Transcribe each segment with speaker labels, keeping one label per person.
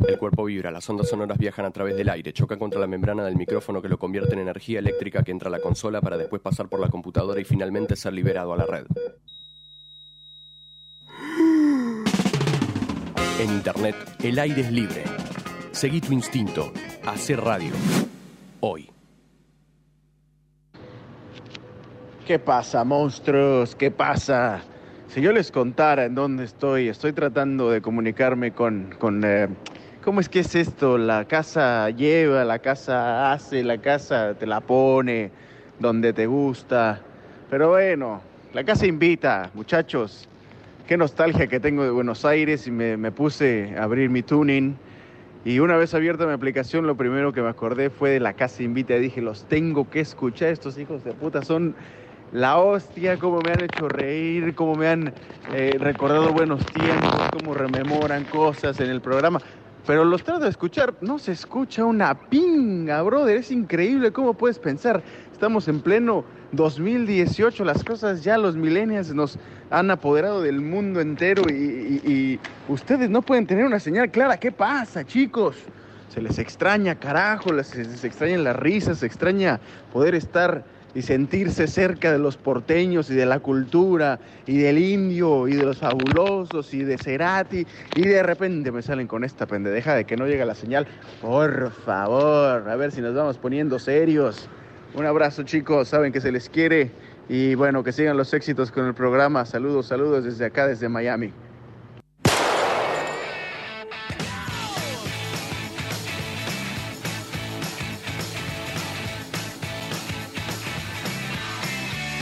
Speaker 1: El cuerpo vibra, las ondas sonoras viajan a través del aire, chocan contra la membrana del micrófono que lo convierte en energía eléctrica que entra a la consola para después pasar por la computadora y finalmente ser liberado a la red. En Internet, el aire es libre. Seguí tu instinto. Hacer radio. Hoy.
Speaker 2: ¿Qué pasa, monstruos? ¿Qué pasa? Si yo les contara en dónde estoy, estoy tratando de comunicarme con... con eh, ¿Cómo es que es esto? La casa lleva, la casa hace, la casa te la pone donde te gusta. Pero bueno, la casa invita, muchachos. Qué nostalgia que tengo de Buenos Aires y me, me puse a abrir mi tuning. Y una vez abierta mi aplicación, lo primero que me acordé fue de la casa invita. Y dije, los tengo que escuchar, estos hijos de puta son la hostia, cómo me han hecho reír, cómo me han eh, recordado buenos tiempos, cómo rememoran cosas en el programa. Pero los trato de escuchar, no se escucha una pinga, brother. Es increíble cómo puedes pensar. Estamos en pleno 2018, las cosas ya, los millennials nos han apoderado del mundo entero y, y- y ustedes no pueden tener una señal clara. ¿Qué pasa, chicos? Se les extraña, carajo, les- se les extrañan las risas, se extraña poder estar y sentirse cerca de los porteños y de la cultura y del indio y de los fabulosos y de Cerati y de repente me salen con esta pendeja de que no llega la señal. Por favor, a ver si nos vamos poniendo serios. Un abrazo chicos, saben que se les quiere y bueno, que sigan los éxitos con el programa. Saludos, saludos desde acá, desde Miami.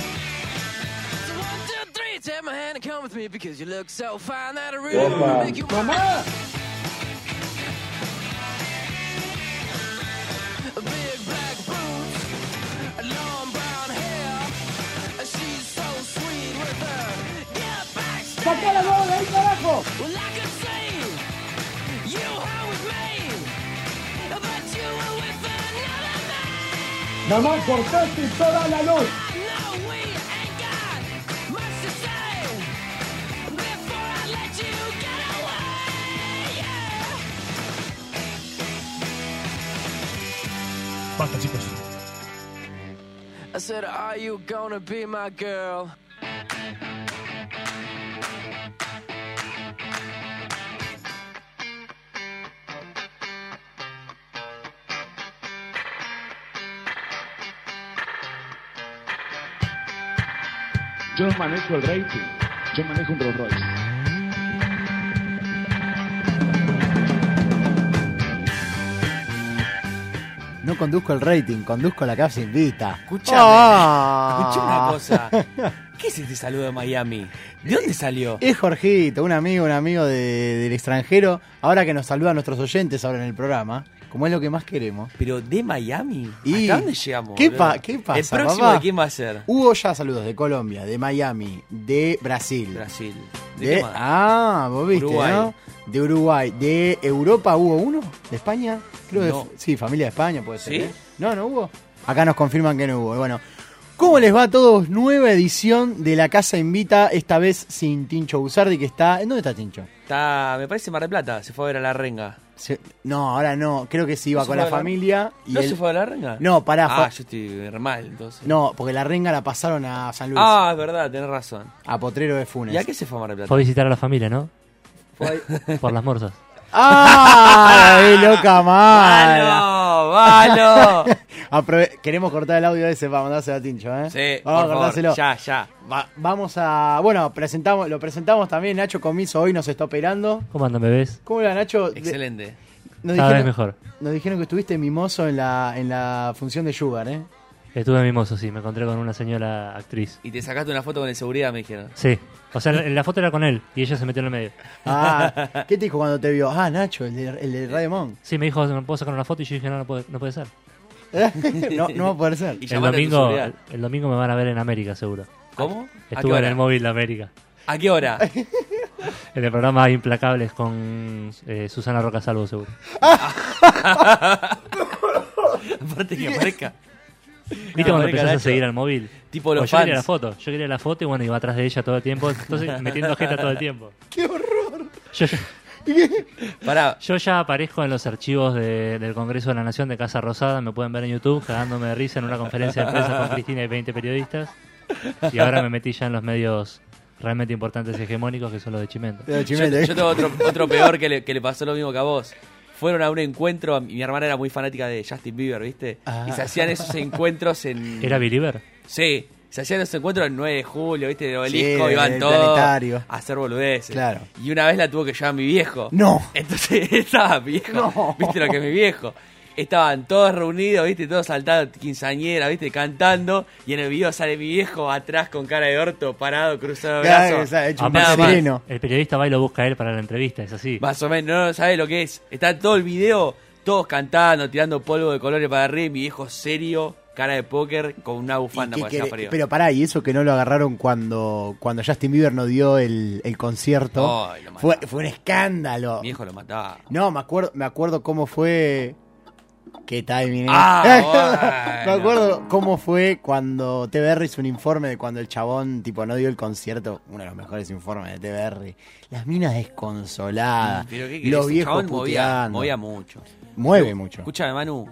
Speaker 3: So one, two, three, take my hand and come with me because you look so fine that I really
Speaker 4: Opa.
Speaker 3: wanna make you mine. Big black boots, long brown hair. She's so sweet with her. Get back,
Speaker 4: ¡Saca la huevo de ahí, carajo!
Speaker 3: well, I could see you were with me, but you were with another man.
Speaker 4: Mamá, cortaste toda la luz.
Speaker 3: I know we ain't got much to say before I let you get away. Yeah.
Speaker 5: Basta, chicos.
Speaker 3: I said, Are you gonna be my girl?
Speaker 6: Yo no manejo el rating, yo manejo un Rolls Royce.
Speaker 7: No conduzco el rating, conduzco la casa invita.
Speaker 8: Escuchame.
Speaker 7: Ah.
Speaker 8: Escuché una cosa. ¿Qué es este saludo de Miami? ¿De dónde salió?
Speaker 7: Es Jorgito, un amigo, un amigo de- del extranjero. Ahora que nos saluda a nuestros oyentes ahora en el programa, como es lo que más queremos.
Speaker 8: ¿Pero de Miami?
Speaker 7: Y-
Speaker 8: ¿Hasta dónde llegamos?
Speaker 7: ¿Qué
Speaker 8: boludo?
Speaker 7: pa- qué pasa,
Speaker 8: ¿El próximo
Speaker 7: papá?
Speaker 8: de quién va a ser?
Speaker 7: Hubo ya saludos de Colombia, de Miami, de Brasil.
Speaker 8: Brasil. ¿De,
Speaker 7: De,
Speaker 8: qué más?
Speaker 7: ah, vos viste,
Speaker 8: Uruguay.
Speaker 7: ¿no? De Uruguay. ¿De Europa hubo uno? ¿De España? Creo
Speaker 8: No.
Speaker 7: que sí, familia de España puede ser.
Speaker 8: ¿Sí?
Speaker 7: ¿eh? No, no hubo. Acá nos confirman que no hubo. Y Bueno, ¿cómo les va a todos? Nueva edición de La Casa Invita, esta vez sin Tincho Busardi, que está... ¿En dónde está Tincho?
Speaker 8: Está, me parece Mar del Plata. Se fue a ver a la renga.
Speaker 7: Se- No, ahora no. Creo que se iba
Speaker 8: ¿No se
Speaker 7: con
Speaker 8: fue
Speaker 7: la
Speaker 8: a la-
Speaker 7: familia. y
Speaker 8: ¿No
Speaker 7: él-
Speaker 8: se fue a la renga?
Speaker 7: No, pará,
Speaker 8: Ah,
Speaker 7: fue-
Speaker 8: yo estoy mal, entonces.
Speaker 7: No, porque la renga la pasaron a San Luis,
Speaker 8: Ah, es verdad, tenés razón.
Speaker 7: a Potrero de Funes.
Speaker 8: ¿Y a qué se fue a Mar del Plata?
Speaker 5: Fue a visitar a la familia, ¿no? Por las morsas.
Speaker 7: ¡Ah! ¡Qué loca mala!
Speaker 8: ¡Valo! ¡Valo!
Speaker 7: Aprove- Queremos cortar el audio ese para mandárselo a Tincho, ¿eh? Vamos
Speaker 8: Sí, por
Speaker 7: a
Speaker 8: favor,
Speaker 7: cortárselo.
Speaker 8: Ya, ya.
Speaker 7: Va- vamos a. Bueno, presentamos, lo presentamos también. Nacho Comiso hoy nos está operando.
Speaker 5: ¿Cómo andan, bebés?
Speaker 7: ¿Cómo era, Nacho? De-
Speaker 8: Excelente.
Speaker 7: Nos
Speaker 5: Cada vez
Speaker 7: dijeron,
Speaker 5: mejor.
Speaker 7: nos dijeron que estuviste mimoso en la, en la función de Sugar, ¿eh?
Speaker 5: Estuve mimoso, sí. Me encontré con una señora actriz.
Speaker 8: Y te sacaste una foto con el seguridad, me dijeron.
Speaker 5: Sí. O sea, la, la foto era con él y ella se metió en el medio.
Speaker 7: Ah, ¿qué te dijo cuando te vio? Ah, Nacho, el de, el de Radio Monk.
Speaker 5: Sí, me dijo, ¿no puedo sacar una foto? Y yo dije, no, no puede, no puede ser.
Speaker 7: no, no va a poder ser.
Speaker 8: Y
Speaker 5: El
Speaker 8: llamaron a tu
Speaker 5: domingo,
Speaker 8: seguridad.
Speaker 5: el domingo me van a ver en América, seguro.
Speaker 8: ¿Cómo? ¿A qué
Speaker 5: Estuve en
Speaker 8: hora?
Speaker 5: el móvil de América.
Speaker 8: ¿A qué hora?
Speaker 5: En el programa Implacables con eh, Susana Roca Salvo, seguro.
Speaker 8: Aparte que aparezca.
Speaker 5: ¿Viste
Speaker 8: No,
Speaker 5: cuando
Speaker 8: re
Speaker 5: empezás a
Speaker 8: caracho.
Speaker 5: seguir al móvil?
Speaker 8: Ah, Tipo los
Speaker 5: Pues yo quería la
Speaker 8: fans.
Speaker 5: foto. Yo quería la foto y bueno, iba atrás de ella todo el tiempo. Entonces, metiendo jeta todo el tiempo. ¡Qué horror! Yo,
Speaker 8: Pará,
Speaker 5: Yo ya aparezco en los archivos de- del Congreso de la Nación de Casa Rosada, me pueden ver en YouTube cagándome de risa en una conferencia de prensa con Cristina y 20 periodistas. Y ahora me metí ya en los medios realmente importantes y hegemónicos que son los de Chimento.
Speaker 7: Pero
Speaker 8: yo,
Speaker 7: Chimento, ¿eh?
Speaker 8: yo tengo otro, otro peor que le, que le pasó lo mismo que a vos. Fueron a un encuentro, mi hermana era muy fanática de Justin Bieber, ¿viste?
Speaker 7: Ah.
Speaker 8: Y se hacían esos encuentros en...
Speaker 5: ¿Era Believer?
Speaker 8: Sí, se hacían los encuentros el 9 de julio, ¿viste? El
Speaker 7: Sí,
Speaker 8: obelisco, iban
Speaker 7: el
Speaker 8: todos
Speaker 7: planetario.
Speaker 8: a hacer boludeces.
Speaker 7: Claro.
Speaker 8: Y una vez la tuvo que llevar mi viejo.
Speaker 7: No.
Speaker 8: Entonces estaba mi viejo,
Speaker 7: No.
Speaker 8: ¿viste lo que es mi viejo? Estaban todos reunidos, ¿viste? Todos saltando, quinceañera, ¿viste? Cantando. Y en el video sale mi viejo atrás con cara de orto, parado, cruzado de
Speaker 5: Ah,
Speaker 7: Claro,
Speaker 8: brazos.
Speaker 7: que se ha hecho un
Speaker 8: Nada más.
Speaker 7: pastelino.
Speaker 5: El periodista va y lo busca a él para la entrevista, es así.
Speaker 8: Más o menos, no, no sabes lo que es. Está todo el video, todos cantando, tirando polvo de colores para arriba, y mi viejo serio, cara de póker, con una bufanda
Speaker 7: ¿Y qué
Speaker 8: para allá
Speaker 7: quiere?
Speaker 8: para arriba.
Speaker 7: Pero pará, y eso que no lo agarraron cuando, cuando Justin Bieber no dio el, el concierto.
Speaker 8: Ay, lo
Speaker 7: fue,
Speaker 8: mataron.
Speaker 7: fue un escándalo.
Speaker 8: Mi viejo lo mataba.
Speaker 7: No, me acuerdo, me acuerdo cómo fue. ¿Qué timing? eh?
Speaker 8: Ah,
Speaker 7: me
Speaker 8: bueno.
Speaker 7: acuerdo cómo fue cuando TBR hizo un informe de cuando el chabón tipo no dio el concierto, uno de los mejores informes de TBR. Las minas desconsoladas,
Speaker 8: Pero qué querés,
Speaker 7: Ah, los
Speaker 8: el
Speaker 7: viejos
Speaker 8: chabón movía,
Speaker 7: puteando.
Speaker 8: movía mucho.
Speaker 7: Mueve mucho.
Speaker 8: Escúchame, Manu,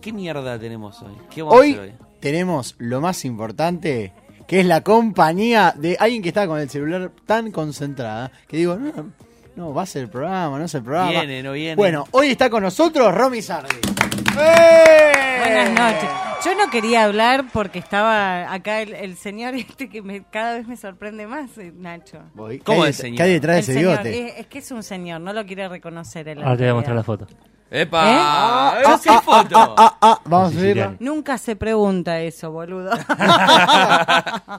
Speaker 8: ¿qué mierda tenemos hoy? ¿Qué vamos a hacer
Speaker 7: Hoy
Speaker 8: hoy?
Speaker 7: tenemos lo más importante, que es la compañía de alguien que está con el celular tan concentrada, que digo, no, no va a ser el programa, no es el programa.
Speaker 8: Viene, no viene.
Speaker 7: Bueno, hoy está con nosotros Romy Sardi.
Speaker 8: ¡Eh!
Speaker 9: Buenas noches. Yo no quería hablar porque estaba acá el, el señor este que me, cada vez me sorprende más, eh, Nacho.
Speaker 7: Voy.
Speaker 8: ¿Cómo
Speaker 7: ¿Qué hay
Speaker 8: es,
Speaker 7: det-
Speaker 8: señor?
Speaker 7: ¿Qué hay detrás de
Speaker 9: El
Speaker 7: ese
Speaker 9: señor, eh,
Speaker 7: bigote?
Speaker 9: es, es que es un señor, no lo quiere reconocer. el
Speaker 5: Ahora te voy a mostrar la foto.
Speaker 8: ¡Epa!
Speaker 9: ¿Eh?
Speaker 8: A ver si hay foto!
Speaker 7: Ah, ah, ah, vamos
Speaker 5: Sí,
Speaker 7: a verla.
Speaker 9: Nunca se pregunta eso, boludo.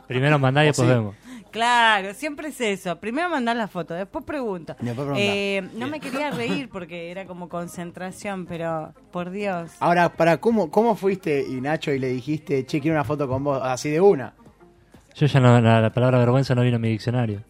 Speaker 5: Primero
Speaker 8: Ah,
Speaker 5: mandá y después vemos.
Speaker 9: claro, siempre es eso. Primero mandar la foto, después pregunta.
Speaker 7: Y después pregunta.
Speaker 9: Eh, no me quería reír porque era como concentración, pero por Dios.
Speaker 7: Ahora, para ¿cómo, ¿cómo fuiste y Nacho y le dijiste, che, quiero una foto con vos, así de una?
Speaker 5: Yo ya no- la, la palabra vergüenza no vino en mi diccionario.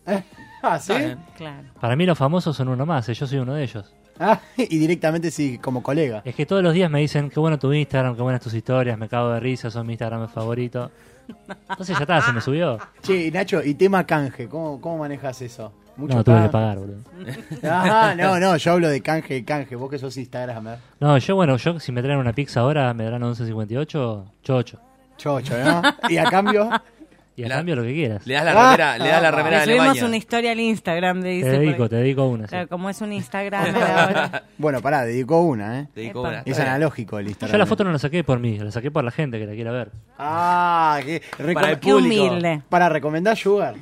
Speaker 7: ¿Ah, sí?
Speaker 9: Claro.
Speaker 5: Para mí los famosos son uno más, eh, yo soy uno de ellos.
Speaker 7: Ah, y directamente sí, como colega.
Speaker 5: Es que todos los días me dicen, qué bueno tu Instagram, qué buenas tus historias, me cago de risa, son mi Instagram favorito. Entonces ya está, se me subió.
Speaker 7: Che, y Nacho, y tema canje, ¿cómo, cómo manejas eso?
Speaker 5: no, tuve que
Speaker 7: canje?
Speaker 5: pagar, boludo.
Speaker 7: Ah, no, no, yo hablo de canje, canje. Vos que sos Instagramer.
Speaker 5: No, yo, bueno, yo si me traen una pizza ahora, me darán 11.58, chocho.
Speaker 7: Chocho, ¿eh? ¿no? Y a cambio, ah,
Speaker 5: Y a
Speaker 8: La-
Speaker 5: cambio lo que quieras.
Speaker 8: Le das la remera, le das la remera
Speaker 9: Le
Speaker 8: de
Speaker 9: subimos
Speaker 8: Alemania.
Speaker 9: una historia al Instagram, le
Speaker 5: Te
Speaker 9: dice.
Speaker 5: dedico,
Speaker 9: porque-
Speaker 5: te dedico una. sí.
Speaker 9: Claro, como es un Instagram ahora.
Speaker 7: bueno, pará, dedicó una, ¿eh?
Speaker 8: Te dedico
Speaker 9: Epa.
Speaker 8: una.
Speaker 7: Es
Speaker 8: Está bien.
Speaker 7: analógico el Instagram. eh.
Speaker 5: Yo la foto no la saqué por mí, la saqué por la gente que la quiera ver.
Speaker 7: Ah, que
Speaker 8: Para el
Speaker 7: recom-
Speaker 9: Qué
Speaker 8: público.
Speaker 9: humilde.
Speaker 7: para recomendar Sugar.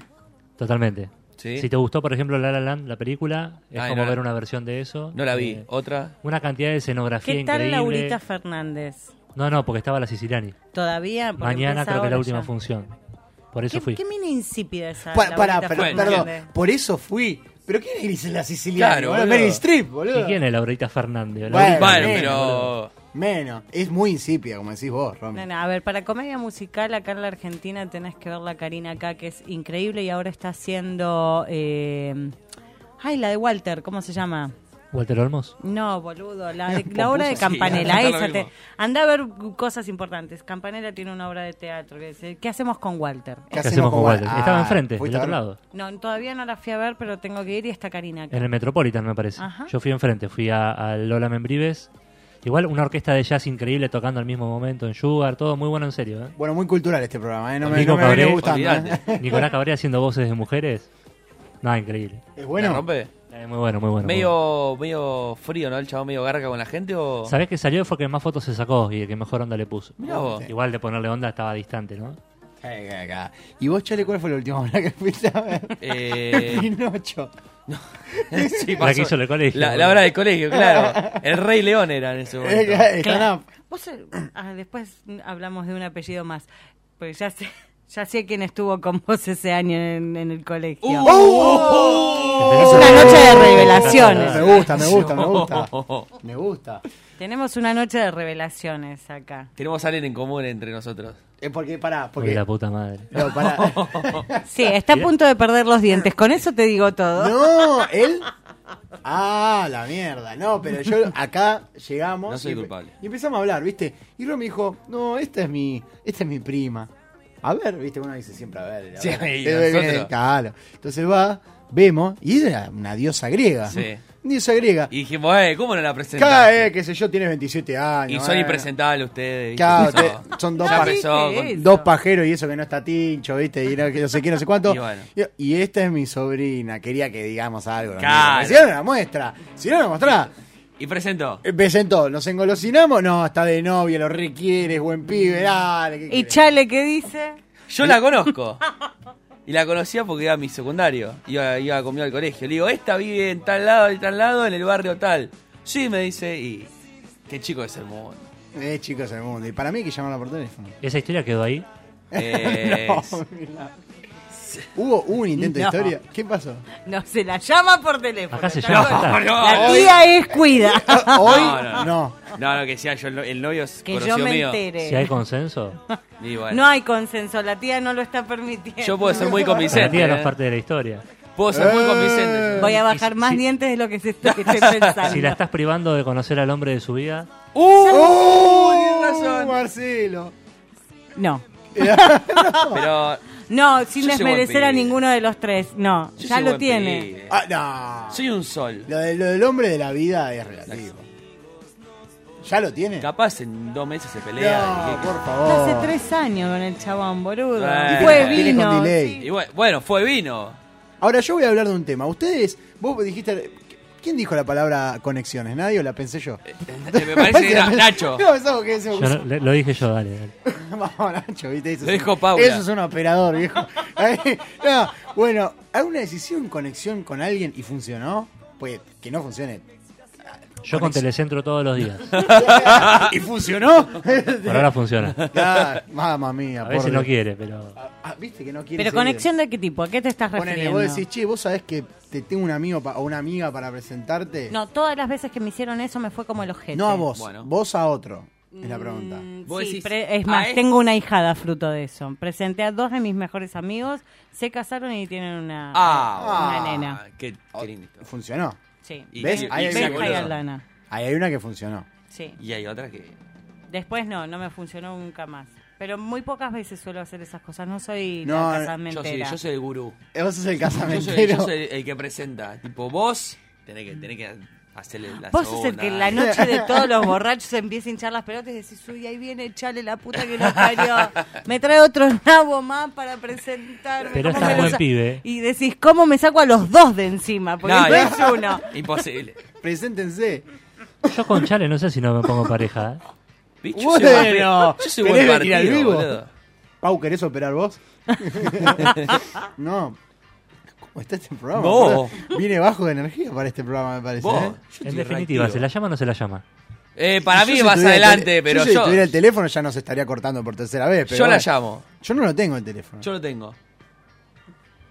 Speaker 5: Totalmente.
Speaker 8: Sí.
Speaker 5: Si te gustó, por ejemplo, La La Land, la película, es
Speaker 8: Ay,
Speaker 5: como
Speaker 8: no la-
Speaker 5: ver una versión de eso.
Speaker 8: No la vi.
Speaker 5: Eh,
Speaker 8: ¿Otra?
Speaker 5: una cantidad de escenografía
Speaker 9: ¿Qué tal
Speaker 5: increíble.
Speaker 9: Laurita Fernández?
Speaker 5: No, no, porque estaba la Siciliani.
Speaker 9: ¿Todavía? Porque
Speaker 5: Mañana
Speaker 9: empieza
Speaker 5: creo que es
Speaker 9: ahora
Speaker 5: la última
Speaker 9: ya.
Speaker 5: función. Por eso
Speaker 9: ¿Qué,
Speaker 5: fui.
Speaker 9: qué mina insípida esa
Speaker 7: Pa- pará,
Speaker 9: Laurita Fernández?
Speaker 7: per- perdón. Por eso fui. ¿Pero quién es Grisela Siciliana?
Speaker 8: Claro,
Speaker 7: boludo?
Speaker 8: boludo.
Speaker 7: Meryl Streep,
Speaker 5: ¿Y
Speaker 7: boludo.
Speaker 5: quién es Eh, Laurita Fernández?
Speaker 7: Bueno,
Speaker 5: Laurita
Speaker 8: Bueno,
Speaker 7: bien,
Speaker 5: Fernández, boludo.
Speaker 8: pero...
Speaker 7: Menos. Es muy insípida, como decís vos, Romy.
Speaker 9: No, no, a ver, para comedia musical acá en la Argentina tenés que ver la Karina acá, que es increíble y ahora está haciendo... eh, Ay, la de Walter, ¿cómo se llama?
Speaker 5: Walter Olmos.
Speaker 9: No, boludo, la, de- la obra de Campanella.
Speaker 8: Sí, está lo
Speaker 9: esa te-
Speaker 8: mismo.
Speaker 9: anda a ver cosas importantes. Campanella tiene una obra de teatro. Que dice, ¿Qué hacemos con Walter?
Speaker 7: ¿Qué
Speaker 5: ¿Qué hacemos con Walter?
Speaker 7: Ah,
Speaker 5: Estaba enfrente, del
Speaker 7: fuiste a
Speaker 5: otro
Speaker 7: ver-
Speaker 5: lado.
Speaker 9: No, todavía no la fui a ver, pero tengo que ir y está Karina acá.
Speaker 5: En el Metropolitan, me parece.
Speaker 9: Ajá.
Speaker 5: Yo fui enfrente, fui a, a Lola Membrives. Igual una orquesta de jazz increíble tocando al mismo momento en Sugar, todo muy bueno en serio. ¿eh?
Speaker 7: Bueno, muy cultural este programa, ¿eh? No me,
Speaker 5: Nico
Speaker 7: no me viene
Speaker 5: Cabré,
Speaker 7: gustando. ¿eh?
Speaker 8: olvidate.
Speaker 5: Nicolás Cabrera haciendo voces de mujeres. Nada, increíble.
Speaker 7: Es
Speaker 8: ¿La
Speaker 7: bueno.
Speaker 8: rompe?
Speaker 5: Eh, muy bueno, muy bueno. muy bueno.
Speaker 8: Medio, medio frío, ¿no? El chabón medio garca con la gente o...
Speaker 5: ¿Sabés que salió? Fue el que más fotos se sacó y el que mejor onda le puso. Este,
Speaker 8: Mirá vos.
Speaker 5: Igual de ponerle onda estaba distante, ¿no?
Speaker 7: Ay, ay, ay. ¿Y vos, Chale, cuál fue la última obra que fuiste a ver?
Speaker 8: Eh,
Speaker 7: Pinocho.
Speaker 8: sí,
Speaker 5: La que
Speaker 8: pasó.
Speaker 5: hizo el colegio.
Speaker 8: La, la hora del colegio, claro. El Rey León era en ese momento.
Speaker 7: Stand-up.
Speaker 9: Vos, eh, ah, después hablamos de un apellido más, porque ya sé, ya sé quién estuvo con vos ese año en, en el colegio. Es una noche de
Speaker 7: Me
Speaker 9: revelaciones.
Speaker 7: gusta, me gusta, me gusta. Me gusta.
Speaker 9: Tenemos una noche de revelaciones acá.
Speaker 8: Tenemos alguien en común entre nosotros.
Speaker 7: Es Eh, porque, pará,
Speaker 5: Uy,
Speaker 7: porque.
Speaker 5: la puta madre.
Speaker 7: No, pará.
Speaker 9: Sí, está a punto de perder los dientes. Con eso te digo todo.
Speaker 7: No, él. Ah, la mierda. No, pero yo acá llegamos.
Speaker 8: No soy
Speaker 7: y-
Speaker 8: culpable.
Speaker 7: Y empezamos a hablar, ¿viste? Y Romy dijo, no, esta es mi. Esta es mi prima. A ver, viste, uno dice siempre a ver. a
Speaker 8: Sí,
Speaker 7: ver.
Speaker 8: y
Speaker 7: Eh,
Speaker 8: nosotros.
Speaker 7: claro. Entonces va, vemos, y ella era una diosa griega.
Speaker 8: Sí.
Speaker 7: Ni se agrega.
Speaker 8: Y dijimos, eh, ¿cómo no la
Speaker 7: Cae,
Speaker 8: presentaste?
Speaker 7: qué sé yo, tienes 27 años.
Speaker 8: Y son
Speaker 7: bueno.
Speaker 8: impresentables ustedes. ¿viste?
Speaker 7: Claro, eh. te-
Speaker 8: Empezó.
Speaker 7: son dos
Speaker 8: Ya
Speaker 7: par-
Speaker 8: empezó con-
Speaker 9: Sí,
Speaker 7: Dos pajeros y eso que no está tincho, ¿viste? Y no, que no sé qué, no sé cuánto.
Speaker 8: Y bueno.
Speaker 7: Y- Y esta es mi sobrina, quería que digamos algo. ¿no?
Speaker 8: Claro.
Speaker 7: Si no, no la muestra. Si no, no la muestra.
Speaker 8: Y presentó.
Speaker 7: Presentó, nos engolosinamos. No, está de novia, lo requiere, es buen pibe, dale. ¿qué
Speaker 9: ¿Y
Speaker 7: querés?
Speaker 9: Chale qué dice?
Speaker 8: Yo la conozco. Y la conocía porque iba a mi secundario. Iba, iba conmigo al colegio. Le digo, esta vive en tal lado, en tal lado, en el barrio tal. Sí, me dice, y. Qué chico es el mundo.
Speaker 7: Eh, chicos del mundo. Y para mí hay que llamarla por teléfono.
Speaker 5: ¿Esa historia quedó ahí?
Speaker 8: Eh, es-
Speaker 7: ¿Hubo, hubo un intento
Speaker 9: No.
Speaker 7: de historia? ¿Qué pasó?
Speaker 9: No, se la llama por teléfono.
Speaker 5: Acá se
Speaker 9: ¿está
Speaker 5: llama.
Speaker 9: bien?
Speaker 5: Fatal.
Speaker 8: no,
Speaker 9: La tía es cuida.
Speaker 7: Hoy
Speaker 8: No,
Speaker 7: no.
Speaker 8: no, no. no, no, que sea yo el no- el novio es
Speaker 9: Que
Speaker 8: conocido
Speaker 9: yo me
Speaker 8: mío.
Speaker 7: Eh.
Speaker 5: Si hay
Speaker 9: entere.
Speaker 5: consenso,
Speaker 8: Y bueno,
Speaker 9: No hay consenso, la tía no lo está permitiendo.
Speaker 8: Yo puedo ser muy
Speaker 5: la
Speaker 8: convincente.
Speaker 5: tía no
Speaker 8: ¿eh?
Speaker 5: es parte de la historia.
Speaker 8: Puedo ser muy
Speaker 7: Eh.
Speaker 8: convincente.
Speaker 9: Voy a bajar
Speaker 5: Y si-
Speaker 9: más
Speaker 5: si-
Speaker 9: dientes de lo que, se está- que estoy pensando.
Speaker 5: Si la estás privando de conocer al hombre de su vida,
Speaker 8: ¡Uh!
Speaker 7: ¡Oh!
Speaker 5: uh,
Speaker 8: Tienes razón.
Speaker 7: Marcelo.
Speaker 9: No.
Speaker 8: Pero
Speaker 9: No, sin
Speaker 8: Yo soy buen
Speaker 9: desmerecer a
Speaker 8: pibe.
Speaker 9: ninguno de los tres. No,
Speaker 8: yo
Speaker 9: ya
Speaker 8: soy
Speaker 9: lo
Speaker 8: buen
Speaker 9: tiene.
Speaker 8: pibe.
Speaker 7: Ah, no.
Speaker 8: eh, Soy un sol.
Speaker 7: Lo, de- lo del hombre de la vida es relativo. ¿Ya lo tiene?
Speaker 8: Capaz en dos meses se pelea.
Speaker 7: No,
Speaker 8: y-
Speaker 7: por
Speaker 9: Yo Hace
Speaker 8: Oh.
Speaker 7: favor.
Speaker 9: tres años con el chabón, boludo.
Speaker 8: Eh.
Speaker 9: Fue
Speaker 8: Tiene
Speaker 7: con
Speaker 9: vino.
Speaker 7: delay.
Speaker 8: y bueno, bueno, fue vino.
Speaker 7: Ahora yo voy a hablar de un tema. Ustedes, vos dijiste... ¿Quién dijo la palabra conexiones? ¿Nadie o la pensé yo?
Speaker 8: Eh, Me parece que era Nacho.
Speaker 7: No, pensaba que se me
Speaker 5: yo
Speaker 7: ocurrió.
Speaker 5: no- le- lo dije yo, dale. dale.
Speaker 7: Vamos, Nacho, ¿viste? Eso
Speaker 8: Lo
Speaker 7: es-
Speaker 8: dijo Paula.
Speaker 7: Eso es un operador, viejo. Ahí, no, bueno, ¿alguna decisión, conexión con alguien y funcionó? Pues que no funcione.
Speaker 5: Yo con Telecentro todos los días.
Speaker 7: ¿Y funcionó?
Speaker 5: Por ahora funciona.
Speaker 7: Ah, Mamma mía,
Speaker 5: A
Speaker 7: por
Speaker 5: veces no
Speaker 7: Dios.
Speaker 5: quiere, pero.
Speaker 7: Ah, ¿Viste que no quiere?
Speaker 9: Pero
Speaker 7: seguir?
Speaker 9: conexión de qué tipo, ¿a qué te estás
Speaker 7: Ponele,
Speaker 9: refiriendo?
Speaker 7: vos decís, che, vos sabés que te tengo un amigo pa- o una amiga para presentarte.
Speaker 9: No, todas las veces que me hicieron eso me fue como el ojete.
Speaker 7: No a vos,
Speaker 8: Bueno.
Speaker 7: vos a otro, es la pregunta.
Speaker 9: Este, Mm,
Speaker 8: Vos
Speaker 9: sí,
Speaker 8: decís,
Speaker 9: pre- es
Speaker 8: a
Speaker 9: más,
Speaker 8: este-
Speaker 9: tengo una hijada fruto de eso. Presenté a dos de mis mejores amigos, se casaron y tienen una, una
Speaker 8: Ah,
Speaker 7: ah.
Speaker 9: nena.
Speaker 8: Qué, qué lindo.
Speaker 7: Funcionó.
Speaker 9: Sí.
Speaker 8: Y-
Speaker 7: ¿Ves?
Speaker 8: y-
Speaker 7: Ahí hay
Speaker 9: Benja
Speaker 7: una
Speaker 9: y
Speaker 7: boludo.
Speaker 9: Aldana.
Speaker 7: Ahí hay una que funcionó.
Speaker 9: Sí.
Speaker 8: Y hay otra que.
Speaker 9: Después no, no me funcionó nunca más. Pero muy pocas veces suelo hacer esas cosas. No soy
Speaker 7: No,
Speaker 9: la
Speaker 7: no,
Speaker 8: Yo
Speaker 9: casamentera.
Speaker 8: soy, yo soy el gurú.
Speaker 7: Eh, Vos sos el
Speaker 8: Yo soy,
Speaker 7: casamentero.
Speaker 8: yo soy el que presenta. Tipo, vos tenés que, tenés que hacerle la
Speaker 9: Vos sos el
Speaker 8: segunda.
Speaker 9: que en la noche de todos los borrachos se empieza a hinchar las pelotas y decís, uy, ahí viene Chale, la puta que lo parió. Me trae otro nabo más para presentarme.
Speaker 5: Pero
Speaker 9: ¿Cómo
Speaker 5: está
Speaker 9: me lo
Speaker 5: buen
Speaker 9: sa-?"
Speaker 5: pibe.
Speaker 9: Y decís, ¿cómo me saco a los dos de encima? Porque
Speaker 8: No,
Speaker 9: no,
Speaker 8: ya-
Speaker 9: es uno.
Speaker 8: Imposible.
Speaker 7: Preséntense.
Speaker 5: Yo con Chale no sé si no me pongo pareja. ¿eh?
Speaker 8: Bicho, yo soy buen-
Speaker 7: Bueno,
Speaker 8: yo soy
Speaker 7: ¿querés
Speaker 8: buen
Speaker 7: venir
Speaker 8: partido,
Speaker 7: al vivo?
Speaker 8: boludo.
Speaker 7: Pau, ¿querés operar vos? no. ¿Cómo está este programa?
Speaker 8: No.
Speaker 7: boludo? Viene bajo de energía para este programa, me parece.
Speaker 8: Vos,
Speaker 7: ¿eh?
Speaker 8: Oh, yo
Speaker 5: En
Speaker 8: estoy
Speaker 5: definitiva,
Speaker 8: reactivo.
Speaker 5: ¿se la llama o no se la llama?
Speaker 8: Eh, para
Speaker 7: Yo
Speaker 8: mí
Speaker 7: si
Speaker 8: vas
Speaker 7: tuviera el
Speaker 8: adelante,
Speaker 7: tele-
Speaker 8: pero
Speaker 7: yo. Si
Speaker 8: yo,
Speaker 7: tuviera el teléfono ya nos estaría cortando por tercera vez. Pero
Speaker 8: yo la
Speaker 7: bueno.
Speaker 8: llamo.
Speaker 7: Yo no lo tengo el teléfono.
Speaker 8: Yo lo tengo.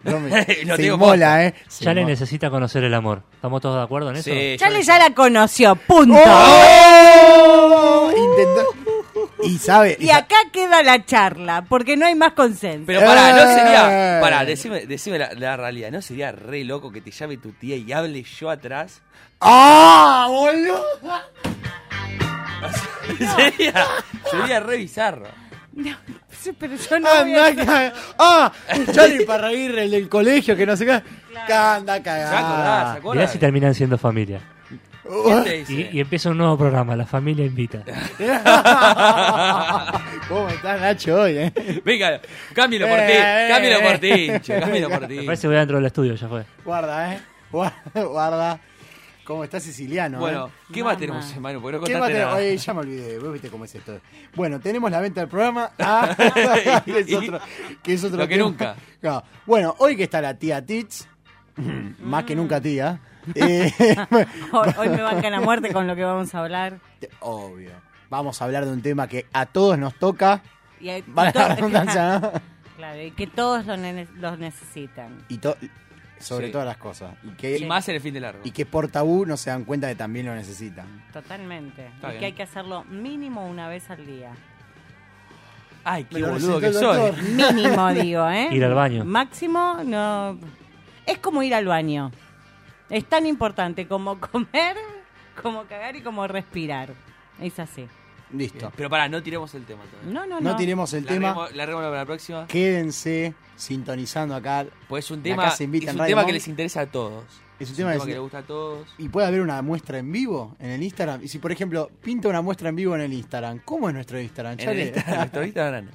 Speaker 7: No me-
Speaker 8: Lo
Speaker 7: se
Speaker 8: tengo
Speaker 7: inmola, ¿eh? Se
Speaker 5: Chale
Speaker 7: inmola.
Speaker 5: necesita conocer el amor. ¿Estamos todos de acuerdo en eso?
Speaker 8: Sí, yo
Speaker 9: Chale
Speaker 8: lo-
Speaker 9: ya la conoció, punto.
Speaker 7: ¡Oh! Intentó- Y sabe.
Speaker 9: Y acá queda la charla, porque no hay más consenso.
Speaker 8: Pero pará, no
Speaker 7: Eh.
Speaker 8: sería. Pará, decime, decime la, la realidad. ¿No sería re loco que te llame tu tía y hable yo atrás?
Speaker 7: ¡Ah, boludo!
Speaker 8: sería, sería re bizarro.
Speaker 9: No, pero yo no voy a-
Speaker 7: Anda, ca- ¡Ah! Charlie Parraguirre, el del colegio, que no sé qué. Anda
Speaker 8: ¿Se acordás? ¿Se
Speaker 7: cagada.
Speaker 5: Mirá
Speaker 8: acordás?
Speaker 5: si terminan siendo familia.
Speaker 8: ¿Quién te dice?
Speaker 5: Y, y empieza un nuevo programa, La Familia Invita.
Speaker 7: ¿Cómo está Nacho hoy, eh?
Speaker 8: Venga, cámbialo por ti.
Speaker 7: Eh,
Speaker 8: Cámbialo por ti,
Speaker 7: eh.
Speaker 8: che, Cámbialo por
Speaker 5: Me
Speaker 8: ti.
Speaker 5: parece que voy adentro del estudio, ya fue.
Speaker 7: Guarda, eh. Guarda. guarda. ¿Cómo está siciliano? eh.
Speaker 8: Bueno, ¿qué más tenemos, hermano? Porque no
Speaker 7: ¿Qué
Speaker 8: contaste
Speaker 7: va a
Speaker 8: nada.
Speaker 7: tener? Oye, ya me olvidé, vos viste cómo es esto. Bueno, tenemos la venta del programa. Ah, que es otro, que es otro
Speaker 8: Lo que
Speaker 7: tema.
Speaker 8: nunca.
Speaker 7: No. Bueno, hoy que está la tía Tits, más que nunca tía. eh,
Speaker 9: Hoy, hoy me bancan a muerte con lo que vamos a hablar.
Speaker 7: obvio. Vamos a hablar de un tema que a todos nos toca.
Speaker 9: Y hay-
Speaker 7: Vale la
Speaker 9: to-
Speaker 7: redundancia, ¿no?
Speaker 9: Claro, y que todos los, nene- los necesitan.
Speaker 7: Y to- sobre
Speaker 8: Sí.
Speaker 7: todas las cosas. Y que,
Speaker 8: Y más en el fin de largo.
Speaker 7: y que por tabú no se dan cuenta que también lo necesitan.
Speaker 9: Totalmente.
Speaker 8: Está
Speaker 9: y
Speaker 8: bien.
Speaker 9: que hay que hacerlo mínimo una vez al día.
Speaker 8: Ay, qué
Speaker 7: Me lo recetó
Speaker 8: boludo que
Speaker 7: el
Speaker 8: soy.
Speaker 7: doctor.
Speaker 9: Mínimo, digo, ¿eh?
Speaker 5: Ir al baño.
Speaker 9: Máximo, no. Es como ir al baño. Es tan importante como comer, como cagar y como respirar. Es así.
Speaker 7: Listo.
Speaker 8: Pero pará, no tiremos el tema todavía.
Speaker 9: No, no, no.
Speaker 7: No tiremos el
Speaker 8: La
Speaker 7: tema.
Speaker 8: remo- La remo para la próxima.
Speaker 7: Quédense sintonizando acá.
Speaker 8: Pues es un
Speaker 7: La
Speaker 8: tema,
Speaker 7: Casa Invita
Speaker 8: es
Speaker 7: en
Speaker 8: un
Speaker 7: Radio
Speaker 8: tema
Speaker 7: Monk.
Speaker 8: que les interesa a todos.
Speaker 7: Es un
Speaker 8: Es
Speaker 7: tema
Speaker 8: un
Speaker 7: que
Speaker 8: tema que
Speaker 7: les-
Speaker 8: les gusta a todos.
Speaker 7: Y puede haber una muestra en vivo en el Instagram. Y si, por ejemplo, pinta una muestra en vivo en el Instagram, ¿cómo es nuestro Instagram?
Speaker 8: En
Speaker 7: Ya
Speaker 8: el
Speaker 7: le-
Speaker 8: Instagram, nuestro Instagram.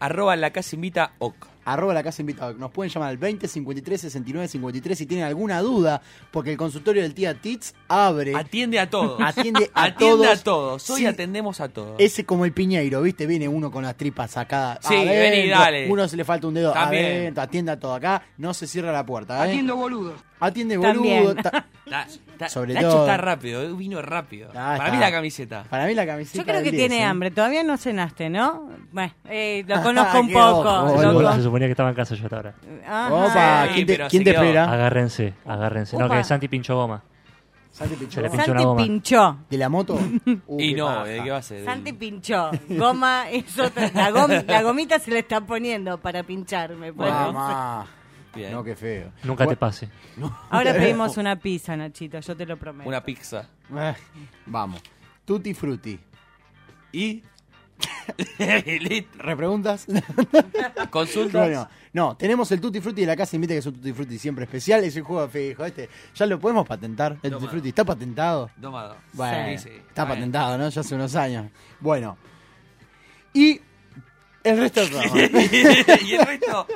Speaker 8: Arroba la casa invita ok.
Speaker 7: Arroba la casa invitada. Nos pueden llamar al 20 53 69 53 si tienen alguna duda, porque el consultorio del tía Tits abre.
Speaker 8: Atiende a todos.
Speaker 7: Atiende a
Speaker 8: Atiende
Speaker 7: todos.
Speaker 8: a todos. Hoy
Speaker 7: Sí.
Speaker 8: atendemos a todos.
Speaker 7: Ese como el piñeiro, ¿viste? Viene uno con las tripas sacadas.
Speaker 8: Sí,
Speaker 7: adentro,
Speaker 8: vení, dale.
Speaker 7: Uno se le falta un dedo
Speaker 8: También.
Speaker 7: adentro, atienda todo acá. No se cierra la puerta, ¿eh? Atiendo boludo. Atiende
Speaker 9: También.
Speaker 7: boludo. ta-
Speaker 8: Ta- ta-
Speaker 7: Sobre
Speaker 8: Nacho
Speaker 7: todo.
Speaker 8: está rápido, eh, vino rápido.
Speaker 7: Ah,
Speaker 8: Para
Speaker 7: está.
Speaker 8: mí la camiseta.
Speaker 7: Para mí la camiseta.
Speaker 9: Yo creo
Speaker 7: del
Speaker 9: que
Speaker 7: 10,
Speaker 9: tiene
Speaker 7: ¿eh?
Speaker 9: hambre. Todavía no cenaste, ¿no? Bueno, eh, lo conozco un
Speaker 7: Qué
Speaker 9: poco.
Speaker 7: ojo,
Speaker 9: lo
Speaker 7: boludo.
Speaker 9: con-
Speaker 5: Se suponía que estaba en casa yo hasta ahora.
Speaker 9: Ajá.
Speaker 7: Oh, Opa,
Speaker 8: Sí,
Speaker 7: ¿quién te,
Speaker 8: pero
Speaker 7: quién
Speaker 8: se
Speaker 7: te
Speaker 8: quedó.
Speaker 7: espera?
Speaker 5: Agárrense, agárrense. No,
Speaker 9: Opa.
Speaker 5: que Santi pinchó goma.
Speaker 7: Santi
Speaker 5: Se
Speaker 7: Pinchó.
Speaker 5: le pinchó una
Speaker 9: Santi
Speaker 5: goma.
Speaker 9: pinchó.
Speaker 7: ¿De la moto? Uh,
Speaker 8: y
Speaker 7: qué
Speaker 8: no,
Speaker 7: paja.
Speaker 8: ¿de qué va a ser?
Speaker 9: Santi pinchó. Goma es otra. La, gom- la gomita se le está poniendo para pincharme. pues.
Speaker 7: Mamá.
Speaker 8: Bien.
Speaker 7: No, qué feo.
Speaker 5: Nunca te
Speaker 7: Bueno,
Speaker 5: pase.
Speaker 9: Ahora pedimos una pizza, Nachito. Yo te lo prometo.
Speaker 8: Una pizza.
Speaker 7: eh, Vamos. Tutti frutti.
Speaker 8: Y. Listo.
Speaker 7: ¿Repreguntas?
Speaker 8: Consultas.
Speaker 7: Bueno, no, tenemos el Tutti Frutti de la casa invita que es un Tutti Frutti siempre especial. Es un juego fijo, este. Ya lo podemos patentar. El Tutti
Speaker 8: Toma.
Speaker 7: Frutti está patentado.
Speaker 8: Domado.
Speaker 7: Bueno,
Speaker 8: Sí, sí.
Speaker 7: está
Speaker 8: Bueno.
Speaker 7: patentado, ¿no? Ya hace unos años. Bueno. Y el resto del programa.
Speaker 8: y el resto.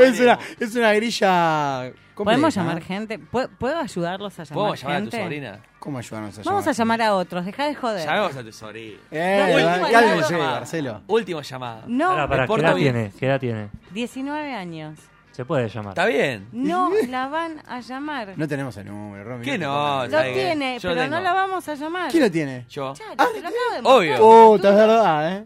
Speaker 7: es, una,
Speaker 8: veremos.
Speaker 7: es una grilla.
Speaker 9: ¿Podemos
Speaker 7: compleja,
Speaker 9: llamar
Speaker 7: ¿eh?
Speaker 9: gente? ¿Puedo, puedo ayudarlos a llamar
Speaker 8: ¿Podemos llamar ah? a tu
Speaker 9: gente?
Speaker 8: sobrina?
Speaker 7: ¿Cómo ayudarnos a
Speaker 9: Vamos a llamar a otros. Deja de joder.
Speaker 8: Llamemos a tu sobrina.
Speaker 7: Eh,
Speaker 9: Última
Speaker 7: va-
Speaker 9: llamada.
Speaker 7: cálmese,
Speaker 8: llamada.
Speaker 7: Marcelo.
Speaker 8: Última llamada.
Speaker 9: No,
Speaker 5: Pará, pará, ¿qué
Speaker 8: Deporte
Speaker 5: edad
Speaker 8: bien.
Speaker 5: tiene? ¿Qué edad tiene?
Speaker 9: 19 años.
Speaker 5: Se puede llamar.
Speaker 8: Está bien.
Speaker 9: No la van a llamar.
Speaker 7: No tenemos el número, Romy.
Speaker 8: ¿Qué
Speaker 7: te
Speaker 8: no?
Speaker 7: pongas.
Speaker 9: Lo
Speaker 8: Está bien.
Speaker 9: tiene,
Speaker 8: Yo
Speaker 9: pero
Speaker 8: tengo.
Speaker 9: no la vamos a llamar.
Speaker 7: ¿Quién lo tiene?
Speaker 8: Yo.
Speaker 9: Charo, te lo acabo de
Speaker 8: Obvio.
Speaker 9: mostrar,
Speaker 7: Oh,
Speaker 9: pelotudo.
Speaker 7: es verdad, ¿eh?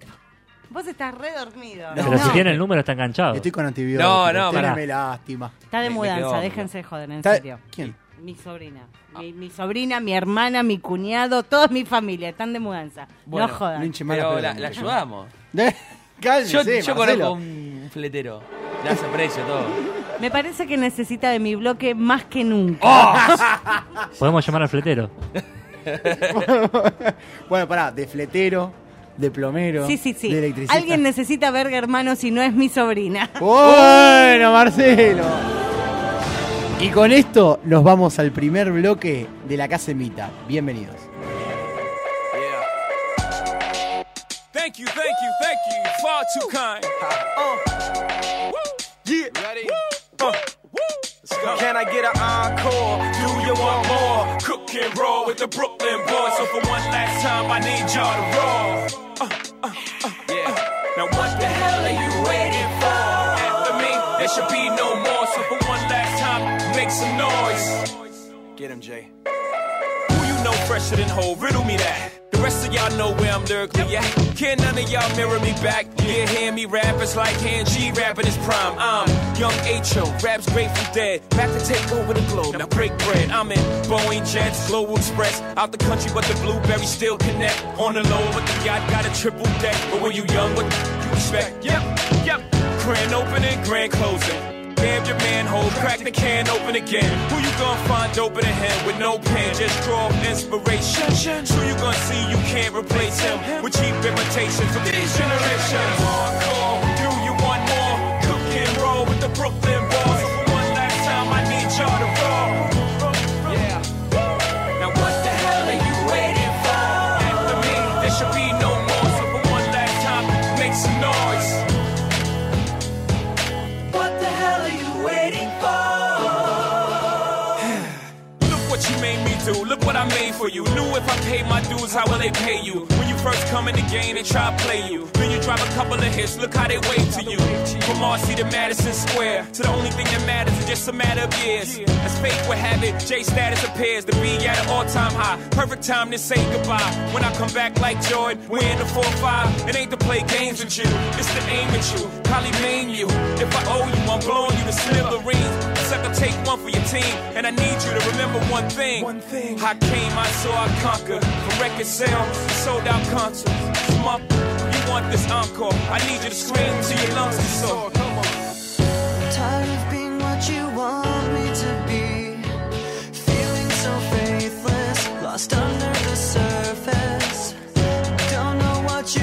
Speaker 9: Vos estás re dormido.
Speaker 7: No.
Speaker 5: Pero si tiene el número está enganchado.
Speaker 7: Estoy con antibióticos.
Speaker 8: No, no,
Speaker 7: ténganme
Speaker 5: pará.
Speaker 7: lástima.
Speaker 9: Está de
Speaker 8: Me- me quedo
Speaker 9: mudanza,
Speaker 8: dormido.
Speaker 9: déjense de joder, en
Speaker 7: Está-
Speaker 9: serio.
Speaker 7: ¿Quién? Ah.
Speaker 9: Mi sobrina. Mi, mi sobrina, mi hermana, mi cuñado, toda mi familia están de mudanza.
Speaker 8: Bueno,
Speaker 9: no
Speaker 7: No
Speaker 9: jodan.
Speaker 7: hinche más
Speaker 8: Pero la,
Speaker 7: pelota.
Speaker 8: la ayudamos.
Speaker 7: Cálmese,
Speaker 8: Yo, yo
Speaker 7: Marcelo.
Speaker 8: conozco un fletero. Le hace precio todo.
Speaker 9: Me parece que necesita de mi bloque más que nunca.
Speaker 7: ¡Ah!
Speaker 5: Podemos llamar al fletero.
Speaker 7: Bueno, pará, de fletero, de plomero,
Speaker 9: sí, sí, sí.
Speaker 7: de electricista.
Speaker 9: Alguien necesita verga, hermano, si no es mi sobrina.
Speaker 7: Bueno, Marcelo. Y con esto nos vamos al primer bloque de la Casa Mita. Bienvenidos.
Speaker 10: Thank you, thank you, thank you. You're Far too kind. Uh. Yeah. Ready? Can I get an encore? Do you want more? Cook and roll with the Brooklyn boys. So for one last time, I need y'all to roll. Uh, uh, uh, uh. Now what the hell are you waiting for? After me, there should be no more. So for one last time, make some noise. Get him, Jay. Who you know fresher than whole? Riddle me that. The rest of y'all know where I'm lyrically at. Can none of y'all mirror me back? Yeah, hear me rap, it's like hand G rapping his prime. I'm young H.O., raps grateful dead. Back to take over the globe, now break bread. I'm in Boeing Jets, Global Express. Out the country, but the blueberries still connect. On the low, but the yacht got a triple deck. But when you young, what you expect? Yep, yep. Grand opening, grand closing. Damn your manhole, crack the can open again. Who you gonna find opening him with no pen? Just draw inspiration. Who you gonna see you can't replace him with cheap imitations from these generations? Hardcore, do you want more? Cook and roll with the Brooklyn boys. One last time, I need y'all to roll. Yeah. Now what the hell are you waiting for? After me, there should be no more. So for one last time, make some noise. What the hell are you waiting for? Look what you made me do. Look what I made for you. Knew if I paid my dues, how will they pay you? When you first come in the game, they try to play you. Then you drive a couple of hits, look how they wave to you. From Marcy to Madison Square, to the only thing that matters is just a matter of years. As fate would have it, J status appears to be at an all time high. Perfect time to say goodbye. When I come back like Jordan, we're in the 4 5. It ain't to play games with you, it's to aim at you. Probably maim you. If I owe you, I'm blowing you to smithereens. Except I take one for your team, and I need you to remember one thing. One thing. I came, I saw, I conquered. From record sales, to sold out concerts. From up, you want this encore? I need you to scream to your lungs to soar. Come on.
Speaker 3: Tired of being what you want me to be. Feeling so faithless, lost under the surface. Don't know what you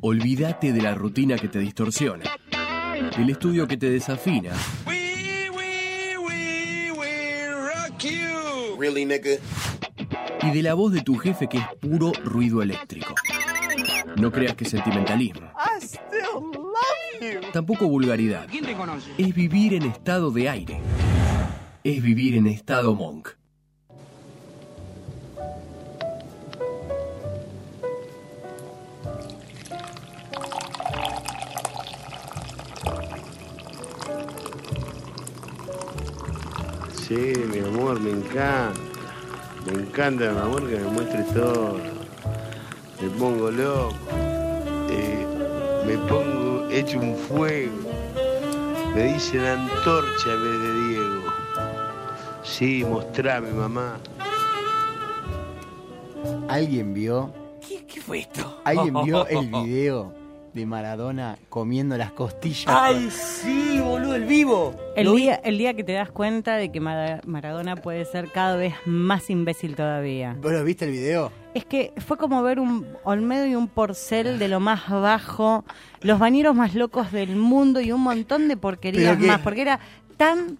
Speaker 1: Olvídate de la rutina que te distorsiona, del estudio que te desafina,
Speaker 11: Really, nigga?
Speaker 1: y de la voz de tu jefe que es puro ruido eléctrico. No creas que es sentimentalismo,
Speaker 11: I still love you.
Speaker 1: tampoco vulgaridad.
Speaker 11: ¿Quién te conoce?
Speaker 1: Es vivir en estado de aire. Es vivir en estado monk.
Speaker 12: Sí, mi amor, me encanta. Me encanta, mi amor, que me muestre todo. Me pongo loco. Eh, me pongo hecho un fuego. Me dicen antorcha en vez de Diego. Sí, mostrame, mamá.
Speaker 7: ¿Alguien vio?
Speaker 8: ¿Qué, qué fue esto?
Speaker 7: ¿Alguien vio el video de Maradona comiendo las costillas?
Speaker 8: ¡Ay, sí, boludo, el vivo!
Speaker 9: El día, el día que te das cuenta de que Mara- Maradona puede ser cada vez más imbécil todavía.
Speaker 7: ¿Vos lo viste el video?
Speaker 9: Es que fue como ver un Olmedo y un Porcel de
Speaker 7: Ah.
Speaker 9: lo más bajo, los bañeros más locos del mundo y un montón de porquerías
Speaker 7: Pero que-
Speaker 9: más, porque era tan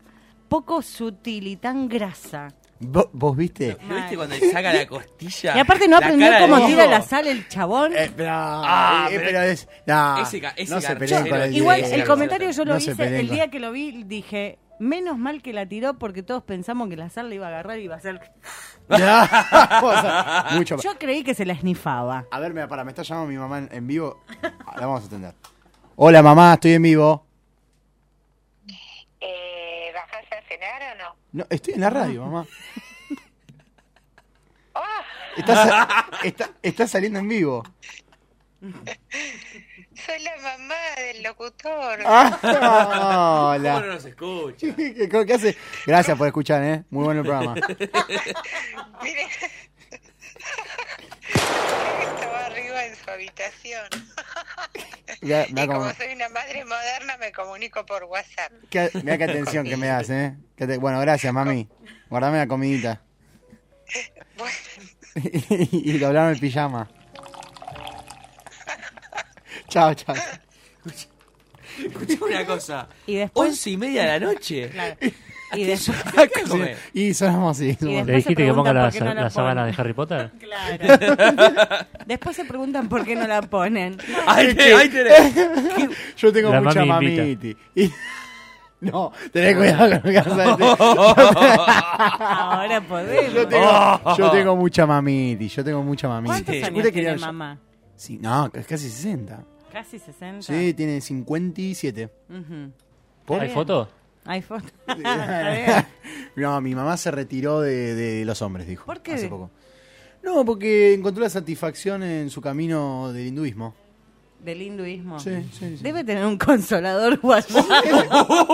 Speaker 9: poco sutil y tan grasa.
Speaker 7: ¿Vo- ¿Vos viste?
Speaker 8: ¿Lo viste cuando le saca la costilla?
Speaker 9: Y aparte no
Speaker 8: La
Speaker 9: aprendió
Speaker 8: cara de
Speaker 9: cómo
Speaker 8: Diego.
Speaker 9: tira la sal el chabón.
Speaker 7: Ah, eh, pero es. nah,
Speaker 8: Ese ca- ese
Speaker 7: no se
Speaker 8: garchero,
Speaker 7: peleen con el
Speaker 8: ese
Speaker 9: Igual
Speaker 7: video.
Speaker 9: el comentario yo lo
Speaker 7: No se
Speaker 9: hice
Speaker 7: peleen
Speaker 9: el
Speaker 7: con-
Speaker 9: día que lo vi, dije, menos mal que la tiró porque todos pensamos que la sal le iba a agarrar y iba a ser...
Speaker 7: Ya, o sea, mucho más.
Speaker 9: Yo creí que se la snifaba.
Speaker 7: A ver, mira, para, me está llamando mi mamá en, en vivo. Ah, La vamos a atender. Hola mamá, estoy en vivo. ¿Vas Eh, a cenar o no? No, estoy en la radio, mamá. Ah. Está, sa- está- está saliendo en vivo.
Speaker 13: Soy la mamá del locutor.
Speaker 7: Ah, hola.
Speaker 13: ¿Cómo no nos escucha?
Speaker 7: ¿Qué, qué hace? Gracias por escuchar, ¿eh? Muy bueno el programa.
Speaker 13: Mire. Estaba arriba en su habitación.
Speaker 7: Mirá, mirá
Speaker 13: y como
Speaker 7: cómo-
Speaker 13: soy una madre moderna, me comunico por WhatsApp.
Speaker 7: Qué, mirá qué atención que me das, ¿eh? Qué te- bueno, gracias, mami. Guardame la comidita. y, y doblaron el pijama. chao, chao.
Speaker 8: Escuchame una cosa.
Speaker 9: Y después...
Speaker 8: Once y memedia de la noche.
Speaker 9: Y después...
Speaker 8: ¿Qué come?
Speaker 7: Y sonamos así.
Speaker 9: Y después
Speaker 5: ¿Le dijiste
Speaker 9: se
Speaker 5: que ponga
Speaker 9: preguntan
Speaker 5: la,
Speaker 9: por qué no la
Speaker 5: la sábana de
Speaker 9: ponen.
Speaker 5: Harry Potter?
Speaker 9: Claro. Después se preguntan por qué no la ponen.
Speaker 8: Ahí tenés, ahí tenés.
Speaker 7: Yo tengo
Speaker 5: La
Speaker 7: mucha
Speaker 5: mami invita.
Speaker 7: mamiti. Y- No, tenés cuidado con lo que vas a decir.
Speaker 9: Ahora podemos.
Speaker 7: Yo tengo, yo tengo mucha mamiti, yo tengo mucha mamiti.
Speaker 9: ¿Cuántos
Speaker 7: Yo
Speaker 9: años
Speaker 7: te
Speaker 9: tiene
Speaker 7: quería-
Speaker 9: mamá?
Speaker 7: Sí, no, es casi 60.
Speaker 9: Casi 60.
Speaker 7: Sí, tiene 57.
Speaker 9: Ujú. Está
Speaker 7: ¿Por? ¿Hay
Speaker 9: bien.
Speaker 7: foto?
Speaker 9: Hay foto. Está bien.
Speaker 7: No, mi mamá se retiró de, de los hombres, dijo.
Speaker 9: ¿Por qué?
Speaker 7: Hace poco. No, porque encontró la satisfacción en su camino del hinduismo.
Speaker 9: Del hinduismo.
Speaker 7: Sí, sí, sí.
Speaker 9: Debe tener un consolador guayú.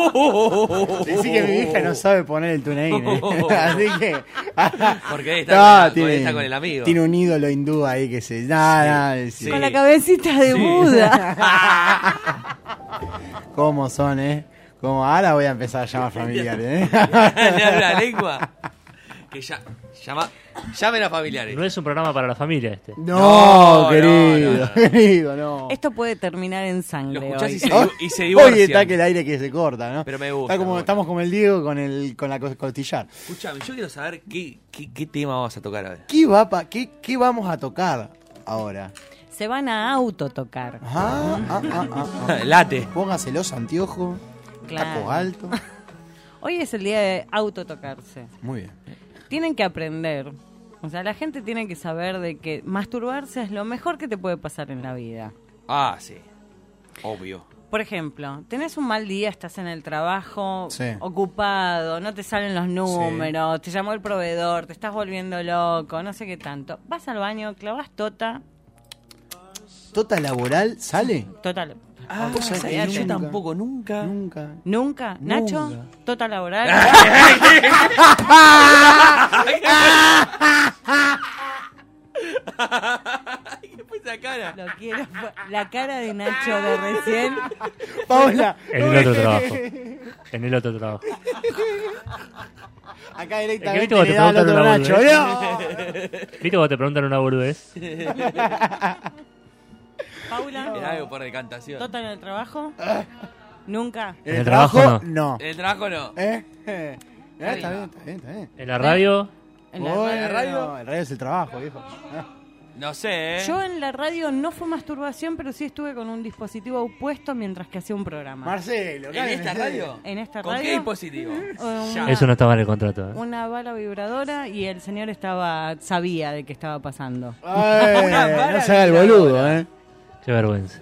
Speaker 7: Así que mi vieja no sabe poner el ¿eh? tune Así que.
Speaker 8: Porque está,
Speaker 7: No,
Speaker 8: con, está con el amigo.
Speaker 7: Tiene un ídolo hindú ahí que se. Nada,
Speaker 8: sí.
Speaker 9: Con la cabecita de
Speaker 7: Sí.
Speaker 9: Buda.
Speaker 7: ¿Cómo son, eh? Como ahora voy a empezar a llamar familiares, eh.
Speaker 8: Le habla la lengua. Que ya. Llama, llamen a familiares.
Speaker 5: No es un programa para la familia este.
Speaker 7: No,
Speaker 8: No,
Speaker 7: querido,
Speaker 8: no, no, no.
Speaker 7: querido, no.
Speaker 9: Esto puede terminar en sangre.
Speaker 8: escuchás
Speaker 9: hoy.
Speaker 8: y se divu- y se divorcian.
Speaker 7: Hoy está que el aire que se corta, ¿no?
Speaker 8: Pero me gusta,
Speaker 7: Está como,
Speaker 8: bueno.
Speaker 7: Estamos como el Diego con, el, con la co- costillar.
Speaker 8: Escuchame, yo quiero saber qué, qué, qué tema vamos a tocar ahora.
Speaker 7: ¿Qué, va pa- qué, ¿Qué vamos a tocar ahora?
Speaker 9: Se van a autotocar.
Speaker 7: Ah, ah, ah, ah, ah.
Speaker 8: Late.
Speaker 7: Póngase los anteojos,
Speaker 9: Claro.
Speaker 7: taco alto.
Speaker 9: Hoy es el día de autotocarse.
Speaker 7: Muy bien.
Speaker 9: Tienen que aprender. O sea, la gente tiene que saber de que masturbarse es lo mejor que te puede pasar en la vida.
Speaker 8: Ah, sí. Obvio.
Speaker 9: Por ejemplo, tenés un mal día, estás en el trabajo,
Speaker 8: Sí.
Speaker 9: ocupado, no te salen los números, te llamó el proveedor, te estás volviendo loco, no sé qué tanto. Vas al baño, clavas tota,
Speaker 7: ¿Tota laboral sale?
Speaker 9: total.
Speaker 8: Ah,
Speaker 9: Vos sabés tota que
Speaker 8: yo
Speaker 9: yo
Speaker 8: tampoco, nunca.
Speaker 7: Nunca.
Speaker 9: ¿Nunca? ¿Nacho? ¿Tota laboral?
Speaker 8: esa cara?
Speaker 9: Lo quiero. La cara de Nacho de recién.
Speaker 7: Paula.
Speaker 5: En el otro trabajo. En el otro trabajo.
Speaker 7: Acá
Speaker 5: Es que viste cuando te
Speaker 7: directamente le da al
Speaker 5: preguntan
Speaker 7: otro
Speaker 5: una
Speaker 7: Nacho.
Speaker 5: boludez.
Speaker 7: ¡No!
Speaker 5: ¿Viste cuando te preguntan una boludez?
Speaker 9: Paula.
Speaker 8: Era algo por decantación.
Speaker 9: ¿Tota en el trabajo? Nunca.
Speaker 5: ¿En el trabajo no?
Speaker 7: No.
Speaker 8: En el trabajo no.
Speaker 7: ¿Eh? Eh, está bien, está bien, está bien.
Speaker 5: ¿En la radio?
Speaker 9: ¿En la
Speaker 7: Bueno,
Speaker 9: radio?
Speaker 7: El radio es el trabajo, viejo. Ah.
Speaker 8: No sé, ¿eh?
Speaker 9: Yo en la radio no fue masturbación, pero sí estuve con un dispositivo puesto mientras que hacía un programa.
Speaker 7: Marcelo,
Speaker 8: ¿En esta radio?
Speaker 9: En esta
Speaker 8: ¿Con
Speaker 9: radio.
Speaker 8: qué dispositivo?
Speaker 9: Una-
Speaker 5: Eso no estaba en el contrato. ¿eh?
Speaker 9: Una bala vibradora y el señor estaba sabía de qué estaba pasando.
Speaker 7: Ay, Eh, no se haga el boludo, ¿eh?
Speaker 5: Qué vergüenza.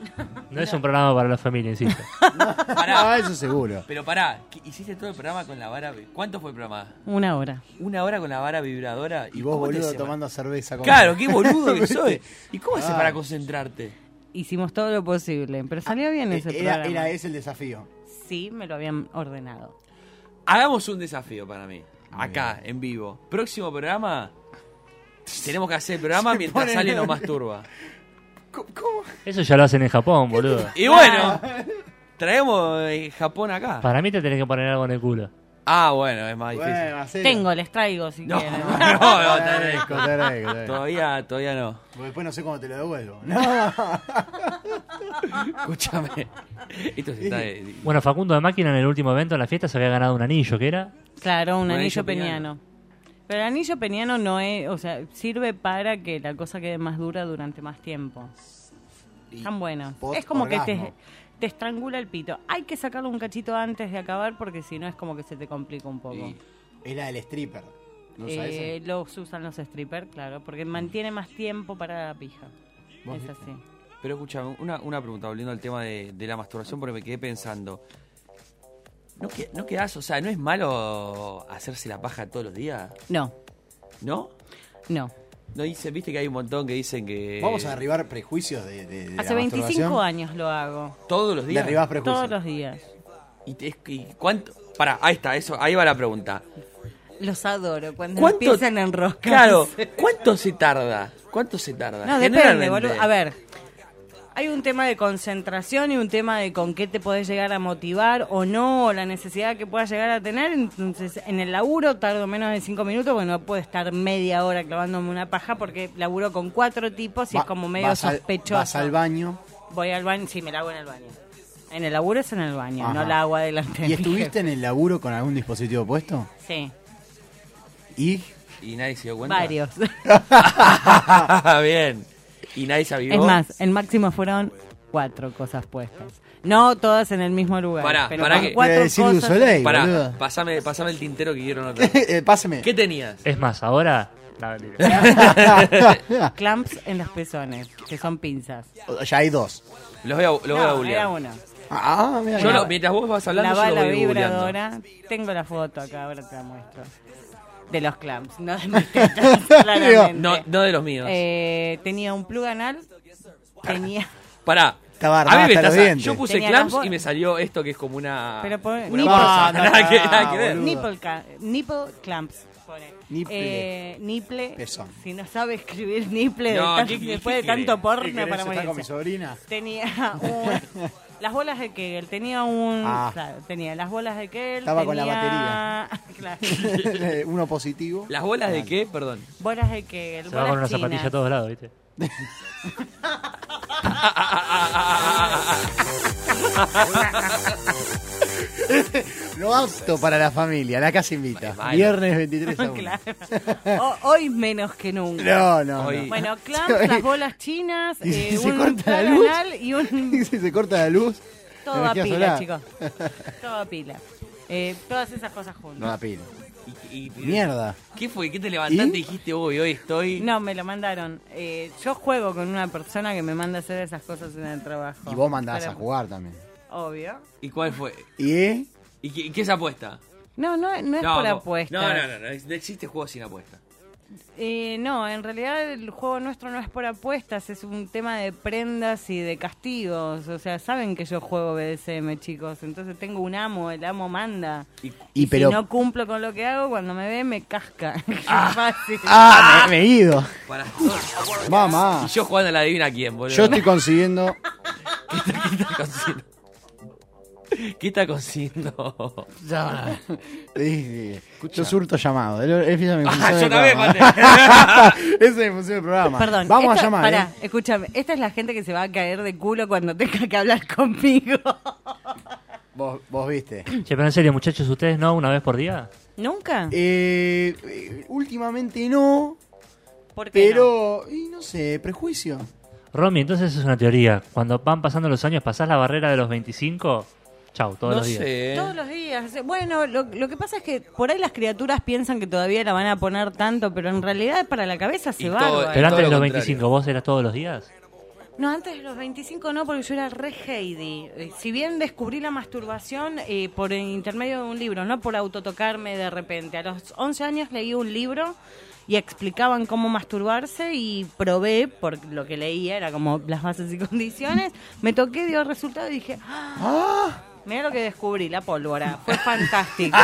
Speaker 5: No es un programa para la familia, insisto.
Speaker 7: Ah, eso seguro.
Speaker 8: Pero pará, ¿qué- ¿hiciste todo el programa con la vara? vi- ¿Cuánto fue el programa?
Speaker 9: Una hora.
Speaker 8: Una hora con la vara vibradora.
Speaker 7: Y vos,
Speaker 8: cómo te
Speaker 7: boludo,
Speaker 8: se-
Speaker 7: tomando cerveza. con-
Speaker 8: Claro, qué boludo que soy. ¿Y cómo haces
Speaker 7: Ah.
Speaker 8: para concentrarte?
Speaker 9: Hicimos todo lo posible, pero salió bien ese
Speaker 7: E Era,
Speaker 9: programa.
Speaker 7: era ese el desafío.
Speaker 9: Sí, me lo habían ordenado.
Speaker 8: Hagamos un desafío para mí. Acá, en vivo. Próximo programa. Tenemos que hacer el programa
Speaker 7: Se
Speaker 8: mientras
Speaker 7: pone-
Speaker 8: alguien nos masturba.
Speaker 5: Eso ya lo hacen en Japón, boludo.
Speaker 8: Y bueno,
Speaker 7: Ah.
Speaker 8: traemos eh, Japón acá.
Speaker 5: Para mí te tenés que poner algo en el culo.
Speaker 8: Ah, bueno, es más difícil.
Speaker 9: Tengo, les traigo si
Speaker 8: No,
Speaker 9: quieren.
Speaker 8: no, no,
Speaker 7: Te
Speaker 8: tenés.
Speaker 7: agradezco, te agradezco, te agradezco.
Speaker 8: Todavía, todavía no.
Speaker 7: Porque después no sé cómo te lo devuelvo. No.
Speaker 8: Escúchame. Esto se está. eh,
Speaker 5: Bueno, Facundo de Máquina en el último evento en la fiesta se había ganado un anillo, que era?
Speaker 9: Claro, un,
Speaker 5: Un
Speaker 9: anillo,
Speaker 5: anillo
Speaker 9: peñano.
Speaker 5: peñano.
Speaker 9: Pero el anillo peñano no es, o sea, sirve para que la cosa quede más dura durante más tiempo. Están buenos.
Speaker 7: post
Speaker 9: Es como que te,
Speaker 7: orgasmo.
Speaker 9: te estrangula el pito. Hay que sacarlo un cachito antes de acabar porque si no es como que se te complica un poco.
Speaker 7: Es la del stripper. ¿No
Speaker 9: Eh,
Speaker 7: sabes? ese?
Speaker 9: los usan los strippers, claro, porque mantiene más tiempo para la pija.
Speaker 8: ¿Vos
Speaker 9: Es
Speaker 8: viste?
Speaker 9: así.
Speaker 8: Pero escúchame, una, una pregunta, volviendo al tema de, de la masturbación, porque me quedé pensando. ¿No, que- ¿No quedás? O sea, ¿no es malo hacerse la paja todos los días?
Speaker 9: No,
Speaker 8: ¿No?
Speaker 9: no.
Speaker 8: No dicen, viste que hay un montón que dicen que.
Speaker 7: Vamos a derribar prejuicios de, de- de
Speaker 9: Hace
Speaker 7: la
Speaker 9: 25
Speaker 7: masturbación.
Speaker 9: años lo hago.
Speaker 8: Todos los días.
Speaker 7: Derribás prejuicios.
Speaker 9: Todos los días.
Speaker 8: ¿Y, te- y cuánto? Pará, ahí está, eso, ahí va la pregunta.
Speaker 9: Los adoro. Cuando
Speaker 8: ¿Cuánto-
Speaker 9: empiezan a enroscar.
Speaker 8: Claro, ¿cuánto se tarda? ¿Cuánto se tarda?
Speaker 9: No, depende,
Speaker 8: Generalmente.
Speaker 9: boludo. A ver, hay un tema de concentración y un tema de con qué te podés llegar a motivar o no, o la necesidad que puedas llegar a tener. Entonces, en el laburo tardo menos de cinco minutos, porque no puedo estar media hora clavándome una paja porque laburo con cuatro tipos y es
Speaker 7: Va-
Speaker 9: como medio
Speaker 7: vas al-
Speaker 9: sospechoso.
Speaker 7: vas al baño.
Speaker 9: Voy al baño, sí, me la hago en el baño. En el laburo es en el baño,
Speaker 7: Ajá.
Speaker 9: no la hago adelante. de
Speaker 7: ¿Y
Speaker 9: mi
Speaker 7: estuviste
Speaker 9: jefe.
Speaker 7: en el laburo con algún dispositivo puesto?
Speaker 9: Sí,
Speaker 7: ¿Y?
Speaker 8: ¿Y nadie se dio cuenta?
Speaker 9: varios.
Speaker 8: Bien. ¿Y nadie se avivó?
Speaker 9: Es más, el máximo fueron cuatro cosas puestas. No todas en el mismo lugar.
Speaker 8: Pará,
Speaker 9: pero
Speaker 8: pará
Speaker 9: con
Speaker 8: que-
Speaker 9: cuatro
Speaker 7: Voy a decir
Speaker 9: cosas.
Speaker 7: Usoley,
Speaker 8: Pará,
Speaker 7: boludo.
Speaker 8: pasame, pasame el tintero que quiero notar.
Speaker 7: Eh, páseme.
Speaker 8: ¿Qué tenías?
Speaker 5: Es más, ahora. No, mentira.
Speaker 9: Clamps en los pezones, que son pinzas.
Speaker 7: Ya hay dos.
Speaker 8: Los voy a, los voy a
Speaker 9: No,
Speaker 8: googlear.
Speaker 9: era uno.
Speaker 7: Ah, mira.
Speaker 8: Yo
Speaker 7: mira.
Speaker 8: lo- mientras vos vas hablando,
Speaker 9: La
Speaker 8: yo lo
Speaker 9: bala
Speaker 8: voy googleando.
Speaker 9: vibradora. Tengo la foto acá, ahora te la muestro. De los clamps, no de mis tetas, claramente.
Speaker 8: No, no de los míos.
Speaker 9: Eh, tenía un plug anal, tenía...
Speaker 8: Pará.
Speaker 7: Estaba
Speaker 8: a mí
Speaker 7: armada
Speaker 8: me
Speaker 7: hasta
Speaker 8: está
Speaker 7: los
Speaker 8: sa-
Speaker 7: dientes.
Speaker 8: Yo puse
Speaker 9: Tenía las
Speaker 8: clamps
Speaker 9: bol-
Speaker 8: y me salió esto que es como una.
Speaker 9: Pero pon-
Speaker 8: Ah. una
Speaker 9: nipple-
Speaker 8: bolsa.
Speaker 7: No, no,
Speaker 8: nada, que, nada
Speaker 7: Ah,
Speaker 8: que
Speaker 7: no,
Speaker 8: ver.
Speaker 7: boludo.
Speaker 9: Nipple, ca- nipple clamps. pone.
Speaker 7: Nipple.
Speaker 9: Eh, nipple.
Speaker 7: Pezón.
Speaker 9: Si no sabe escribir nipple,
Speaker 8: No,
Speaker 9: de tan-
Speaker 8: ¿qué- qué-
Speaker 9: después
Speaker 8: qué
Speaker 9: de tanto
Speaker 8: querés?
Speaker 7: ¿Qué
Speaker 9: porno
Speaker 7: querés?
Speaker 9: para
Speaker 7: ¿Estás con mi
Speaker 9: morirse.
Speaker 7: sobrina?
Speaker 9: Tenía un- las bolas de Kegel, tenía un
Speaker 7: Ah.
Speaker 9: claro, tenía las bolas de Kegel,
Speaker 7: Estaba con la
Speaker 9: tenía- claro.
Speaker 7: Uno positivo.
Speaker 8: ¿Las bolas de qué? Perdón.
Speaker 9: Bolas de Kegel,
Speaker 5: Se va con una
Speaker 9: bolas
Speaker 5: zapatilla a
Speaker 9: chinas.
Speaker 5: todos lados, ¿viste?
Speaker 7: Lo apto para la familia, la casa invita.
Speaker 8: Bueno.
Speaker 7: Viernes 23 a 1.
Speaker 9: Claro. O- hoy menos que nunca.
Speaker 7: No, no,
Speaker 8: Hoy-
Speaker 7: no.
Speaker 9: Bueno, clamps, las bolas chinas,
Speaker 7: Y si
Speaker 9: eh,
Speaker 7: se
Speaker 9: un
Speaker 7: corta la
Speaker 9: plug
Speaker 7: luz.
Speaker 9: anal y un
Speaker 7: Y si se corta la luz.
Speaker 9: Todo
Speaker 7: la
Speaker 9: a
Speaker 7: energía
Speaker 9: pila,
Speaker 7: solar.
Speaker 9: chicos. Todo a pila. Eh, todas esas cosas juntas.
Speaker 7: No da pila.
Speaker 8: Y- y-
Speaker 7: Mierda.
Speaker 8: ¿Qué fue? ¿Qué te levantaste y dijiste, uy, hoy estoy.
Speaker 9: No, me lo mandaron. Eh, yo juego con una persona que me manda a hacer esas cosas en el trabajo.
Speaker 7: Y vos mandás
Speaker 9: Pero-
Speaker 7: a jugar también.
Speaker 9: Obvio.
Speaker 8: ¿Y cuál fue?
Speaker 7: ¿Y?
Speaker 8: ¿Y qué, y qué es apuesta?
Speaker 9: No, no, no es por
Speaker 8: no,
Speaker 9: apuesta.
Speaker 8: No, no, no, no, no existe juego sin apuesta.
Speaker 9: Eh, no, en realidad el juego nuestro no es por apuestas, es un tema de prendas y de castigos. O sea, saben que yo juego BDSM, chicos. Entonces tengo un amo, el amo manda.
Speaker 8: Y-
Speaker 7: Y
Speaker 9: Si
Speaker 7: pero.
Speaker 9: no cumplo con lo que hago, cuando me ve me casca. Es fácil.
Speaker 7: ¡Ah! Me, me he ido.
Speaker 8: Para...
Speaker 7: Mamá.
Speaker 8: Y yo jugando a la divina quién, boludo.
Speaker 7: Yo estoy consiguiendo.
Speaker 8: ¿Qué está cosiendo?
Speaker 7: Ya van a ver. Sí, sí. Yo surto llamado. El- el- Esa es mi
Speaker 8: Ah,
Speaker 7: función
Speaker 8: yo
Speaker 7: del
Speaker 8: también,
Speaker 7: programa. Esa es mi función del programa.
Speaker 9: Perdón,
Speaker 7: Vamos
Speaker 9: esta-
Speaker 7: a llamar.
Speaker 9: pará,
Speaker 7: ¿eh?
Speaker 9: escúchame. Esta es la gente que se va a caer de culo cuando tenga que hablar conmigo.
Speaker 7: Vos, vos viste.
Speaker 5: Che, pero en serio, muchachos, ¿ustedes no una vez por día?
Speaker 9: ¿Nunca?
Speaker 7: Eh, eh, últimamente no.
Speaker 9: qué
Speaker 7: pero, y no sé, prejuicio.
Speaker 5: Romy, entonces es una teoría. Cuando van pasando los años, pasás la barrera de los 25, chau, todos
Speaker 8: No
Speaker 5: los días.
Speaker 7: ¿eh?
Speaker 8: sé. ¿eh?
Speaker 9: Todos los días. Bueno, lo, lo que pasa es que por ahí las criaturas piensan que todavía la van a poner tanto, pero en realidad para la cabeza se va.
Speaker 5: Pero antes de
Speaker 8: lo
Speaker 5: los
Speaker 8: contrario.
Speaker 5: 25, ¿vos eras todos los días?
Speaker 9: No, antes de los 25 no, porque yo era re Heidi. Eh, Si bien descubrí la masturbación eh, por el intermedio de un libro, no por autotocarme de repente. A los 11 años leí un libro y explicaban cómo masturbarse y probé, por lo que leía, era como las bases y condiciones. Me toqué, dio resultado y dije, ¡ah! Mira lo que descubrí, la pólvora. Fue fantástico.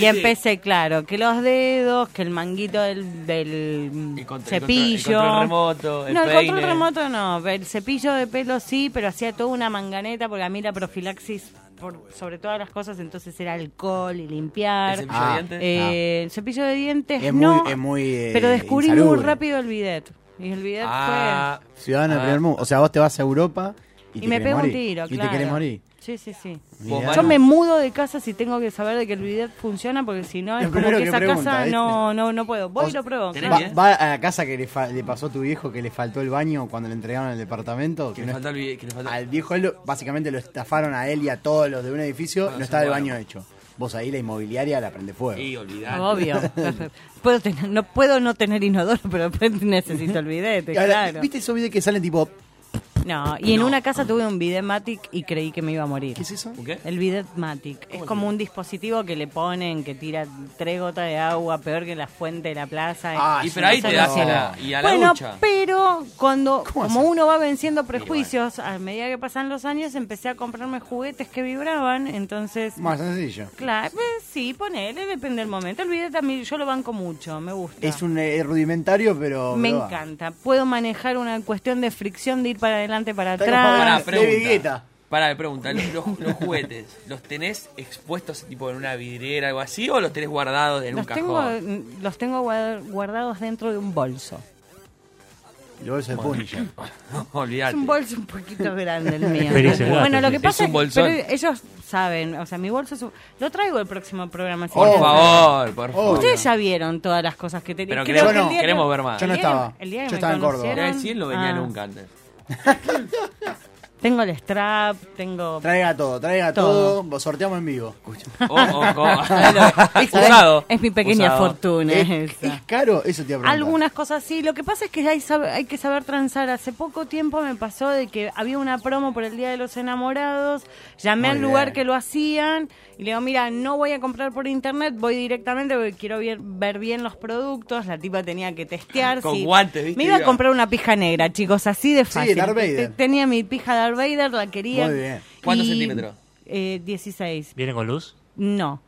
Speaker 9: y empecé, claro, que los dedos, que el manguito del, del
Speaker 8: el control-
Speaker 9: cepillo.
Speaker 8: el control remoto, el
Speaker 9: no, el control
Speaker 8: peine.
Speaker 9: remoto no. El cepillo de pelo sí, pero hacía toda una manganeta porque a mí la profilaxis, por, sobre todas las cosas, entonces era alcohol y limpiar.
Speaker 7: ¿El cepillo de Ah, dientes?
Speaker 9: Eh, El cepillo de dientes
Speaker 7: Es muy-
Speaker 9: no.
Speaker 7: es muy, eh,
Speaker 9: pero descubrí muy
Speaker 7: insalubre.
Speaker 9: rápido el bidet. Y el bidet
Speaker 7: Ah,
Speaker 9: fue.
Speaker 7: Ciudadano del primer mundo. O sea, vos te vas a Europa y,
Speaker 9: Y,
Speaker 7: te
Speaker 9: me
Speaker 7: querés
Speaker 9: pego un
Speaker 7: morir.
Speaker 9: tiro,
Speaker 7: Y
Speaker 9: claro.
Speaker 7: te querés morir.
Speaker 9: Sí, sí, sí.
Speaker 7: Mirá.
Speaker 9: Yo me mudo de casa si tengo que saber de que el bidet funciona, porque si no, es
Speaker 7: Lo
Speaker 9: como que,
Speaker 7: primero que
Speaker 9: esa
Speaker 7: pregunta,
Speaker 9: casa
Speaker 7: ¿viste?
Speaker 9: no, no, no puedo. Voy y lo pruebo.
Speaker 7: Va,
Speaker 9: claro.
Speaker 7: va a la casa que le, fa- le pasó a tu viejo que le faltó el baño cuando le entregaron el departamento. Que
Speaker 8: le
Speaker 7: no-
Speaker 8: faltó el vi- que le faltó-
Speaker 7: Al viejo él lo- básicamente lo estafaron a él y a todos los de un edificio.
Speaker 8: Ah, Bueno,
Speaker 7: no estaba
Speaker 8: se
Speaker 7: el
Speaker 8: fueron.
Speaker 7: baño hecho. Vos ahí la inmobiliaria la prende fuego.
Speaker 8: Y olvidate.
Speaker 9: Obvio. puedo, tener- no, puedo no tener inodoro, pero necesito el bidet,
Speaker 7: Y ahora,
Speaker 9: Este, claro.
Speaker 7: ¿Viste esos videos que salen tipo
Speaker 9: No, y en
Speaker 7: No.
Speaker 9: una casa tuve un bidet Matic y creí que me iba a morir. ¿Qué
Speaker 7: es eso?
Speaker 9: El bidet Matic. Es como un dispositivo que le ponen que tira tres gotas de agua, peor que la fuente de la plaza.
Speaker 8: Ah, Y sí, pero ahí
Speaker 9: eso
Speaker 8: te
Speaker 9: no
Speaker 8: das a
Speaker 9: sirve.
Speaker 8: la- y a la
Speaker 9: bueno,
Speaker 8: ducha.
Speaker 9: pero cuando como uno va venciendo prejuicios, a medida que pasan los años, empecé a comprarme juguetes que vibraban, entonces...
Speaker 7: más sencillo?
Speaker 9: Claro, eh, sí, ponele, depende del momento. El bidet también yo lo banco mucho, me gusta.
Speaker 7: Es un eh, rudimentario, pero.
Speaker 9: Me
Speaker 7: pero va.
Speaker 9: encanta. Puedo manejar una cuestión de fricción de ir para adelante, para
Speaker 7: Está como
Speaker 9: atrás.
Speaker 8: Pará, pregunta. Pará, pregunta. ¿Los, los- los juguetes, ¿los tenés expuestos tipo en una vidriera o algo así o los tenés guardados en un
Speaker 9: Los tengo, mm,
Speaker 8: cajón?
Speaker 9: los tengo guar- guardados dentro de un bolso.
Speaker 7: El bolso de Punisher.
Speaker 8: Olvidate.
Speaker 9: Es un bolso un poquito grande el mío.
Speaker 8: Feliz el gato,
Speaker 9: bueno, lo
Speaker 8: sí.
Speaker 9: que
Speaker 8: Es
Speaker 9: pasa
Speaker 8: un bolsón.
Speaker 9: pero ellos saben, o sea, mi bolso es un- lo traigo el próximo programa. si
Speaker 8: Por
Speaker 9: quieren.
Speaker 8: favor, por favor.
Speaker 9: Ustedes ya vieron todas las cosas que tenía.
Speaker 8: Pero
Speaker 9: Creo
Speaker 8: queremos-
Speaker 9: que el día que-
Speaker 8: queremos ver más.
Speaker 9: el
Speaker 8: Yo no
Speaker 9: día que-
Speaker 8: estaba.
Speaker 9: el día que
Speaker 8: Yo
Speaker 9: me
Speaker 8: estaba en Córdoba.
Speaker 9: conocieron-
Speaker 8: Era decir, no venía
Speaker 9: Ah.
Speaker 8: nunca antes.
Speaker 9: Tengo el strap, tengo.
Speaker 7: Traiga todo, traiga todo. Vos sorteamos en vivo.
Speaker 8: Oh,
Speaker 9: Es- Usado. es mi pequeña Usado. fortuna
Speaker 7: ¿Es, es caro? Eso te iba a preguntar.
Speaker 9: Algunas cosas sí. Lo que pasa es que hay, sab- hay que saber transar. Hace poco tiempo me pasó de que había una promo por el Día de los Enamorados. Llamé
Speaker 14: Muy
Speaker 9: al lugar
Speaker 14: bien.
Speaker 9: que lo hacían y le digo, mira, no voy a comprar por internet, voy directamente porque quiero ver, ver bien los productos. La tipa tenía que testear.
Speaker 8: Con
Speaker 9: si-
Speaker 8: guantes, ¿viste?
Speaker 9: Me iba a
Speaker 8: Iba.
Speaker 9: comprar una pija negra, chicos, así de fácil.
Speaker 8: Darth Vader.
Speaker 9: Te- Tenía mi pija Darth Vader, la quería.
Speaker 8: ¿Cuántos
Speaker 9: y-
Speaker 8: centímetros?
Speaker 9: eh, 16.
Speaker 5: ¿Viene con luz?
Speaker 9: No.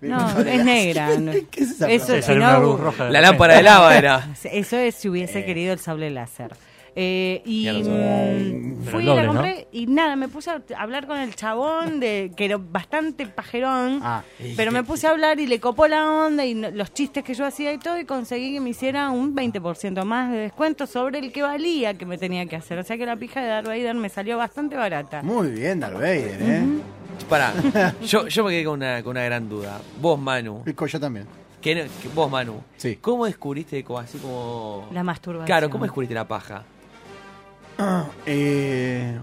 Speaker 5: Bien,
Speaker 9: No,
Speaker 5: no le
Speaker 9: es
Speaker 5: hagas.
Speaker 9: negra. no.
Speaker 5: ¿Qué es esa
Speaker 9: Eso,
Speaker 5: cosa?
Speaker 9: si
Speaker 5: Sale
Speaker 9: no,
Speaker 5: una
Speaker 9: u-
Speaker 5: luz roja de La repente. lámpara de
Speaker 8: lava era.
Speaker 9: Eso es si hubiese
Speaker 5: Eh.
Speaker 9: querido el sable láser. Eh, y
Speaker 8: Ya lo sé.
Speaker 9: mm,
Speaker 8: Pero
Speaker 9: fui
Speaker 8: el
Speaker 9: y la
Speaker 8: doble, ¿no?
Speaker 9: compré y nada, me puse a hablar con el chabón, de que era bastante pajerón,
Speaker 7: Ah.
Speaker 9: pero me puse a hablar y le copó la onda y no- los chistes que yo hacía y todo y conseguí que me hiciera un 20% más de descuento sobre el que valía que me tenía que hacer. O sea que la pija de Darth Vader me salió bastante barata.
Speaker 7: Muy bien, Darth Vader, ¿eh?
Speaker 8: Pará, yo, yo me quedé con una, con una gran duda. Vos, Manu.
Speaker 7: Yo también.
Speaker 8: que no- que vos, Manu. ¿Cómo descubriste como así como.
Speaker 9: La masturbación.
Speaker 8: Claro, ¿cómo descubriste la paja?
Speaker 7: Eh...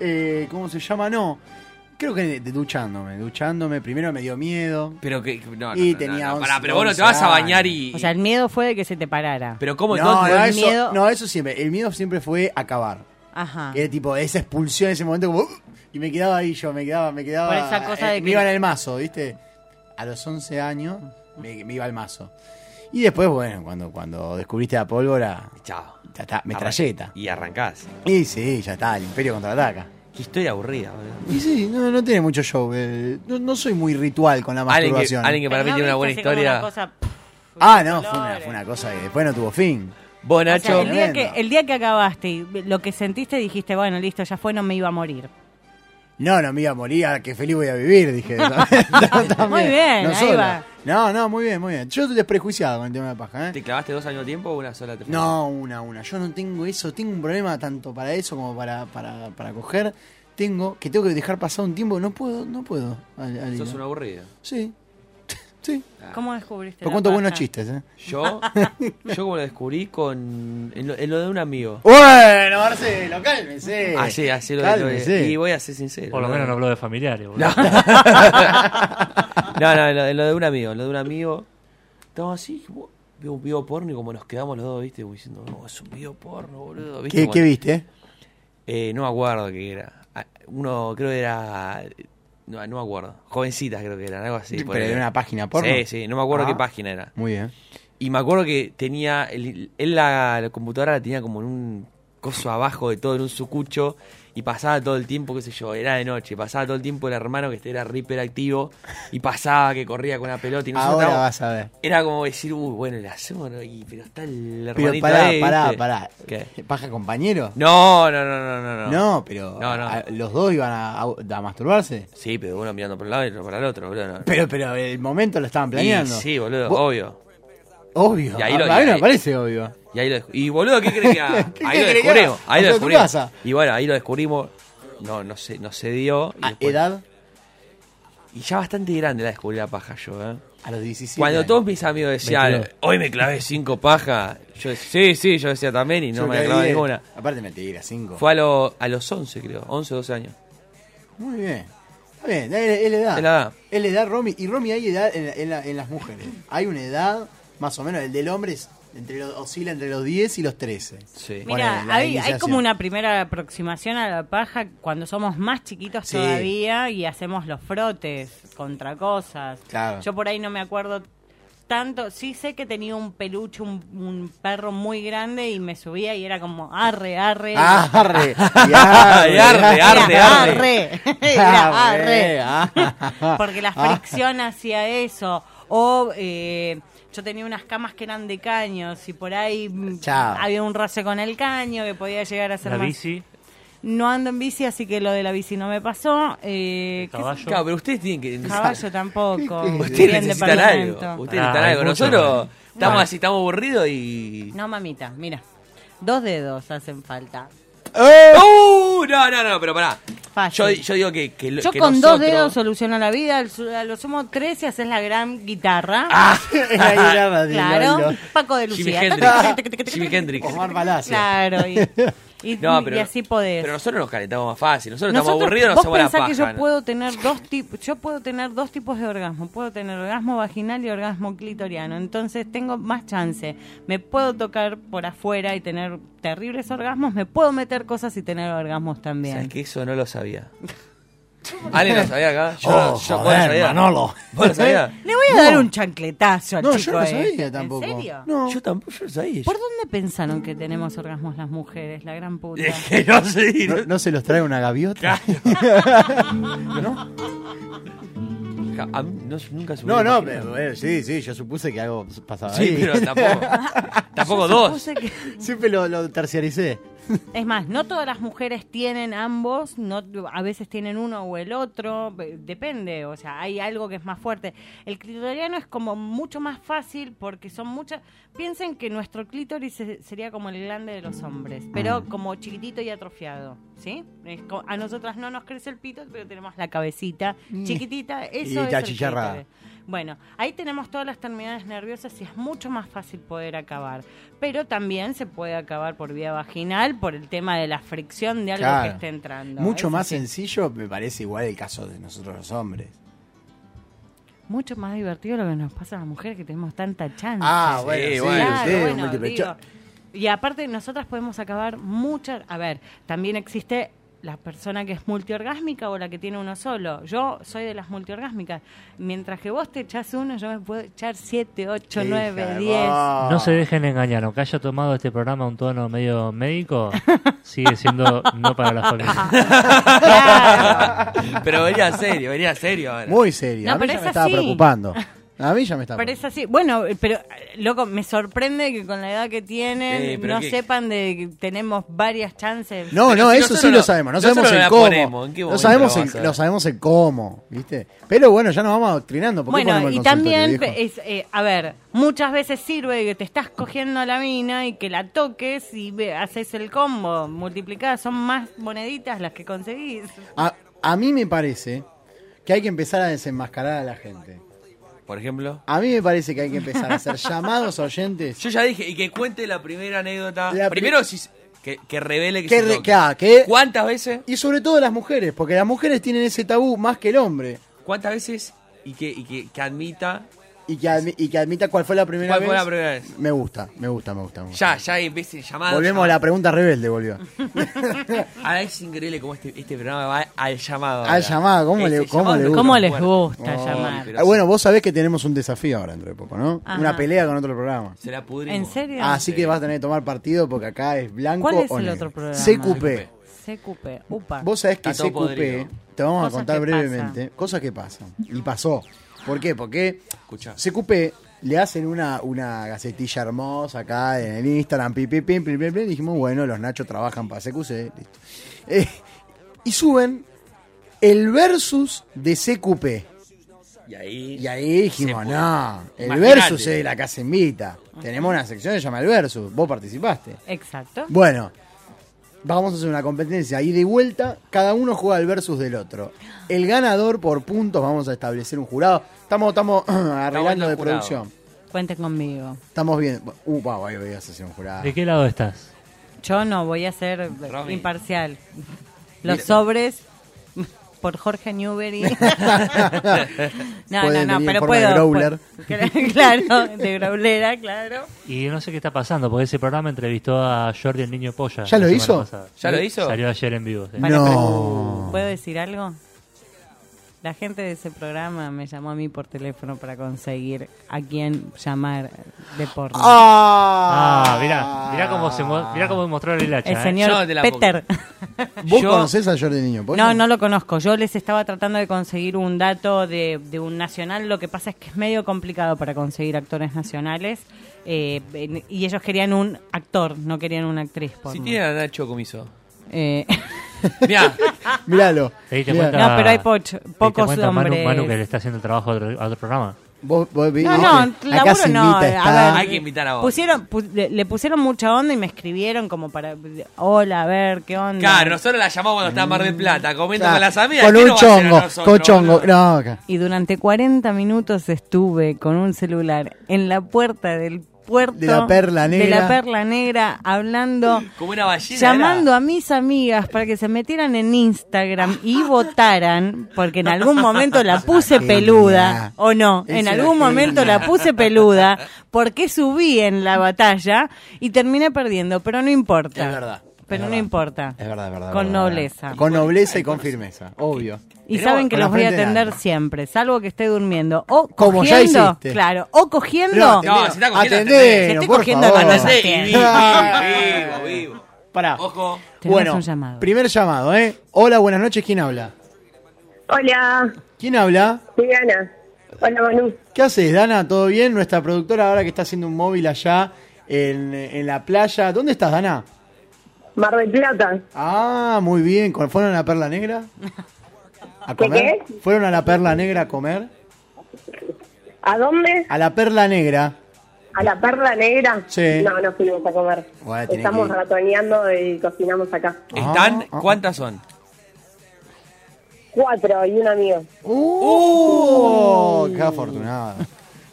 Speaker 7: Eh, ¿Cómo se llama? No. Creo que de- de- duchándome. Duchándome. Primero me dio miedo.
Speaker 8: Pero que. No, no,
Speaker 7: Y
Speaker 8: no,
Speaker 7: tenía
Speaker 8: no, no,
Speaker 7: 11,
Speaker 8: pará, pero vos no
Speaker 7: 11
Speaker 8: te vas a bañar y.
Speaker 9: O sea, el miedo fue de que se te parara.
Speaker 8: Pero ¿cómo
Speaker 7: No, no,
Speaker 9: el
Speaker 7: eso,
Speaker 9: miedo-
Speaker 7: no, eso siempre. El miedo siempre fue acabar.
Speaker 9: Ajá.
Speaker 7: Era tipo esa expulsión, ese momento como... "Uh", Y me quedaba ahí yo, me quedaba, me quedaba... eh,
Speaker 9: Por esa cosa de
Speaker 7: me
Speaker 9: que-
Speaker 7: iba en el mazo, ¿viste? A los 11 años me, me iba al mazo. Y después, bueno, cuando, cuando descubriste la pólvora...
Speaker 8: Chao.
Speaker 7: Ya está, metralleta.
Speaker 8: Y arrancás.
Speaker 7: Y sí, ya está, el imperio contraataca.
Speaker 8: Que estoy aburrida, boludo.
Speaker 7: Y sí, no, no tiene mucho show. eh, No, no soy muy ritual con la
Speaker 8: Alguien que,
Speaker 7: masturbación.
Speaker 8: alguien que para mí tiene una buena historia.
Speaker 7: ah, no, fue una, fue una cosa que después no tuvo fin.
Speaker 8: Vos,
Speaker 9: O sea,
Speaker 8: Nacho.
Speaker 9: el, día que, el día que acabaste y lo que sentiste dijiste, bueno, listo, ya fue, no me iba a morir.
Speaker 7: No, no me iba a morir, ah, qué feliz voy a vivir, dije.
Speaker 9: Muy bien,
Speaker 7: No
Speaker 9: ahí
Speaker 7: solo.
Speaker 9: va.
Speaker 7: No, no, muy bien, muy bien. Yo estoy desprejuiciado con el tema de la paja, ¿eh?
Speaker 8: ¿Te clavaste dos años de tiempo o una sola te fue?
Speaker 7: No, una, una. Yo no tengo eso. Tengo un problema tanto para eso como para, para, para coger. Tengo que tengo que dejar pasar un tiempo. No puedo, no puedo. al- al
Speaker 8: Sos
Speaker 7: hilo.
Speaker 8: un aburrido.
Speaker 7: Sí. sí.
Speaker 9: ¿Cómo descubriste?
Speaker 7: Pero
Speaker 9: la
Speaker 7: cuento
Speaker 9: paja?
Speaker 7: buenos chistes, ¿eh?
Speaker 8: Yo, yo como lo descubrí con. En lo, en lo de un amigo.
Speaker 7: Bueno, Marcelo, cálmese.
Speaker 8: Así, así lo de- lo de-
Speaker 7: Cálmese.
Speaker 8: Y voy a ser sincero.
Speaker 5: Por lo menos no habló de familiares, boludo.
Speaker 8: No, no, no, en lo, en lo de un amigo. en Lo de un amigo. Estamos así. bu- Vio un video porno y como nos quedamos los dos, viste, como diciendo, no, es un video porno, boludo. ¿viste?
Speaker 7: ¿Qué,
Speaker 8: Como-
Speaker 7: qué viste?
Speaker 8: Eh, no me acuerdo qué era. Ah, Uno, creo que era. No, no me acuerdo. Jovencitas, creo que eran, algo así.
Speaker 7: ¿Pero
Speaker 8: ponele.
Speaker 7: era una página porno?
Speaker 8: Sí, sí, no me acuerdo
Speaker 7: Ah.
Speaker 8: qué página era.
Speaker 7: Muy bien.
Speaker 8: Y me acuerdo que tenía. el- él la, la computadora la tenía como en un coso abajo de todo, en un sucucho. Y pasaba todo el tiempo, qué sé yo, era de noche. Pasaba todo el tiempo el hermano que este era re hiperactivo. Y pasaba que corría con una pelota. Y nosotros
Speaker 7: Ahora
Speaker 8: estábamos-
Speaker 7: vas a ver.
Speaker 8: Era como decir, uy, bueno, le hacemos, ¿no? Y- pero está el hermanito.
Speaker 7: Pero pará,
Speaker 8: ahí,
Speaker 7: pará,
Speaker 8: ¿viste?
Speaker 7: pará.
Speaker 8: este. ¿Qué?
Speaker 7: ¿Paja compañero?
Speaker 8: No, no, no, no, no.
Speaker 7: No, pero
Speaker 8: No, no.
Speaker 7: a- los dos iban a, a- a masturbarse.
Speaker 8: Sí, pero uno mirando por un lado y otro para el otro, boludo. no.
Speaker 7: Pero, pero el momento lo estaban
Speaker 8: Y
Speaker 7: planeando.
Speaker 8: sí, boludo,
Speaker 7: Vos-
Speaker 8: obvio.
Speaker 7: Obvio.
Speaker 8: Y ahí lo-
Speaker 7: a a mí
Speaker 8: y
Speaker 7: no me
Speaker 8: ahí-
Speaker 7: parece obvio.
Speaker 8: Y ahí lo descu- Y boludo, ¿qué crees que haga?
Speaker 7: ¿Qué
Speaker 8: Ahí lo
Speaker 7: crees que haga?
Speaker 8: descubrimos. Ahí lo
Speaker 7: O sea, ¿tú qué
Speaker 8: descubrimos.
Speaker 7: vas a-
Speaker 8: Y bueno, ahí lo descubrimos. No, no se, no se dio. Y después-
Speaker 7: Ah, ¿Edad?
Speaker 8: Y ya bastante grande la descubrí la paja yo, ¿eh?
Speaker 7: A los 17.
Speaker 8: Cuando
Speaker 7: años.
Speaker 8: todos mis amigos decían,
Speaker 7: 22.
Speaker 8: hoy me clavé cinco pajas, yo decía, sí, sí, yo decía también y no
Speaker 7: Yo
Speaker 8: me
Speaker 7: caí
Speaker 8: clavé
Speaker 7: diez.
Speaker 8: ninguna.
Speaker 7: Aparte mentira, cinco.
Speaker 8: Fue a, lo- a los 11, creo, 11 o 12 años.
Speaker 7: Muy bien. Está bien, es es la edad.
Speaker 8: Es la edad.
Speaker 7: Es la edad, Romy. Y Romy hay edad en, la- en la- en las mujeres. Hay una edad, más o menos, el del hombre es entre los- oscila entre los 10 y los 13.
Speaker 8: Sí.
Speaker 9: Mira, hay, hay como una primera aproximación a la paja cuando somos más chiquitos
Speaker 7: Sí.
Speaker 9: todavía y hacemos los frotes contra cosas.
Speaker 7: Claro.
Speaker 9: Yo por ahí no me acuerdo tanto. Sí sé que tenía un peluche, un, un perro muy grande y me subía y era como arre, arre.
Speaker 7: Arre, y
Speaker 8: arre, arre, arre,
Speaker 9: Era
Speaker 8: arre.
Speaker 9: Era arre.
Speaker 7: Arre, ah.
Speaker 9: Porque la
Speaker 7: Ah.
Speaker 9: fricción hacía eso. O eh, yo tenía unas camas que eran de caños y por ahí mm,
Speaker 7: Chao.
Speaker 9: había un roce con el caño que podía llegar a ser
Speaker 5: La
Speaker 9: más-
Speaker 5: bici,
Speaker 9: No ando en bici, así que lo de la bici no me pasó. Eh, ¿qué sé-
Speaker 8: Claro, pero ustedes tienen que...
Speaker 9: Caballo tampoco.
Speaker 8: Ustedes
Speaker 9: Bien de
Speaker 8: necesitan algo.
Speaker 9: parlamento.
Speaker 8: Ustedes
Speaker 5: Ah,
Speaker 8: necesitan
Speaker 5: hay
Speaker 8: algo.
Speaker 5: mucho,
Speaker 8: Nosotros estamos
Speaker 9: No.
Speaker 8: así, estamos aburridos y.
Speaker 9: No, mamita, mira. Dos dedos hacen falta.
Speaker 7: Eh.
Speaker 8: ¡Uh! No, no, no, pero pará. Yo,
Speaker 9: Fácil.
Speaker 8: yo digo que. que lo-
Speaker 9: Yo
Speaker 8: que
Speaker 9: con dos
Speaker 8: nosotros-
Speaker 9: dedos soluciono la vida, al su- a lo sumo tres y haces la gran guitarra.
Speaker 8: Ah,
Speaker 9: claro, Paco de
Speaker 8: Jimi
Speaker 9: Lucía.
Speaker 8: Hendrix. Jimi Hendrix.
Speaker 7: Omar Palacio.
Speaker 9: Claro, y, y-
Speaker 8: No, pero-
Speaker 9: y así podés.
Speaker 8: Pero nosotros nos calentamos más fácil. Nosotros, estamos
Speaker 9: Nosotros-
Speaker 8: aburridos, nos
Speaker 9: vos
Speaker 8: hacemos la
Speaker 9: pensás
Speaker 8: paja.
Speaker 9: que yo
Speaker 8: ¿no?
Speaker 9: puedo tener dos tipos, yo puedo tener dos tipos de orgasmo, puedo tener orgasmo vaginal y orgasmo clitoriano, entonces tengo más chance. Me puedo tocar por afuera y tener terribles orgasmos, me puedo meter cosas y tener orgasmos
Speaker 8: ¿Sabes
Speaker 9: también.
Speaker 8: que eso no lo sabía? Ale lo sabía acá. Yo,
Speaker 7: Oh, joder,
Speaker 8: yo vos lo sabías.
Speaker 7: Manolo.
Speaker 8: ¿Vos lo sabías?
Speaker 9: Le voy a dar un chancletazo al
Speaker 7: No, yo
Speaker 9: chico.
Speaker 7: no lo
Speaker 9: este.
Speaker 7: sabía tampoco.
Speaker 9: ¿En serio?
Speaker 7: No.
Speaker 8: Yo tampoco, yo lo sabía.
Speaker 9: ¿Por dónde pensaron que tenemos orgasmos las mujeres, la gran puta?
Speaker 8: Es que no sé.
Speaker 7: ¿No, no se los trae una gaviota?
Speaker 8: Ja, a mí no- nunca se me
Speaker 7: No,
Speaker 8: hubiera
Speaker 7: no,
Speaker 8: imaginado.
Speaker 7: pero bueno, sí, sí, yo supuse que algo pasaba
Speaker 8: Sí,
Speaker 7: ahí.
Speaker 8: pero tampoco. Tampoco dos.
Speaker 9: Supuse que-
Speaker 7: Siempre lo, lo terciaricé.
Speaker 9: Es más, no todas las mujeres tienen ambos, no, a veces tienen uno o el otro, eh, depende, o sea, hay algo que es más fuerte. El clitoriano es como mucho más fácil porque son muchas... Piensen que nuestro clítoris se- sería como el glande de los hombres, pero como chiquitito y atrofiado, ¿sí? Es co- a nosotras no nos crece el pito, pero tenemos la cabecita
Speaker 7: Mm.
Speaker 9: chiquitita, eso
Speaker 7: Y
Speaker 9: es el
Speaker 7: achicharrada.
Speaker 9: clítoris. Bueno, ahí tenemos todas las terminales nerviosas y es mucho más fácil poder acabar. Pero también se puede acabar por vía vaginal por el tema de la fricción de algo
Speaker 7: Claro.
Speaker 9: que esté entrando.
Speaker 7: Mucho
Speaker 9: Eso
Speaker 7: más
Speaker 9: sí.
Speaker 7: sencillo me parece igual el caso de nosotros los hombres.
Speaker 9: Mucho más divertido lo que nos pasa a las mujeres que tenemos tanta chance.
Speaker 7: Ah, bueno, sí,
Speaker 9: Claro,
Speaker 7: sí,
Speaker 9: bueno,
Speaker 7: múltiple
Speaker 9: digo,
Speaker 7: cho-
Speaker 9: y aparte nosotras podemos acabar muchas... A ver, también existe la persona que es multiorgásmica o la que tiene uno solo. Yo soy de las multiorgásmicas. Mientras que vos te echás uno, yo me puedo echar siete, ocho,
Speaker 7: Hija
Speaker 9: nueve,
Speaker 7: de
Speaker 9: diez.
Speaker 7: vos.
Speaker 5: no se dejen engañar. Aunque haya tomado este programa un tono medio médico, sigue siendo no para la familia.
Speaker 8: Pero venía serio, venía serio ahora.
Speaker 7: Muy serio.
Speaker 9: No,
Speaker 7: a mí
Speaker 9: pero
Speaker 7: ya
Speaker 9: es
Speaker 7: me estaba
Speaker 9: así.
Speaker 7: preocupando. A mí ya me está.
Speaker 9: Pero es así. Bueno, pero, eh, loco, me sorprende que con la edad que tienen
Speaker 7: Eh, pero
Speaker 9: no
Speaker 7: que-
Speaker 9: sepan de que tenemos varias chances.
Speaker 7: No, no, eso sí lo sabemos. No sabemos
Speaker 8: nosotros
Speaker 7: el
Speaker 8: la
Speaker 7: cómo.
Speaker 8: ponemos, ¿en qué
Speaker 7: no
Speaker 8: momento
Speaker 7: sabemos
Speaker 8: la
Speaker 7: el,
Speaker 8: vas a ver?
Speaker 7: no sabemos el cómo, ¿viste? Pero bueno, ya nos vamos adoctrinando. ¿por qué
Speaker 9: Bueno,
Speaker 7: ponemos el
Speaker 9: y
Speaker 7: consultorio,
Speaker 9: también,
Speaker 7: viejo?
Speaker 9: es, eh, a ver, muchas veces sirve que te estás cogiendo a la mina y que la toques y ve- haces el combo multiplicada. Son más moneditas las que conseguís.
Speaker 7: A, a mí me parece que hay que empezar a desenmascarar a la gente.
Speaker 8: Por ejemplo.
Speaker 7: A mí me parece que hay que empezar a hacer llamados a oyentes.
Speaker 8: Yo ya dije, y que cuente la primera anécdota.
Speaker 7: La pri-
Speaker 8: Primero, si, que, que revele que,
Speaker 7: Que,
Speaker 8: se
Speaker 7: re-
Speaker 8: toque.
Speaker 7: que- ah, que-
Speaker 8: ¿Cuántas veces?
Speaker 7: Y sobre todo las mujeres, porque las mujeres tienen ese tabú más que el hombre.
Speaker 8: ¿Cuántas veces? Y que, y que, que admita.
Speaker 7: Y que, admi- y que admita cuál fue la primera
Speaker 8: ¿Cuál
Speaker 7: vez.
Speaker 8: fue la primera vez?
Speaker 7: Me gusta, me gusta, me gusta. me gusta.
Speaker 8: Ya, ya empiece llamado.
Speaker 7: Volvemos a la pregunta rebelde, volvió.
Speaker 8: llamado. Ahora Ah, es increíble cómo este, este programa va al llamado.
Speaker 7: Al
Speaker 8: ahora.
Speaker 7: llamado, Ah, ¿cómo,
Speaker 8: Ese
Speaker 7: le, cómo
Speaker 8: llamado
Speaker 7: le
Speaker 8: me
Speaker 7: gusta?
Speaker 9: ¿Cómo les gusta
Speaker 7: Oh,
Speaker 9: llamar?
Speaker 7: ah, Bueno, vos sabés que tenemos un desafío ahora dentro de poco, ¿no?
Speaker 9: Ajá.
Speaker 7: Una pelea con otro programa.
Speaker 8: Se la
Speaker 9: ¿En serio?
Speaker 7: Ah, Así que vas a tener que tomar partido porque acá es blanco
Speaker 9: ¿Cuál es
Speaker 7: o
Speaker 9: el
Speaker 7: negro.
Speaker 9: otro programa?
Speaker 7: CQP.
Speaker 9: CQP. Upa.
Speaker 7: Vos sabés que
Speaker 8: Está todo
Speaker 7: CQP,
Speaker 8: podrido.
Speaker 7: te vamos
Speaker 9: Cosas
Speaker 7: a contar
Speaker 9: que
Speaker 7: brevemente, cosas que pasan. Y pasó. ¿Por qué? Porque
Speaker 8: Escuchá.
Speaker 7: CQP le hacen una, una gacetilla hermosa acá en el Instagram, pi, pi, pi, pi, pi, pi. Y dijimos, bueno, los nachos trabajan para CQC, listo. Eh, y suben el versus de CQP.
Speaker 8: Y ahí.
Speaker 7: Y ahí dijimos,
Speaker 8: Se fue.
Speaker 7: no, el
Speaker 8: Imaginate.
Speaker 7: versus es de la casa invita. Tenemos una sección que se llama el versus. Vos participaste.
Speaker 9: Exacto.
Speaker 7: Bueno, vamos a hacer una competencia y de vuelta. Cada uno juega el versus del otro. El ganador por puntos, vamos a establecer un jurado. Estamos, estamos arreglando
Speaker 9: los
Speaker 7: de
Speaker 9: jurados.
Speaker 7: producción.
Speaker 9: Cuenten conmigo.
Speaker 7: Estamos bien. Uh, wow, ahí voy a hacer un jurado.
Speaker 5: ¿De qué lado estás?
Speaker 9: Yo no voy a ser imparcial. Los sobres por Jorge Newbery. no, no,
Speaker 5: Pueden
Speaker 9: no,
Speaker 5: venir en
Speaker 9: pero
Speaker 5: forma de
Speaker 9: puedo.
Speaker 5: growler.
Speaker 9: puedo- claro, de growlera, claro.
Speaker 5: Y no sé qué está pasando, porque ese programa entrevistó a Jordi el Niño Polla.
Speaker 7: ¿Ya
Speaker 5: la
Speaker 7: lo
Speaker 5: semana
Speaker 7: hizo?
Speaker 5: pasada.
Speaker 7: ¿Ya lo hizo?
Speaker 5: Salió ayer en vivo. sí.
Speaker 7: Para, No.
Speaker 9: ¿Puedo decir algo? La gente de ese programa me llamó a mí por teléfono para conseguir a quién llamar de porno.
Speaker 5: Ah, mirá, mirá cómo, se mo- mirá cómo mostró el hacha. eh.
Speaker 9: El señor Peter.
Speaker 7: ¿Vos conocés a Jordi Niño? Polla?
Speaker 9: No, no lo conozco. Yo les estaba tratando de conseguir un dato de, de un nacional. Lo que pasa es que es medio complicado para conseguir actores nacionales. eh, en- y ellos querían un actor, no querían una actriz.
Speaker 8: Si
Speaker 9: porno.
Speaker 8: tiene a Nacho Comiso.
Speaker 9: Eh,
Speaker 8: Mirá.
Speaker 7: Míralo.
Speaker 5: ¿Te diste
Speaker 7: Mirá.
Speaker 5: cuenta-
Speaker 9: No, pero hay poch-
Speaker 5: te diste
Speaker 9: pocos
Speaker 5: cuenta, Manu-
Speaker 9: hombres.
Speaker 5: Manu, que le está haciendo el trabajo a otro, a otro programa.
Speaker 7: Vos, vos vi-
Speaker 9: No,
Speaker 7: viste,
Speaker 9: no,
Speaker 7: la
Speaker 9: laburo
Speaker 7: casa
Speaker 9: no,
Speaker 7: invita
Speaker 9: a
Speaker 7: está-
Speaker 9: ver.
Speaker 8: Hay que invitar a vos.
Speaker 9: pusieron, pu- le, le pusieron mucha onda y me escribieron como para, hola, a ver, ¿qué onda?
Speaker 8: Claro, nosotros la llamamos cuando está en Mar del Plata, comiendo con las amigas.
Speaker 7: Mm. Con
Speaker 8: ¿qué
Speaker 7: un
Speaker 8: nos va a hacer a
Speaker 7: chongo,
Speaker 8: nosotros,
Speaker 7: con chongo.
Speaker 8: boludo?
Speaker 7: No, acá.
Speaker 9: Y durante 40 minutos estuve con un celular en la puerta del puerto
Speaker 7: De la Perla
Speaker 9: de
Speaker 7: Negra.
Speaker 9: la Perla Negra hablando
Speaker 8: Como una ballena.
Speaker 9: llamando a mis amigas para que se metieran en Instagram y votaran porque en algún momento la puse
Speaker 14: genia.
Speaker 9: peluda o no, en
Speaker 14: Esa
Speaker 9: algún
Speaker 14: era
Speaker 9: momento
Speaker 14: genia.
Speaker 9: la puse peluda porque subí en la batalla y terminé perdiendo, pero no importa.
Speaker 7: Es verdad.
Speaker 9: Pero
Speaker 7: Es
Speaker 9: no
Speaker 7: verdad.
Speaker 9: importa.
Speaker 7: Es verdad, es verdad.
Speaker 9: Con
Speaker 7: es verdad.
Speaker 9: nobleza.
Speaker 7: Con nobleza y con firmeza, obvio.
Speaker 9: Y saben que
Speaker 7: Con la
Speaker 9: los voy a
Speaker 7: frente en
Speaker 9: atender siempre, salvo que esté durmiendo. O
Speaker 7: Como ya
Speaker 9: cogiendo,
Speaker 7: hiciste.
Speaker 9: claro, o cogiendo.
Speaker 7: No, atendelo. No, si está cogiendo, Atendelo, atendelo.
Speaker 9: Se estoy
Speaker 7: por
Speaker 9: cogiendo
Speaker 7: favor.
Speaker 9: con los
Speaker 7: Atendé,
Speaker 9: pies.
Speaker 7: vivo,
Speaker 8: Vivo, vivo.
Speaker 7: Pará.
Speaker 8: Ojo.
Speaker 9: Tenemos
Speaker 7: bueno,
Speaker 9: un llamado.
Speaker 7: primer llamado, ¿eh? Hola, buenas noches, ¿quién habla?
Speaker 15: Hola,
Speaker 7: ¿Quién habla?
Speaker 15: soy Ana. Hola, Manu.
Speaker 7: ¿Qué haces, Dana? ¿Todo bien? Nuestra productora ahora que está haciendo un móvil allá en, en la playa. ¿Dónde estás, Dana?
Speaker 15: Mar del Plata.
Speaker 7: Ah, muy bien. ¿Cu- ¿Fueron a la Perla Negra? ¿A comer? ¿Fueron a la Perla Negra a comer?
Speaker 15: ¿A dónde?
Speaker 7: A la Perla Negra.
Speaker 15: ¿A la Perla Negra?
Speaker 7: Sí.
Speaker 15: No, no fuimos a comer.
Speaker 7: Bueno, tiene
Speaker 15: Estamos
Speaker 7: que ir.
Speaker 15: ratoneando y cocinamos acá.
Speaker 7: Ah,
Speaker 8: ¿Están? ¿Cuántas son?
Speaker 15: Cuatro y un amigo.
Speaker 7: ¡Oh! ¡Qué afortunada!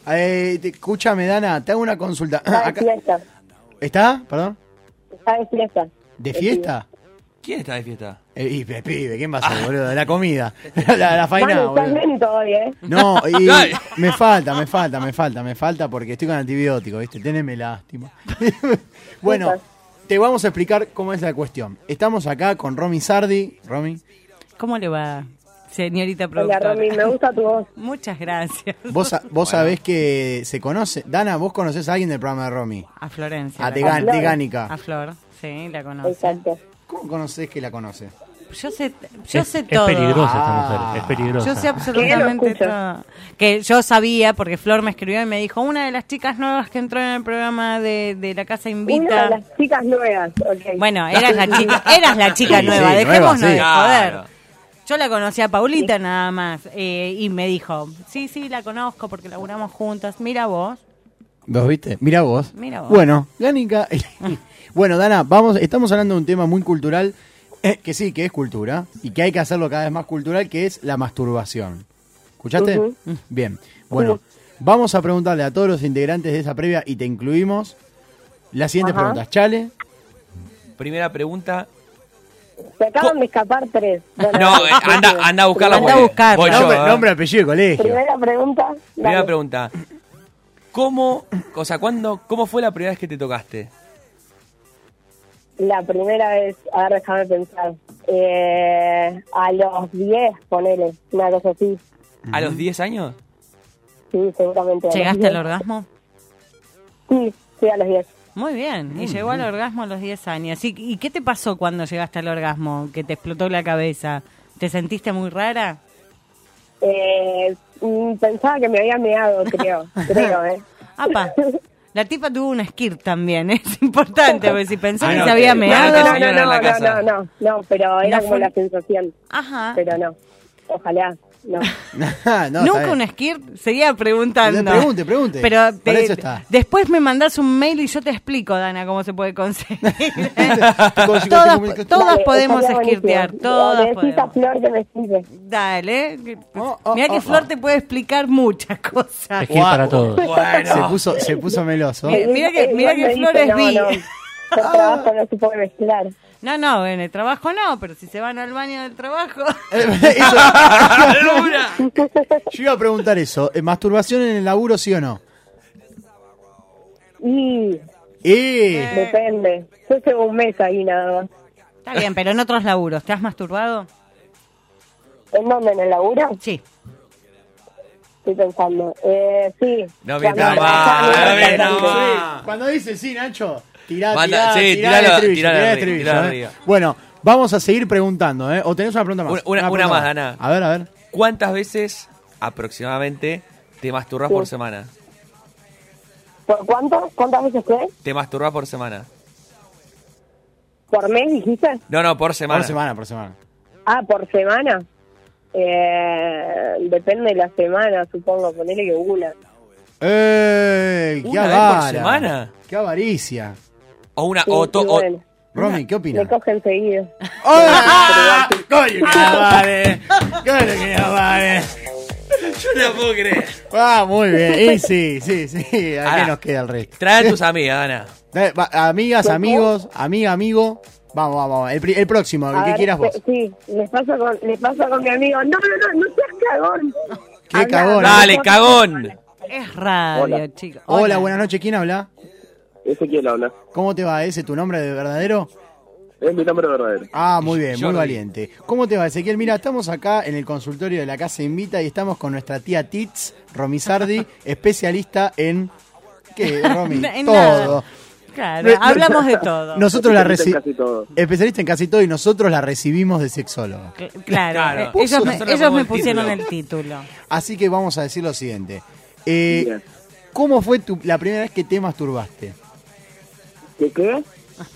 Speaker 7: Eh, te- escúchame, Dana, te hago una consulta.
Speaker 15: Está de
Speaker 7: Acá-
Speaker 15: fiesta.
Speaker 7: ¿Está? ¿Perdón?
Speaker 15: Está de fiesta.
Speaker 7: ¿De
Speaker 15: Sí.
Speaker 7: fiesta?
Speaker 8: ¿Quién está de fiesta? Ah,
Speaker 7: Eh, y pe- pibe, ¿quién va a ser, boludo? De la comida. la, la faena,
Speaker 15: Manu, estás
Speaker 7: boludo.
Speaker 15: lento hoy, ¿eh?
Speaker 7: No, y me falta, me falta, me falta, me falta porque estoy con antibiótico, ¿viste? Téneme lástima. bueno, te vamos a explicar cómo es la cuestión. Estamos acá con Romy Sardi. Romy,
Speaker 9: ¿Cómo le va, señorita
Speaker 15: Hola,
Speaker 9: productora?
Speaker 15: Romy, me gusta tu voz.
Speaker 9: Muchas gracias.
Speaker 7: vos, sa- vos sabés que se conoce. Dana, vos conocés a alguien del programa de Romy.
Speaker 9: A Florencia.
Speaker 7: A
Speaker 9: la
Speaker 7: Tegan-
Speaker 9: conozco.
Speaker 7: Tegánica.
Speaker 9: A Flor, sí, la conozco.
Speaker 7: ¿Cómo conocés que la conoce?
Speaker 9: Yo sé, yo
Speaker 5: Es-
Speaker 9: sé
Speaker 5: es
Speaker 9: todo.
Speaker 5: peligrosa esta
Speaker 7: Ah.
Speaker 5: mujer, es peligrosa.
Speaker 9: Yo sé
Speaker 5: Que lo
Speaker 9: absolutamente
Speaker 5: escucho.
Speaker 9: todo. Que yo sabía, porque Flor me escribió y me dijo, una de las chicas nuevas que entró en el programa de, de la Casa Invita.
Speaker 15: Una de las chicas nuevas, ok.
Speaker 9: Bueno, eras la chica, eras la chica
Speaker 15: Sí,
Speaker 9: nueva,
Speaker 15: sí,
Speaker 9: dejémonos
Speaker 15: nueva, sí.
Speaker 9: de
Speaker 15: Claro.
Speaker 9: joder. Yo la conocí a Paulita nada más eh, y me dijo, sí, sí, la conozco porque laburamos juntas. Mira vos.
Speaker 7: ¿Vos viste? Mira vos.
Speaker 9: Mira vos.
Speaker 7: Bueno, Gánica. bueno, Dana, vamos, estamos hablando de un tema muy cultural, eh, que sí, que es cultura, y que hay que hacerlo cada vez más cultural, que es la masturbación. ¿Escuchaste?
Speaker 14: Ujú.
Speaker 7: Bien. Bueno, vamos a preguntarle a todos los integrantes de esa previa y te incluimos las siguientes
Speaker 8: Ajá.
Speaker 7: preguntas. Chale,
Speaker 8: Primera pregunta.
Speaker 15: Se acaban de escapar tres. Bueno,
Speaker 8: No, eh, anda, anda a buscarla.
Speaker 15: Anda a
Speaker 8: porque
Speaker 15: buscarla.
Speaker 8: voy yo,
Speaker 7: nombre,
Speaker 8: ¿eh?
Speaker 7: nombre, apellido y colegio.
Speaker 15: primera pregunta.
Speaker 8: Primera pregunta. ¿Cómo, o sea, cuándo, cómo fue la primera vez que te tocaste?
Speaker 15: La primera vez, a ver, déjame pensar. Eh, a los 10, ponele, una cosa así.
Speaker 8: ¿A los 10 años?
Speaker 15: Sí, seguramente. los
Speaker 9: ¿Llegaste
Speaker 15: 10.
Speaker 9: al orgasmo?
Speaker 15: Sí, sí, a los 10.
Speaker 9: Muy bien, y
Speaker 15: Muy
Speaker 9: llegó al
Speaker 15: bien.
Speaker 9: orgasmo a los 10 años. ¿Y, y qué te pasó cuando llegaste al orgasmo? ¿Que te explotó la cabeza? ¿Te sentiste muy rara?
Speaker 15: Eh, mm, pensaba que me había meado, creo. creo, ¿eh?
Speaker 9: Apa, la tipa tuvo un skirt también, ¿eh? es importante, porque si pensó
Speaker 15: Ah,
Speaker 9: que
Speaker 15: no,
Speaker 9: se había
Speaker 15: que-
Speaker 9: meado...
Speaker 15: No, no, no, no, no, no, no, pero era
Speaker 9: No
Speaker 15: como
Speaker 9: fue-
Speaker 15: la sensación.
Speaker 9: Ajá.
Speaker 15: Pero no, ojalá, no.
Speaker 7: Ah, no, está
Speaker 9: Nunca
Speaker 7: bien.
Speaker 9: un skirt, seguía preguntando.
Speaker 7: Pregunte, pregunte.
Speaker 9: Pero
Speaker 7: Para
Speaker 9: te-
Speaker 7: eso está.
Speaker 9: después me mandás un mail y yo te explico, Dana, cómo se puede conseguir.
Speaker 15: consigo,
Speaker 9: todas
Speaker 15: te comunico.
Speaker 9: todas
Speaker 15: Dale,
Speaker 9: podemos
Speaker 15: estaría buenísimo.
Speaker 9: esquirtear,
Speaker 15: Le
Speaker 9: todas
Speaker 15: decís a
Speaker 9: podemos.
Speaker 15: Flor que me sigue.
Speaker 9: Dale.
Speaker 15: oh,
Speaker 9: Mira que
Speaker 15: oh,
Speaker 9: Flor te puede explicar muchas cosas.
Speaker 7: Guau.
Speaker 15: Bueno.
Speaker 7: Se puso, se puso meloso.
Speaker 9: Mira- mira que,
Speaker 15: Eh,
Speaker 9: mira
Speaker 15: igual me
Speaker 9: que Flor
Speaker 15: dice,
Speaker 9: es
Speaker 15: no,
Speaker 9: bi.
Speaker 15: no. Yo
Speaker 9: Ah.
Speaker 7: Ah.
Speaker 15: trabajo, no se puede mezclar.
Speaker 9: No, no, en el trabajo no, pero si se van al baño del trabajo.
Speaker 7: Eh. Yo iba a preguntar eso. ¿eh, ¿Masturbación en el laburo, sí o no?
Speaker 15: Y
Speaker 7: Eh.
Speaker 15: depende. Yo llevo un mes ahí nada más.
Speaker 9: Está bien, pero en otros laburos, ¿te has masturbado?
Speaker 15: ¿En dónde? ¿En el laburo?
Speaker 9: Sí.
Speaker 15: Estoy pensando. Eh, sí.
Speaker 8: No
Speaker 15: Ya
Speaker 8: mientas
Speaker 15: me-
Speaker 8: más,
Speaker 15: ya me-
Speaker 8: no mientas
Speaker 15: ya me-
Speaker 8: más.
Speaker 7: Sí, Cuando dice sí, Nacho, tirá, tirá,
Speaker 8: Manda-
Speaker 7: tirá,
Speaker 8: sí, tiralo,
Speaker 7: el estribillo,
Speaker 8: tiralo
Speaker 7: tirá el
Speaker 8: arriba,
Speaker 7: estribillo,
Speaker 8: tiralo
Speaker 7: ¿eh?
Speaker 8: arriba.
Speaker 7: Bueno, vamos a seguir preguntando, ¿eh? ¿O tenés una pregunta más?
Speaker 8: Una- una-
Speaker 7: pregunta
Speaker 8: una más, Ana.
Speaker 7: A ver, a ver.
Speaker 8: ¿Cuántas veces aproximadamente te masturbas por semana?
Speaker 15: ¿Por cuánto? ¿Cuántas veces fue?
Speaker 8: ¿Te masturbas por semana?
Speaker 15: ¿Por mes dijiste?
Speaker 8: No, no, por semana.
Speaker 7: Por semana, por semana.
Speaker 15: Ah, por semana. Eh, depende de la semana, supongo. Ponele que una.
Speaker 7: ¡Ey! ¡Qué
Speaker 15: ¿Una vez por
Speaker 7: avara!
Speaker 8: semana?
Speaker 7: ¡Qué avaricia!
Speaker 8: O una,
Speaker 15: o to- o- igual.
Speaker 7: Romy, ¿qué opinas?
Speaker 15: Me cogen seguido.
Speaker 7: ¡Ah! ¡Coño, que la vale! ¡Coño, que la vale!
Speaker 8: Yo no la puedo creer.
Speaker 7: Ah, muy bien. Y sí, sí, sí. ¿A qué
Speaker 8: Ahora,
Speaker 7: nos queda el resto?
Speaker 8: Trae a tus amigas, Ana.
Speaker 7: Eh, va- Amigas, amigos, amiga, amigo. Vamos, vamos, vamos. El, pri- el próximo, el
Speaker 15: A
Speaker 7: que
Speaker 15: ver, eh,
Speaker 7: quieras vos.
Speaker 15: se- Sí, les paso, con, les paso con mi amigo. No, no, no, no seas cagón.
Speaker 7: ¡Qué cagón! ¿eh?
Speaker 8: Dale, cagón.
Speaker 9: Es radio,
Speaker 7: Hola.
Speaker 9: chicos.
Speaker 7: Hola, buenas noches. ¿Quién habla?
Speaker 16: Ezequiel habla.
Speaker 7: ¿Cómo te va? ¿Ese tu nombre de verdadero?
Speaker 16: Es mi nombre verdadero.
Speaker 7: Ah, muy bien, muy
Speaker 16: Jordi.
Speaker 7: valiente. ¿Cómo te va, Ezequiel? Mira, estamos acá en el consultorio de la Casa Invita y estamos con nuestra tía Tits, Romizardi, especialista en... ¿Qué, Romy?
Speaker 9: En nada.
Speaker 7: todo.
Speaker 9: Claro,
Speaker 7: No- no-
Speaker 9: hablamos de todo.
Speaker 7: Nosotros la
Speaker 16: Especialista en
Speaker 7: recibimos... Especialista en casi todo y nosotros la recibimos de sexólogo.
Speaker 9: Cl- Claro,
Speaker 7: Claro.
Speaker 9: eh, ellos me,
Speaker 7: Nosotros
Speaker 9: ellos
Speaker 7: ponemos
Speaker 9: me
Speaker 7: el
Speaker 9: pusieron
Speaker 7: título.
Speaker 9: el título.
Speaker 7: Así que vamos a decir lo siguiente. Eh, ¿Cómo fue tu- la primera vez que te masturbaste?
Speaker 16: ¿Qué qué?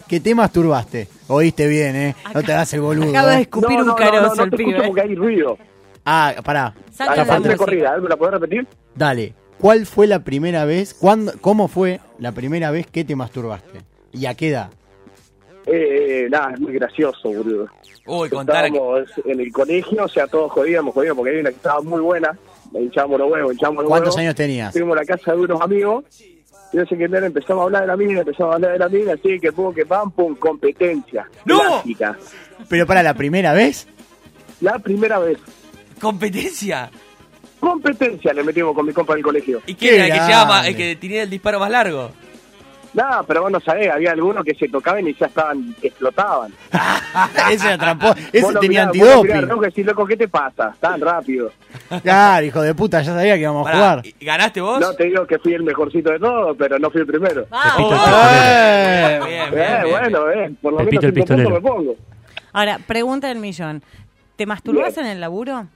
Speaker 7: ¿Que te masturbaste? Oíste bien, ¿eh? no te hagas el boludo.
Speaker 16: Acaba de
Speaker 7: ¿eh?
Speaker 16: escupir No, un no, no, carozo no, no el te escucho pibe. porque hay ruido.
Speaker 7: Ah, pará.
Speaker 16: Dale,
Speaker 7: Tapate.
Speaker 16: dame corrida, ¿eh? ¿me la podés repetir?
Speaker 7: Dale. ¿Cuál fue la primera vez? Cuándo, ¿Cómo fue la primera vez que te masturbaste? ¿Y a qué edad?
Speaker 16: Eh, eh, nada, es muy gracioso, boludo.
Speaker 8: Uy,
Speaker 16: contara. Estábamos en el colegio, o sea, todos jodíamos, jodíamos, porque había una que estaba muy buena. Le hinchábamos los huevos, hinchábamos los
Speaker 7: ¿Cuántos
Speaker 16: huevos.
Speaker 7: años tenías?
Speaker 16: Fuimos a la casa de unos amigos. Y no sé qué tal, empezamos a hablar de la mina, empezamos a hablar de la mina, así que pum, que pam, pum, competencia. ¡No!
Speaker 7: ¿Pero para la primera vez?
Speaker 16: La primera vez.
Speaker 8: ¿Competencia?
Speaker 16: Competencia le metimos con mi compa del colegio.
Speaker 8: ¿Y ¿Quién era el que llama? El que tenía el disparo más largo.
Speaker 16: Nada, pero vos no sabés, había algunos que se tocaban y ya estaban, explotaban.
Speaker 7: ese era trampo, ese
Speaker 16: Vos lo
Speaker 7: tenía
Speaker 16: mirás, vos lo mirás,
Speaker 7: antidoping.
Speaker 16: loco, y decís, loco, ¿qué te pasa? Tan rápido.
Speaker 7: Claro, hijo de puta, ya sabía que íbamos a jugar.
Speaker 8: ¿Ganaste vos?
Speaker 16: No te digo que fui el mejorcito de todos, pero no fui el primero.
Speaker 7: Pepito el
Speaker 16: Eh, bueno, eh, por lo
Speaker 5: Pepito
Speaker 16: menos cinco puntos
Speaker 5: el pistolero.
Speaker 16: me pongo.
Speaker 9: Ahora, pregunta del millón. ¿Te masturbas en el laburo?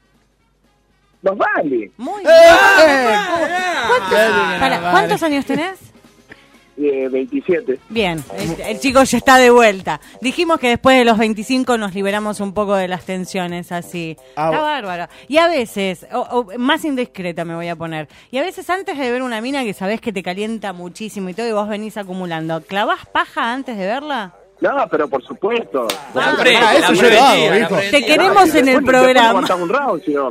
Speaker 16: Nos vale.
Speaker 9: Muy
Speaker 16: bien.
Speaker 9: ¿Cuántos, Pará, ¿cuántos años tenés?
Speaker 15: Eh,
Speaker 16: 27.
Speaker 9: Bien, el, el chico ya está de vuelta. Dijimos que después de los 25 nos liberamos un poco de las tensiones así.
Speaker 14: Ah,
Speaker 9: está
Speaker 14: bu-
Speaker 9: bárbaro. Y a veces, o- o más indiscreta me voy a poner, y a veces antes de ver una mina que sabés que te calienta muchísimo y todo y vos venís acumulando, ¿clavás paja antes de verla?
Speaker 16: No, pero por supuesto.
Speaker 7: Ah, eso yo lo hago, viejo.
Speaker 9: Te queremos en el programa.
Speaker 16: Aguantar un round, si no.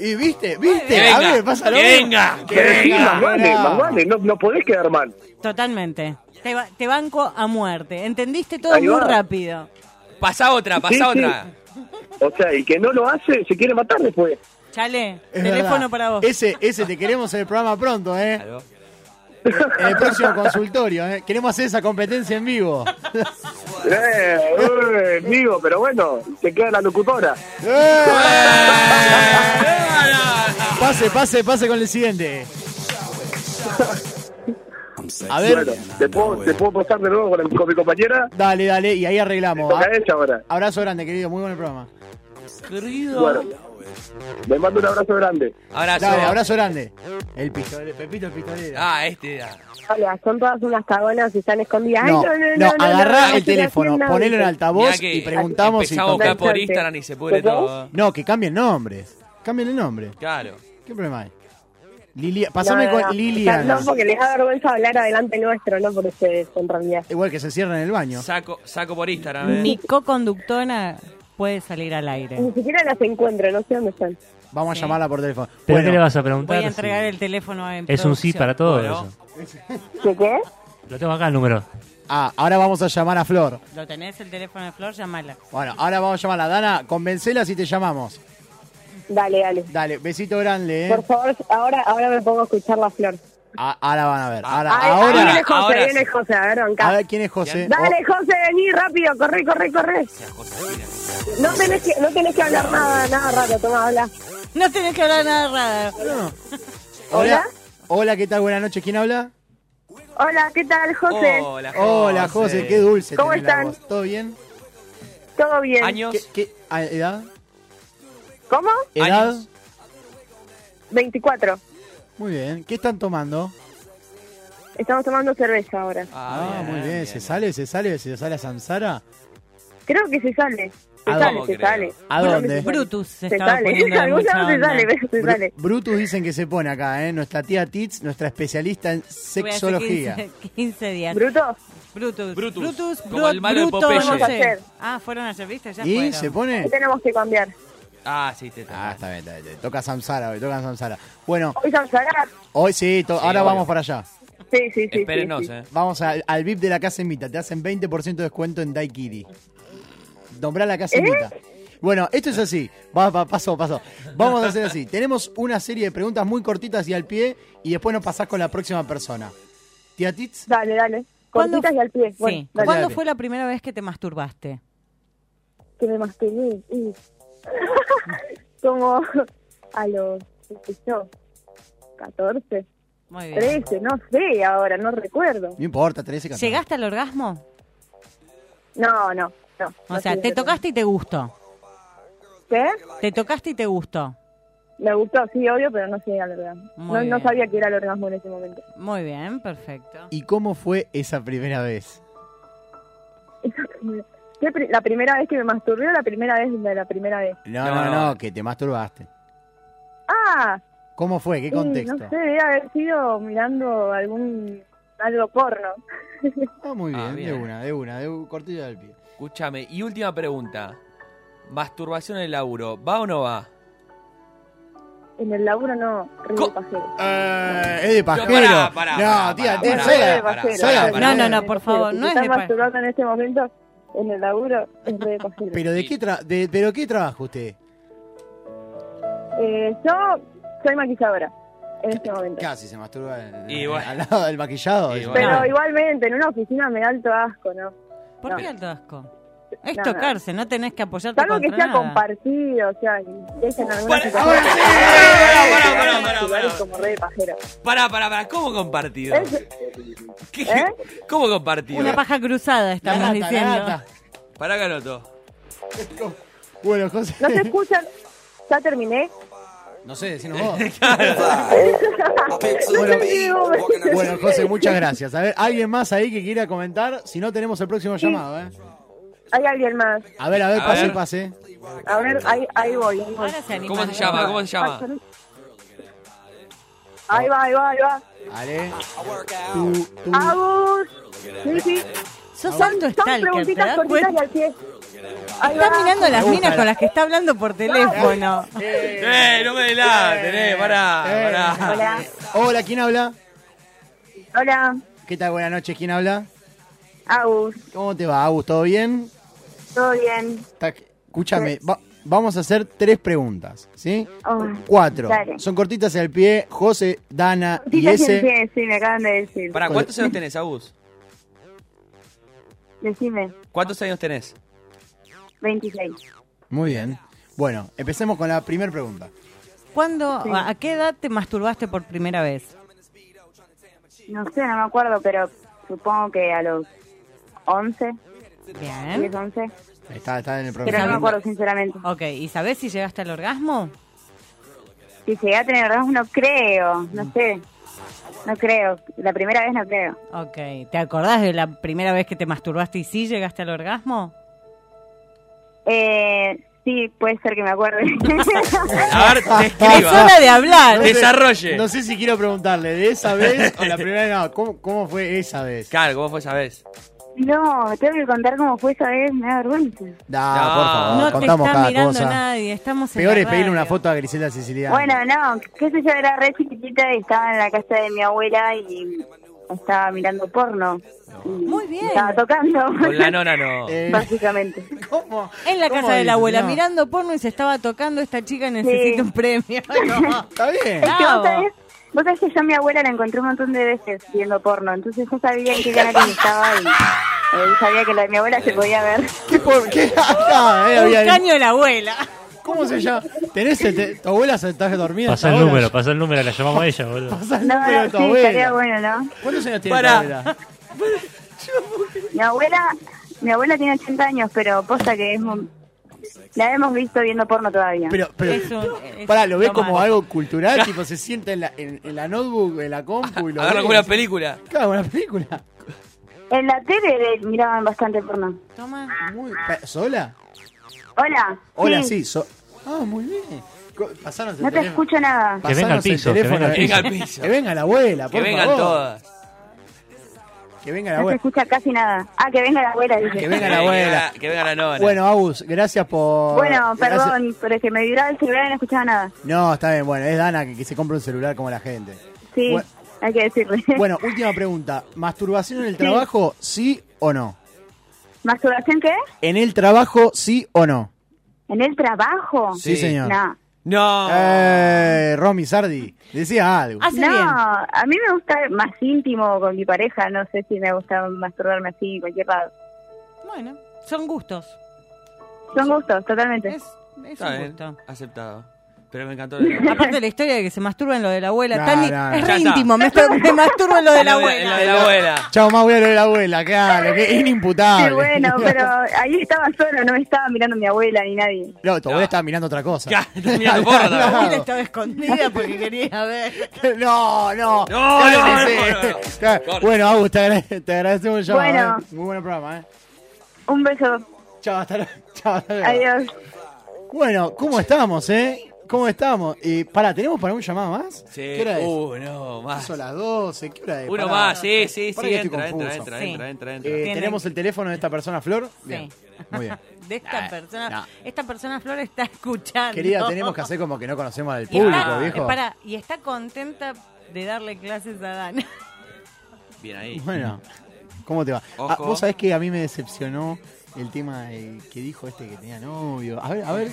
Speaker 7: Y viste, viste,
Speaker 16: Que
Speaker 7: a
Speaker 16: venga,
Speaker 7: ver, pasa lo
Speaker 16: que
Speaker 7: mismo.
Speaker 16: venga,
Speaker 7: Que
Speaker 16: Pero sí,
Speaker 7: venga,
Speaker 16: más vale,
Speaker 7: pará.
Speaker 16: más vale. No, no podés quedar mal.
Speaker 9: Totalmente. Te, ba- te banco a muerte. Entendiste todo
Speaker 16: Ahí
Speaker 9: muy
Speaker 16: va.
Speaker 9: rápido.
Speaker 8: Pasá otra, pasá
Speaker 16: Sí, sí.
Speaker 8: otra.
Speaker 16: O sea, el que no lo hace se quiere matar después.
Speaker 9: Chale,
Speaker 7: Es
Speaker 9: teléfono
Speaker 7: verdad.
Speaker 9: para vos.
Speaker 7: Ese, ese te queremos en el programa pronto, ¿eh? En el próximo consultorio, ¿eh? Queremos hacer esa competencia en vivo.
Speaker 16: Eh, eh, digo, pero bueno, se queda la locutora.
Speaker 7: ¡Eh! Pase, pase, pase con el siguiente. A ver.
Speaker 16: Bueno, ¿te puedo, te puedo postar de nuevo con, con mi compañera?
Speaker 7: Dale, dale, y ahí arreglamos. ¿ah?
Speaker 16: Toca ella ahora.
Speaker 7: Abrazo grande, querido. Muy buen programa.
Speaker 16: Bueno, les mando un abrazo grande.
Speaker 8: Abrazo.
Speaker 7: Dale, abrazo grande. El pistolero, Pepito el pistolero.
Speaker 8: Ah, este era.
Speaker 15: Hola, son todas unas cagonas y están escondidas. Ay,
Speaker 7: No, no, agarrá el
Speaker 15: estoy
Speaker 7: teléfono,
Speaker 15: haciendo
Speaker 7: ponelo en
Speaker 15: nada.
Speaker 8: Mirá
Speaker 7: altavoz
Speaker 8: que
Speaker 7: y preguntamos si
Speaker 8: empezaba a buscar
Speaker 7: toca.
Speaker 8: por Instagram y se pudre todo.
Speaker 7: No, que cambien nombre. Cambien el nombre.
Speaker 8: Claro.
Speaker 7: ¿Qué problema hay? Lilia, pasame
Speaker 15: No, no, no.
Speaker 7: con Liliana.
Speaker 15: No, porque les da vergüenza hablar adelante nuestro, no por ustedes, en realidad.
Speaker 7: Igual que se cierra en el baño.
Speaker 8: Saco, saco por Instagram. eh.
Speaker 9: Mi co-conductora puede salir al aire.
Speaker 15: Ni siquiera las encuentro, no sé dónde están.
Speaker 7: Vamos a llamarla por teléfono.
Speaker 5: ¿Pero qué le vas a
Speaker 9: Voy
Speaker 5: preguntar?
Speaker 9: a entregar el teléfono a
Speaker 5: Es un sí para todo eso.
Speaker 15: ¿Qué qué?
Speaker 5: Lo tengo acá el número.
Speaker 7: Ah, ahora vamos a llamar a Flor.
Speaker 9: ¿Lo tenés el teléfono de Flor? Llamala.
Speaker 7: Bueno, ahora vamos a llamarla. Dana, convencela si te llamamos.
Speaker 15: Dale, dale.
Speaker 7: Dale, besito grande, ¿eh?
Speaker 15: Por favor, ahora, ahora me pongo a escuchar la flor.
Speaker 7: Ah, ahora van a ver. Ahora,
Speaker 15: Ahí- ahí
Speaker 7: ahora.
Speaker 15: viene José,
Speaker 7: ahora
Speaker 15: viene
Speaker 7: sí. Oh.
Speaker 15: José, a ver, banca.
Speaker 7: A ver quién es José.
Speaker 15: Dale, José, vení rápido, corre, corre, corre. No tenés que, no tenés que hablar nada, nada raro, toma, habla.
Speaker 9: No tenés que hablar nada raro.
Speaker 7: Oh, hola. Hola, ¿qué tal? Buenas noches. ¿Quién habla?
Speaker 15: Hola, ¿qué tal, José?
Speaker 7: Hola, José. Qué dulce.
Speaker 15: ¿Cómo
Speaker 7: tenés la
Speaker 15: están?
Speaker 7: voz. ¿Todo bien?
Speaker 15: ¿Todo bien?
Speaker 7: ¿Qué, qué- a- edad?
Speaker 15: ¿Cómo?
Speaker 7: ¿Edad?
Speaker 15: 24.
Speaker 7: Muy bien. ¿Qué están tomando?
Speaker 15: Estamos tomando cerveza ahora.
Speaker 7: Ah, muy bien. ¿Se sale? ¿Se sale? ¿Se sale a Samsara?
Speaker 15: Creo que se sale. Se
Speaker 7: ¿A
Speaker 15: sale,
Speaker 7: dónde?
Speaker 15: se sale.
Speaker 7: ¿A
Speaker 15: Creo que
Speaker 7: dónde?
Speaker 15: se sale.
Speaker 9: Brutus se
Speaker 15: se
Speaker 9: estaba
Speaker 15: sale.
Speaker 9: poniendo de
Speaker 15: Algunos
Speaker 9: mucha
Speaker 15: se
Speaker 9: onda.
Speaker 15: sale, pero se
Speaker 7: Bru-
Speaker 15: sale.
Speaker 7: Brutus dicen que se pone acá, ¿eh? Nuestra tía Tits, nuestra especialista en
Speaker 9: Voy a hacer
Speaker 7: sexología.
Speaker 9: 15, 15 días.
Speaker 15: ¿Brutos?
Speaker 9: Brutus. Brutus. Brutus.
Speaker 8: Como el malo de
Speaker 9: Bruto,
Speaker 8: Popeye.
Speaker 9: no
Speaker 8: Vamos a
Speaker 9: sé.
Speaker 8: hacer.
Speaker 9: Ah, fueron ayer, ¿viste? Ya
Speaker 7: ¿Y
Speaker 9: fueron.
Speaker 7: se pone?
Speaker 15: Tenemos que cambiar.
Speaker 8: Ah, sí, te
Speaker 7: Ah, está bien, está bien. Toca Samsara hoy, toca Samsara. Bueno,
Speaker 15: ¿Hoy Samsara?
Speaker 7: hoy sí, to-
Speaker 8: Sí,
Speaker 7: ahora
Speaker 8: obvio.
Speaker 7: vamos para allá.
Speaker 15: Sí, sí, sí.
Speaker 8: Espérenos,
Speaker 15: sí, sí.
Speaker 8: eh.
Speaker 7: Vamos al, al VIP de la casa invita. Te hacen 20% de descuento en Daikiri. Nombrá la casa
Speaker 15: ¿Eh?
Speaker 7: invita. Bueno, esto es así. Va, va, paso, paso. Vamos a hacer así. Tenemos una serie de preguntas muy cortitas y al pie y después nos pasás con la próxima persona. Tía Tits.
Speaker 15: Dale, dale. Cortitas y al pie. Bueno,
Speaker 9: Sí.
Speaker 15: dale.
Speaker 9: ¿Cuándo fue la primera vez que te masturbaste?
Speaker 15: que me masturbé. y- como a los, qué sé yo, 14,
Speaker 9: Muy bien.
Speaker 15: 13, no sé ahora, no recuerdo.
Speaker 7: No importa, 13, 14.
Speaker 9: ¿Llegaste al orgasmo?
Speaker 15: No, no, no.
Speaker 9: O
Speaker 15: no
Speaker 9: sea,
Speaker 15: sé,
Speaker 9: te tocaste y te gustó.
Speaker 15: ¿Qué?
Speaker 9: Te tocaste y te gustó.
Speaker 15: Me gustó, sí, obvio, pero no sé al orgasmo.
Speaker 9: Muy
Speaker 15: No, no
Speaker 9: bien.
Speaker 15: sabía que era el orgasmo en ese momento.
Speaker 9: Muy bien, perfecto.
Speaker 7: ¿Y cómo fue esa primera vez?
Speaker 15: ¿Qué pri- ¿La primera vez que me masturbé o la primera vez de la primera vez?
Speaker 7: No, no, no, que te masturbaste.
Speaker 15: Ah,
Speaker 7: ¿Cómo fue? ¿Qué
Speaker 15: sí,
Speaker 7: contexto?
Speaker 15: no sé, debe haber sido mirando algún algo porno.
Speaker 7: Ah, muy bien,
Speaker 8: Ah, bien.
Speaker 7: de una, de una, de un cortillo del pie.
Speaker 8: Escúchame. Y última pregunta. Masturbación en el laburo, ¿va o no va?
Speaker 15: En el laburo no, re de pajero.
Speaker 9: Ah,
Speaker 7: Eh, es de pajero.
Speaker 8: pará, pará,
Speaker 7: no,
Speaker 8: pará,
Speaker 7: tía,
Speaker 8: pará,
Speaker 7: tía,
Speaker 8: pará,
Speaker 7: Sara,
Speaker 8: pará, pará,
Speaker 7: Sara,
Speaker 8: pará, pará.
Speaker 9: No, no, no, por favor, no es
Speaker 15: estás
Speaker 9: de pa-
Speaker 15: masturbando en este momento en el laburo, es re de pajero.
Speaker 7: ¿Pero de qué, tra- de, pero qué trabaja usted?
Speaker 15: Eh, yo soy maquilladora en este momento.
Speaker 7: Casi se masturba en-
Speaker 8: Y bueno.
Speaker 7: al lado del maquillado. dice.
Speaker 15: Pero igualmente, en una oficina me da alto asco, ¿no?
Speaker 9: ¿Por
Speaker 15: No.
Speaker 9: qué alto asco? Es
Speaker 15: No, no.
Speaker 9: tocarse, no tenés que apoyarte
Speaker 15: Salvo
Speaker 9: contra
Speaker 15: que sea
Speaker 9: nada.
Speaker 15: compartido, o sea, que es en alguna situación.
Speaker 8: pará, pará,
Speaker 15: lugares como re de pajero.
Speaker 8: Pará, pará, pará. ¿Cómo compartido?
Speaker 15: Es-
Speaker 8: ¿Qué? ¿Cómo compartido?
Speaker 9: Una paja cruzada, estamos
Speaker 8: Garata,
Speaker 9: diciendo.
Speaker 8: garata. Pará, Canoto.
Speaker 7: Bueno, José.
Speaker 15: No se escuchan. Ya terminé.
Speaker 14: No sé,
Speaker 8: Eh,
Speaker 14: decinos vos.
Speaker 16: Ah,
Speaker 7: Bueno,
Speaker 15: Bueno,
Speaker 7: bueno, José, muchas gracias. A ver, ¿alguien más ahí que quiera comentar? Si no, tenemos el próximo llamado, ¿eh?
Speaker 15: Hay alguien más.
Speaker 7: A ver, a ver,
Speaker 8: A
Speaker 7: pase,
Speaker 8: ver.
Speaker 7: pase.
Speaker 15: A ver, ahí, ahí voy. ahí voy.
Speaker 8: ¿Cómo se llama? ¿Cómo se llama?
Speaker 15: Ahí va, ahí va, ahí va.
Speaker 7: Vale.
Speaker 15: Agus. Sí, sí.
Speaker 9: Sos
Speaker 15: Son-
Speaker 9: alto
Speaker 15: Son
Speaker 9: stalker, ¿te das
Speaker 15: preguntitas cortitas y
Speaker 9: cuenta?
Speaker 15: al pie. Ahí
Speaker 9: Está
Speaker 15: va.
Speaker 9: mirando las minas con las que está hablando por teléfono.
Speaker 8: ¡Eh, no me delaten, eh! ¡Pará, pará!
Speaker 15: Hola.
Speaker 7: Hola, ¿quién habla?
Speaker 15: Hola,
Speaker 7: ¿Qué tal? Buenas noches, ¿quién habla?
Speaker 15: Agus.
Speaker 7: ¿Cómo te va, Agus? ¿Todo bien?
Speaker 15: ¿Todo bien?
Speaker 7: Está- Escúchame, va- vamos a hacer tres preguntas, ¿sí?
Speaker 15: Pues. Oh,
Speaker 7: Cuatro.
Speaker 15: dale.
Speaker 7: Son cortitas al pie. José, Dana y
Speaker 15: Cortitas y al
Speaker 7: ese.
Speaker 15: pie, sí, me acaban de decir.
Speaker 8: Pará, ¿cuántos años tenés, Agus?
Speaker 15: Decime,
Speaker 8: ¿Cuántos años tenés?
Speaker 15: 26.
Speaker 7: Muy bien. Bueno, empecemos con la primera pregunta.
Speaker 9: ¿Cuándo, a qué edad te masturbaste por primera vez?
Speaker 15: No sé, no me acuerdo, pero supongo que a los 11.
Speaker 9: Bien.
Speaker 15: 10, 11.
Speaker 7: Está, está en el
Speaker 15: Pero no me
Speaker 7: programa.
Speaker 15: acuerdo, sinceramente.
Speaker 9: Ok, ¿y sabés si llegaste al orgasmo?
Speaker 15: Si llegué a tener orgasmo, no creo. No sé. No creo. La primera vez no creo.
Speaker 9: Ok, ¿te acordás de la primera vez que te masturbaste y sí llegaste al orgasmo?
Speaker 15: Eh, sí, puede ser que me acuerde.
Speaker 8: A ver,
Speaker 9: Es hora de hablar.
Speaker 7: sé-
Speaker 8: Desarrolle.
Speaker 7: No sé si quiero preguntarle de esa vez o la primera no. ¿Cómo, cómo fue esa vez?
Speaker 8: Claro, ¿cómo fue esa vez?
Speaker 15: no, tengo que contar cómo fue esa vez. Me da vergüenza.
Speaker 7: Da,
Speaker 8: No.
Speaker 7: por favor,
Speaker 8: No te
Speaker 7: Ah, contamos
Speaker 8: está
Speaker 7: cada
Speaker 8: mirando
Speaker 7: cosa.
Speaker 9: nadie, estamos en
Speaker 7: Peor
Speaker 9: la
Speaker 7: es pedirle
Speaker 9: radio.
Speaker 7: una foto a Griselda Siciliana.
Speaker 15: Bueno, no, qué sé yo, era re chiquitita y estaba en la casa de mi abuela y estaba mirando porno. Muy
Speaker 9: bien.
Speaker 15: Estaba tocando.
Speaker 8: Con la nona no.
Speaker 7: Eh,
Speaker 15: Básicamente.
Speaker 7: ¿Cómo?
Speaker 9: En la
Speaker 15: ¿Cómo
Speaker 9: casa de la
Speaker 15: dices?
Speaker 9: abuela,
Speaker 15: No.
Speaker 9: mirando porno y se estaba tocando, esta chica necesita un premio. No.
Speaker 7: Está bien.
Speaker 15: Es que
Speaker 9: Bravo.
Speaker 15: vos sabés, vos sabés que yo a mi abuela la encontré un montón de veces viendo porno, entonces yo sabía en qué canal estaba y eh, sabía que la de mi abuela se podía ver.
Speaker 7: ¿Qué por qué? Acá, eh, había-
Speaker 9: Un caño de la abuela.
Speaker 7: ¿Cómo se llama? ¿Tenés el te- tu abuela se está dormida?
Speaker 5: Pasa el número, pasa el número, la llamamos a ella, boludo.
Speaker 7: Pasa el
Speaker 15: No,
Speaker 7: número de tu
Speaker 15: sí, estaría
Speaker 7: abuela.
Speaker 15: bueno, ¿no?
Speaker 7: ¿Cuántos años tiene
Speaker 5: Pará.
Speaker 7: tu abuela?
Speaker 15: Mi abuela, mi abuela tiene 80 años, pero posta que es... un- La hemos visto viendo porno todavía.
Speaker 7: Pero, pero, pará, ¿lo ves como algo cultural? tipo, se sienta en la, en, en la notebook, en la compu y lo
Speaker 8: Agarra
Speaker 7: ve.
Speaker 8: como una película.
Speaker 7: Claro, una película.
Speaker 15: En la tele de- miraban bastante porno.
Speaker 9: Toma.
Speaker 7: Pa- ¿Sola?
Speaker 15: Hola.
Speaker 7: Hola, sí. so- ah, muy bien. Co- Pasanos el
Speaker 15: No te
Speaker 7: teléfono.
Speaker 15: escucho nada.
Speaker 7: Pasanos
Speaker 5: venga al
Speaker 7: el
Speaker 5: piso, que
Speaker 7: teléfono.
Speaker 5: venga al
Speaker 7: Que venga
Speaker 5: piso.
Speaker 7: Que venga la abuela, por
Speaker 8: Que vengan
Speaker 7: favor.
Speaker 8: todas.
Speaker 7: Que venga la
Speaker 15: No se
Speaker 7: abuela.
Speaker 15: escucha casi nada. Ah, que venga la abuela. dice.
Speaker 7: Que venga la abuela.
Speaker 8: Que venga la nona.
Speaker 7: Bueno, Agus, gracias por...
Speaker 15: Bueno,
Speaker 7: gracias-
Speaker 15: perdón, pero es que me vibraba el celular y no escuchaba nada.
Speaker 7: No, está bien, bueno, es Dana que, que se compra un celular como la gente.
Speaker 15: Sí,
Speaker 7: Bueno.
Speaker 15: hay que decirle.
Speaker 7: Bueno, última pregunta. ¿Masturbación en el trabajo, sí o no?
Speaker 15: ¿Masturbación qué?
Speaker 7: ¿En el trabajo, sí o no?
Speaker 15: ¿En el trabajo?
Speaker 7: Sí, señor.
Speaker 15: No.
Speaker 8: No.
Speaker 7: Eh, Romy Sardi, decía algo.
Speaker 15: no, a mí me gusta más íntimo con mi pareja. No sé si me gusta masturbarme así, cualquier lado.
Speaker 9: Bueno, son gustos.
Speaker 15: Son gustos, totalmente.
Speaker 9: Es
Speaker 8: Está
Speaker 9: un
Speaker 8: bien,
Speaker 9: gusto.
Speaker 8: aceptado. Pero me encantó la
Speaker 9: Aparte la historia de que se masturba en lo de la abuela.
Speaker 7: No,
Speaker 9: tan-
Speaker 7: no, no.
Speaker 9: Es
Speaker 7: Ya
Speaker 9: re
Speaker 7: está.
Speaker 9: íntimo, me, me masturbo en lo de la abuela.
Speaker 8: de la abuela.
Speaker 7: Chao, más voy a lo de la abuela, claro, que es inimputable.
Speaker 15: Sí, bueno, pero ahí estaba solo, no me estaba mirando mi abuela ni nadie.
Speaker 7: No, tu abuela estaba mirando otra cosa.
Speaker 8: mirando porno
Speaker 7: Al
Speaker 8: también.
Speaker 7: lado.
Speaker 9: abuela estaba escondida porque quería ver.
Speaker 7: No, no.
Speaker 9: No,
Speaker 7: Sí,
Speaker 9: no,
Speaker 7: sí.
Speaker 9: no, no.
Speaker 7: Claro. Bueno, Agus, te, agrade- te agradecemos el llamado.
Speaker 15: Bueno.
Speaker 7: ¿eh? Muy buen programa, ¿eh?
Speaker 15: Un beso.
Speaker 7: Chao, hasta luego. Chao, hasta luego.
Speaker 15: Adiós.
Speaker 7: Bueno, ¿cómo estamos, eh? ¿Cómo estamos? Y pará, ¿tenemos para un llamado más?
Speaker 8: Sí.
Speaker 7: ¿Qué hora es?
Speaker 8: Uh, no, más.
Speaker 7: Ah. Son las 12, ¿qué hora es?
Speaker 8: Uno
Speaker 7: Pará.
Speaker 8: más, sí, sí,
Speaker 7: Pará
Speaker 8: sí,
Speaker 7: que estoy
Speaker 8: entra, entra,
Speaker 7: confuso.
Speaker 8: entra, entra, entra, entra.
Speaker 7: Eh,
Speaker 8: Tienen-
Speaker 7: ¿Tenemos el teléfono de esta persona, Flor? Bien. Muy bien.
Speaker 9: De esta persona. Esta persona, Flor, está escuchando.
Speaker 7: Querida, tenemos que hacer como que no conocemos al
Speaker 9: Y está-
Speaker 7: público, viejo.
Speaker 9: pará, y está contenta de darle clases a Dana.
Speaker 8: Bien ahí.
Speaker 7: Bueno, ¿cómo te va? Ah,
Speaker 8: Ojo.
Speaker 7: Vos sabés que a mí me decepcionó el tema de- que dijo este que tenía novio. A ver, a ver.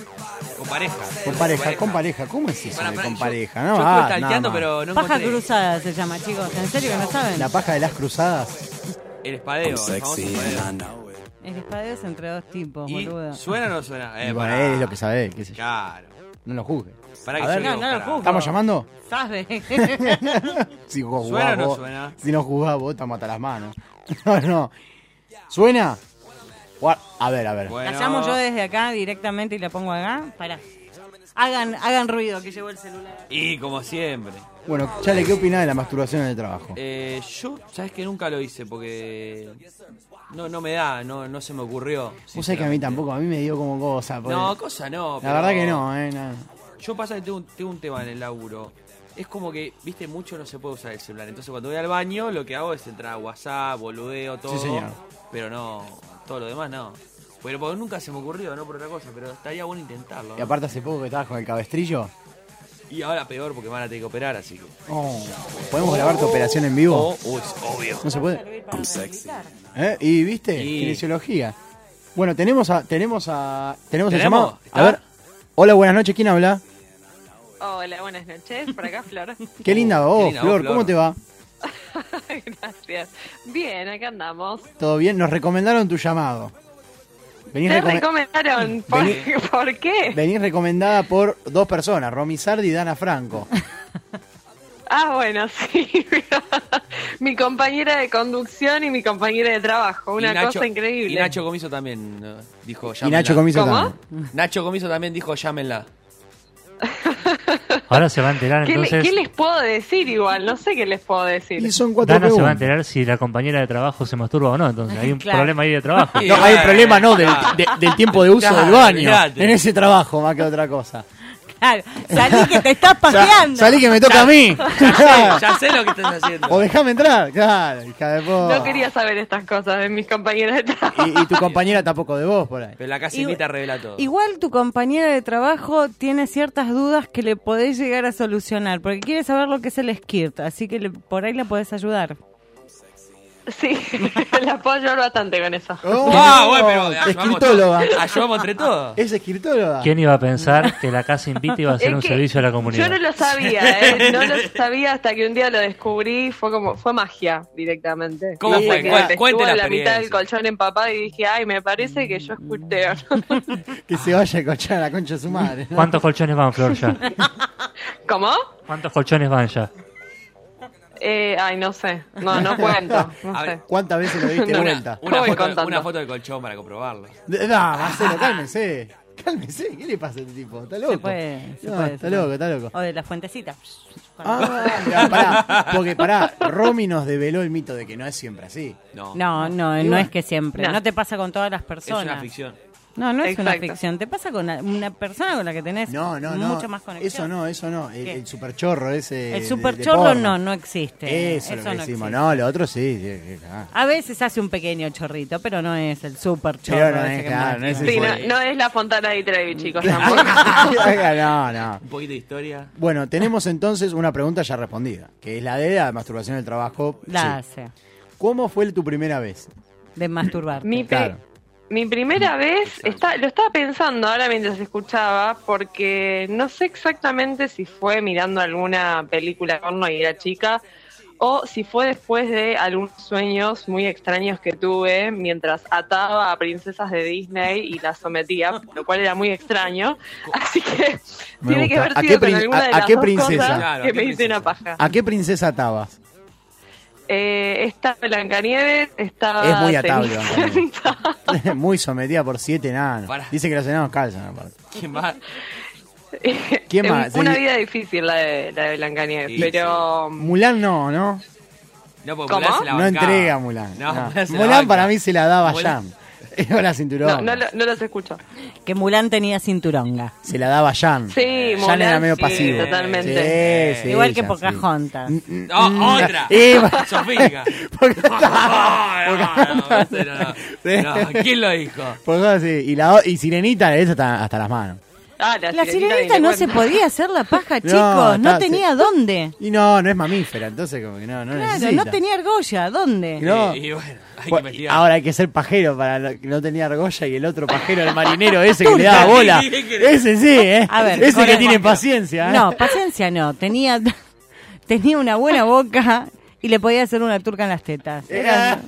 Speaker 8: Con pareja.
Speaker 7: Con pareja, con pareja. ¿Cómo es eso
Speaker 8: Pará,
Speaker 7: de
Speaker 8: pará,
Speaker 7: con
Speaker 8: yo-
Speaker 7: pareja?
Speaker 8: yo
Speaker 7: No,
Speaker 8: estuve
Speaker 7: ah,
Speaker 8: tanteando,
Speaker 7: nada más.
Speaker 8: pero no
Speaker 9: Paja
Speaker 8: encontré.
Speaker 9: cruzada se llama, chicos. ¿En serio que no saben?
Speaker 7: La paja de las cruzadas.
Speaker 8: El espadeo, el famoso espadeo.
Speaker 9: El espadeo es entre dos tipos,
Speaker 8: ¿Y
Speaker 9: boludo.
Speaker 8: suena o no suena? Eh,
Speaker 7: Y bueno,
Speaker 8: pará.
Speaker 7: es lo que sabés, qué sé yo.
Speaker 8: Claro.
Speaker 7: No lo juzgues.
Speaker 8: Pará
Speaker 7: A
Speaker 8: que
Speaker 7: ver,
Speaker 8: yo lo
Speaker 9: No, no lo
Speaker 8: buscará.
Speaker 9: juzgo.
Speaker 7: ¿Estamos llamando?
Speaker 9: ¿Sabe?
Speaker 7: Si vos jugás
Speaker 8: ¿Suena o no
Speaker 7: vos-
Speaker 8: suena?
Speaker 7: Si no jugás vos, te mata las manos. No, no. ¿Suena? Guar- A ver, a ver.
Speaker 9: La llamo yo desde acá directamente y la pongo acá. Pará. Hagan, hagan ruido que llegó el celular.
Speaker 8: Y como siempre.
Speaker 7: Bueno, Chale, ¿qué opinás de la masturbación en el trabajo?
Speaker 8: Eh, yo, sabes que nunca lo hice porque no, no me da, no, no se me ocurrió.
Speaker 7: Vos sabés que a mí tampoco, a mí me dio como cosa. porque-
Speaker 8: No, cosa no.
Speaker 7: La
Speaker 8: pero-
Speaker 7: verdad que no, eh. nada.
Speaker 8: Yo pasa que tengo un, tengo un tema en el laburo. Es como que, viste, mucho no se puede usar el celular. Entonces cuando voy al baño lo que hago es entrar a WhatsApp, boludeo, todo.
Speaker 7: señor.
Speaker 8: Pero no, todo lo demás no. Pero porque nunca se me ocurrió, no por otra cosa, pero estaría bueno intentarlo. ¿no?
Speaker 7: Y aparte hace poco que estabas con el cabestrillo.
Speaker 8: Y ahora peor porque me van a tener que operar, así que.
Speaker 7: Oh. ¿Podemos grabar tu operación en vivo?
Speaker 8: Oh, uy, es obvio.
Speaker 7: No se puede. ¿Eh? ¿Y viste?
Speaker 8: Y-
Speaker 7: Kinesiología. Bueno, tenemos a, tenemos a. Tenemos el
Speaker 8: ¿Tenemos?
Speaker 7: llamado. A ver. Hola, buenas noches, ¿quién habla?
Speaker 17: Hola, buenas noches. Por acá, Flor.
Speaker 7: Qué linda voz, Flor, ¿cómo te va?
Speaker 17: Gracias. Bien, acá andamos.
Speaker 7: ¿Todo bien? Nos recomendaron tu llamado. Venís,
Speaker 17: Te
Speaker 7: recome-
Speaker 17: recomendaron. ¿Por,
Speaker 7: Vení-
Speaker 17: por qué?
Speaker 7: venís recomendada por dos personas, Romy Sardi y Dana Franco.
Speaker 17: Ah, bueno, sí. mi compañera de conducción y mi compañera de trabajo. Una
Speaker 8: Y Nacho-
Speaker 17: cosa increíble.
Speaker 8: Y Nacho Comiso también eh, dijo
Speaker 7: Y
Speaker 8: llámenla.
Speaker 7: Nacho Comiso
Speaker 17: ¿Cómo?
Speaker 8: Nacho Comiso también dijo llámenla.
Speaker 5: Ahora se va a enterar
Speaker 17: ¿Qué, le-
Speaker 5: entonces.
Speaker 17: qué les puedo decir igual? No sé qué les puedo decir.
Speaker 7: Y son
Speaker 5: Dana se va a enterar si la compañera de trabajo se masturba o no. Entonces hay un
Speaker 17: Claro.
Speaker 5: problema ahí de trabajo.
Speaker 7: No, hay un problema no del, de- del tiempo de uso
Speaker 5: Claro,
Speaker 7: del baño.
Speaker 5: olvidate.
Speaker 7: En ese trabajo, más que otra cosa.
Speaker 9: Claro, salí que te estás paseando.
Speaker 7: Salí que me toca a mí.
Speaker 8: sé lo que estás haciendo.
Speaker 7: O dejame entrar, claro, hija de po-
Speaker 17: No quería saber estas cosas de mis compañeras de trabajo.
Speaker 7: Y, y tu compañera tampoco de vos por ahí.
Speaker 8: Pero la casinita revela todo.
Speaker 9: Igual tu compañera de trabajo tiene ciertas dudas que le podés llegar a solucionar, porque quiere saber lo que es el skirt, así que le- por ahí la podés ayudar.
Speaker 17: Sí, la puedo ayudar bastante con eso.
Speaker 7: Oh,
Speaker 8: Ah, bueno, pero ayudamos
Speaker 7: escritóloga.
Speaker 8: todos. Ayudamos entre todos.
Speaker 7: Es escritóloga.
Speaker 5: ¿Quién iba a pensar que la casa invita iba a hacer
Speaker 17: Es
Speaker 5: un
Speaker 17: que
Speaker 5: servicio a la
Speaker 17: Yo
Speaker 5: comunidad?
Speaker 17: no lo sabía, ¿eh? no lo sabía hasta que un día lo descubrí, fue como fue magia directamente.
Speaker 8: ¿Cómo
Speaker 17: Hasta
Speaker 8: fue?
Speaker 17: que
Speaker 8: Cuente-
Speaker 17: estuvo
Speaker 8: cuente la
Speaker 17: la mitad del
Speaker 8: experiencia.
Speaker 17: colchón empapado y dije, ay, me parece que yo escuché.
Speaker 7: Que se vaya a cochar a la concha de su madre. ¿no?
Speaker 5: ¿Cuántos colchones van, Flor, ya?
Speaker 17: ¿Cómo?
Speaker 5: ¿Cuántos colchones van ya?
Speaker 17: Eh, ay, no sé, no, no cuento. No
Speaker 8: A
Speaker 17: sé.
Speaker 8: ver,
Speaker 7: ¿Cuántas veces lo diste
Speaker 17: No,
Speaker 7: vuelta?
Speaker 8: Una
Speaker 17: Voy
Speaker 8: foto,
Speaker 17: contando.
Speaker 8: una foto del colchón para comprobarlo. Ah,
Speaker 7: No, Marcelo, cálmese. Cálmese, ¿qué le pasa a este tipo? Está loco.
Speaker 9: Se puede, se
Speaker 7: No,
Speaker 9: puede,
Speaker 7: está
Speaker 9: se puede.
Speaker 7: loco, está loco.
Speaker 9: O de la fuentecita.
Speaker 7: Ah, mirá, pará, porque pará, Romy nos develó el mito de que no es siempre así.
Speaker 9: No, no,
Speaker 7: Y
Speaker 9: no
Speaker 7: bueno,
Speaker 9: es que siempre. No.
Speaker 7: No.
Speaker 9: te pasa con todas las personas.
Speaker 8: ficción.
Speaker 9: No, no es una
Speaker 7: Exacto.
Speaker 9: ficción. Te pasa con la- una persona con la que tenés
Speaker 7: No, no, no.
Speaker 9: mucho más conexión.
Speaker 7: Eso no, eso no. El,
Speaker 9: ¿Qué?
Speaker 7: el superchorro ese.
Speaker 9: El
Speaker 7: de-
Speaker 9: superchorro
Speaker 7: de porno.
Speaker 9: no, no existe.
Speaker 7: Eso,
Speaker 9: Eso
Speaker 7: lo que
Speaker 9: no
Speaker 7: decimos.
Speaker 9: existe.
Speaker 7: No, lo otro sí. sí, sí, claro.
Speaker 9: A veces hace un pequeño chorrito, pero no es el super
Speaker 7: Pero
Speaker 9: chorro.
Speaker 7: no
Speaker 9: ese
Speaker 7: es,
Speaker 9: que muestra.
Speaker 7: claro, no es
Speaker 17: Sí, no, no es la Fontana de Trevi, chicos. tampoco.
Speaker 7: no, no.
Speaker 8: Un poquito de historia.
Speaker 7: Bueno, tenemos entonces una pregunta ya respondida, que es la de la masturbación del trabajo.
Speaker 9: La
Speaker 7: Sí.
Speaker 9: hace.
Speaker 7: ¿Cómo fue tu primera vez?
Speaker 9: De masturbar.
Speaker 17: Mi, pe- mi primera vez, está, lo estaba pensando ahora mientras escuchaba, porque no sé exactamente si fue mirando alguna película porno y era chica, o si fue después de algunos sueños muy extraños que tuve mientras ataba a princesas de Disney y las sometía, lo cual era muy extraño. Así que
Speaker 7: Me
Speaker 17: tiene que
Speaker 7: gusta.
Speaker 17: haber
Speaker 7: ¿A
Speaker 17: sido
Speaker 7: qué
Speaker 17: con
Speaker 7: prin-
Speaker 17: alguna de
Speaker 7: a- a
Speaker 17: las
Speaker 7: qué
Speaker 17: dos
Speaker 7: princesa?
Speaker 17: cosas
Speaker 7: Claro, ¿a
Speaker 17: que
Speaker 7: qué
Speaker 17: me hice una paja.
Speaker 7: ¿A qué princesa atabas?
Speaker 17: Eh, está Blancanieves, está
Speaker 7: Es muy atable,
Speaker 17: Cenicienta.
Speaker 7: Muy sometida por siete enanos. Dice que los enanos calzan. aparte.
Speaker 8: ¿Quién más?
Speaker 7: ¿Quién
Speaker 17: Eh,
Speaker 7: más?
Speaker 17: Una
Speaker 7: Sí.
Speaker 17: vida difícil la de, la de Blancanieves,
Speaker 7: Y-
Speaker 17: pero
Speaker 7: Mulan no, ¿no?
Speaker 8: No, porque
Speaker 17: ¿Cómo?
Speaker 8: Mulan se la
Speaker 7: No
Speaker 8: bancaba.
Speaker 7: entrega a Mulan.
Speaker 8: No,
Speaker 7: No.
Speaker 8: Mulan se la
Speaker 7: Mulan
Speaker 8: banca.
Speaker 7: para mí se la daba
Speaker 8: Mulan-
Speaker 7: Jam. Era la cinturón.
Speaker 17: no, lo- no los escucho.
Speaker 9: Que Mulan tenía cinturonga.
Speaker 7: Se la daba Jan.
Speaker 17: Sí,
Speaker 7: Jan
Speaker 17: Mulan,
Speaker 7: era medio
Speaker 17: sí,
Speaker 7: pasivo.
Speaker 17: totalmente.
Speaker 7: Sí, sí,
Speaker 9: Eh, Igual que
Speaker 7: Jan, sí.
Speaker 9: Pocahontas.
Speaker 7: No, Mm,
Speaker 8: Ah, otra.
Speaker 7: eh, va-
Speaker 8: Sofía.
Speaker 7: Pocahontas.
Speaker 8: No, no, no, no. ¿Quién lo dijo?
Speaker 7: Pocahontas, sí. Y, la, o- y Sirenita, esa hasta, hasta las manos.
Speaker 17: Ah, la,
Speaker 9: sirenita, no se podía hacer la paja, chicos. No,
Speaker 7: está-
Speaker 9: tenía
Speaker 7: se-
Speaker 9: dónde.
Speaker 7: Y no, no es mamífera, entonces como que no, no
Speaker 9: Claro,
Speaker 7: necesita.
Speaker 9: no tenía argolla. ¿Dónde?
Speaker 7: No.
Speaker 8: Y bueno,
Speaker 7: Bueno,
Speaker 8: hay que
Speaker 7: y
Speaker 8: investigar.
Speaker 7: Ahora hay que ser pajero para lo- que no tenía argolla y el otro pajero, el marinero ese que le daba bola. Ese sí, ¿eh?
Speaker 9: A ver,
Speaker 7: ese que
Speaker 9: correcto.
Speaker 7: tiene paciencia. ¿eh?
Speaker 9: No, paciencia no. Tenía, tenía una buena boca y le podía hacer una turca en las tetas.
Speaker 7: Eh,
Speaker 9: Era-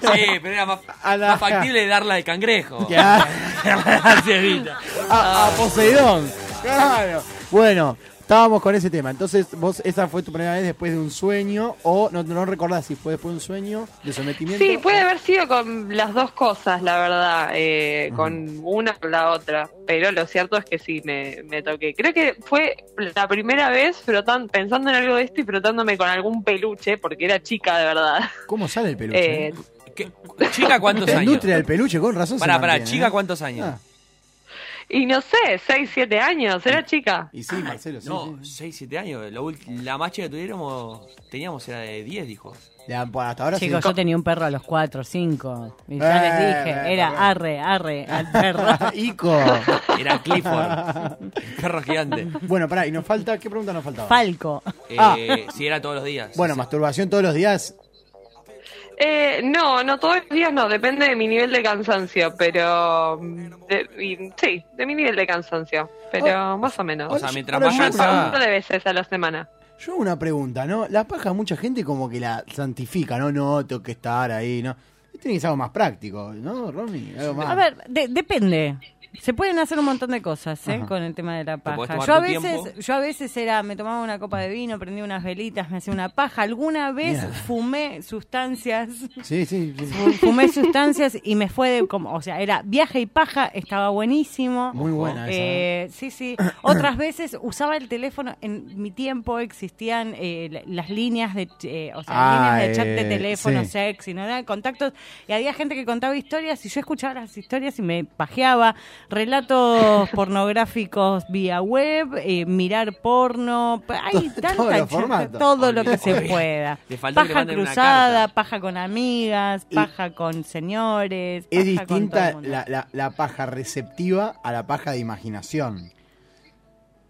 Speaker 8: Sí, pero era más, más factible darla de cangrejo.
Speaker 7: Ya.
Speaker 8: Darla de cebita.
Speaker 7: Ah, a, a Poseidón. Claro. Bueno, Estábamos con ese tema. Entonces, vos, esa fue tu primera vez después de un sueño, o no, no recordás si fue después de un sueño, de sometimiento.
Speaker 17: Sí, puede haber sido con las dos cosas, la verdad, eh, con una o la otra, pero lo cierto es que sí, me, me toqué. Creo que fue la primera vez frotan- pensando en algo de esto y frotándome con algún peluche, porque era chica de verdad.
Speaker 7: ¿Cómo sale el peluche?
Speaker 17: Eh,
Speaker 8: ¿Chica cuántos
Speaker 7: La
Speaker 8: años?
Speaker 7: industria del peluche, con razón. se
Speaker 8: Pará, pará,
Speaker 7: mantiene,
Speaker 8: ¿chica
Speaker 7: ¿eh?
Speaker 8: cuántos años?
Speaker 17: y no sé, 6, 7 años, era chica.
Speaker 7: Y sí, Marcelo,
Speaker 8: Ah, No, 6, 7 años. La, ul- la más chica que tuviéramos, teníamos era de 10, dijo.
Speaker 9: ¿Eh?
Speaker 7: Ya, bueno, hasta ahora
Speaker 9: Chicos,
Speaker 7: sí.
Speaker 9: yo tenía un perro a los 4, 5. Y
Speaker 7: Eh,
Speaker 9: ya les dije,
Speaker 7: eh,
Speaker 9: era
Speaker 7: perdón.
Speaker 9: arre, arre al perro.
Speaker 7: Ico.
Speaker 8: Era Clifford, el perro gigante.
Speaker 7: Bueno, pará, y nos falta, ¿qué pregunta nos faltaba?
Speaker 9: Falco.
Speaker 8: Eh,
Speaker 7: Ah.
Speaker 8: Si era todos los días.
Speaker 7: Bueno, masturbación todos los días.
Speaker 17: Eh, no, no todos los días no, depende de mi nivel de cansancio, pero mm, de- y- sí, de mi nivel de cansancio,
Speaker 5: Ah.
Speaker 17: pero más o menos.
Speaker 7: O sea, mientras más
Speaker 17: Un
Speaker 7: cansada.
Speaker 17: par de veces a la semana.
Speaker 7: Yo hago una pregunta, ¿no? La paja mucha gente como que la santifica, ¿no? No, tengo que estar ahí, ¿no? Tiene que ser algo más práctico, ¿no, Romy? Algo más.
Speaker 9: A ver, de- depende. Se pueden hacer un montón de cosas ¿eh?
Speaker 7: Ajá.
Speaker 9: con el tema de la
Speaker 7: podés
Speaker 9: paja.
Speaker 7: tomar
Speaker 9: Yo a
Speaker 7: tu
Speaker 9: veces,
Speaker 7: tiempo.
Speaker 9: yo a veces era, me tomaba una copa de vino, prendía unas velitas, me hacía una paja. Alguna vez
Speaker 7: Mierda.
Speaker 9: fumé sustancias,
Speaker 7: Sí, sí. sí.
Speaker 9: fumé sustancias y me fue de como, o sea, era viaje y paja, estaba buenísimo.
Speaker 7: Muy buena esa,
Speaker 9: Eh, sí, sí. Otras veces usaba el teléfono. En mi tiempo existían eh, la- las líneas de, ch- eh, o sea,
Speaker 7: Ah,
Speaker 9: líneas de chat de
Speaker 7: eh,
Speaker 9: teléfono,
Speaker 7: sí.
Speaker 9: sexy, ¿no? Eran contactos. Y había gente que contaba historias y yo escuchaba las historias y me pajeaba. Relatos pornográficos vía web, eh, mirar porno. pa- Hay tanta
Speaker 7: todos los
Speaker 9: chanta,
Speaker 7: formatos.
Speaker 9: todo lo que se
Speaker 7: Olvidate.
Speaker 9: pueda.
Speaker 7: Le faltó que le
Speaker 9: Paja
Speaker 7: manden una
Speaker 9: cruzada, paja con amigas, paja con señores.
Speaker 7: Es
Speaker 9: paja con todo el
Speaker 7: distinta
Speaker 9: mundo.
Speaker 7: la, la- la paja receptiva a la paja de imaginación.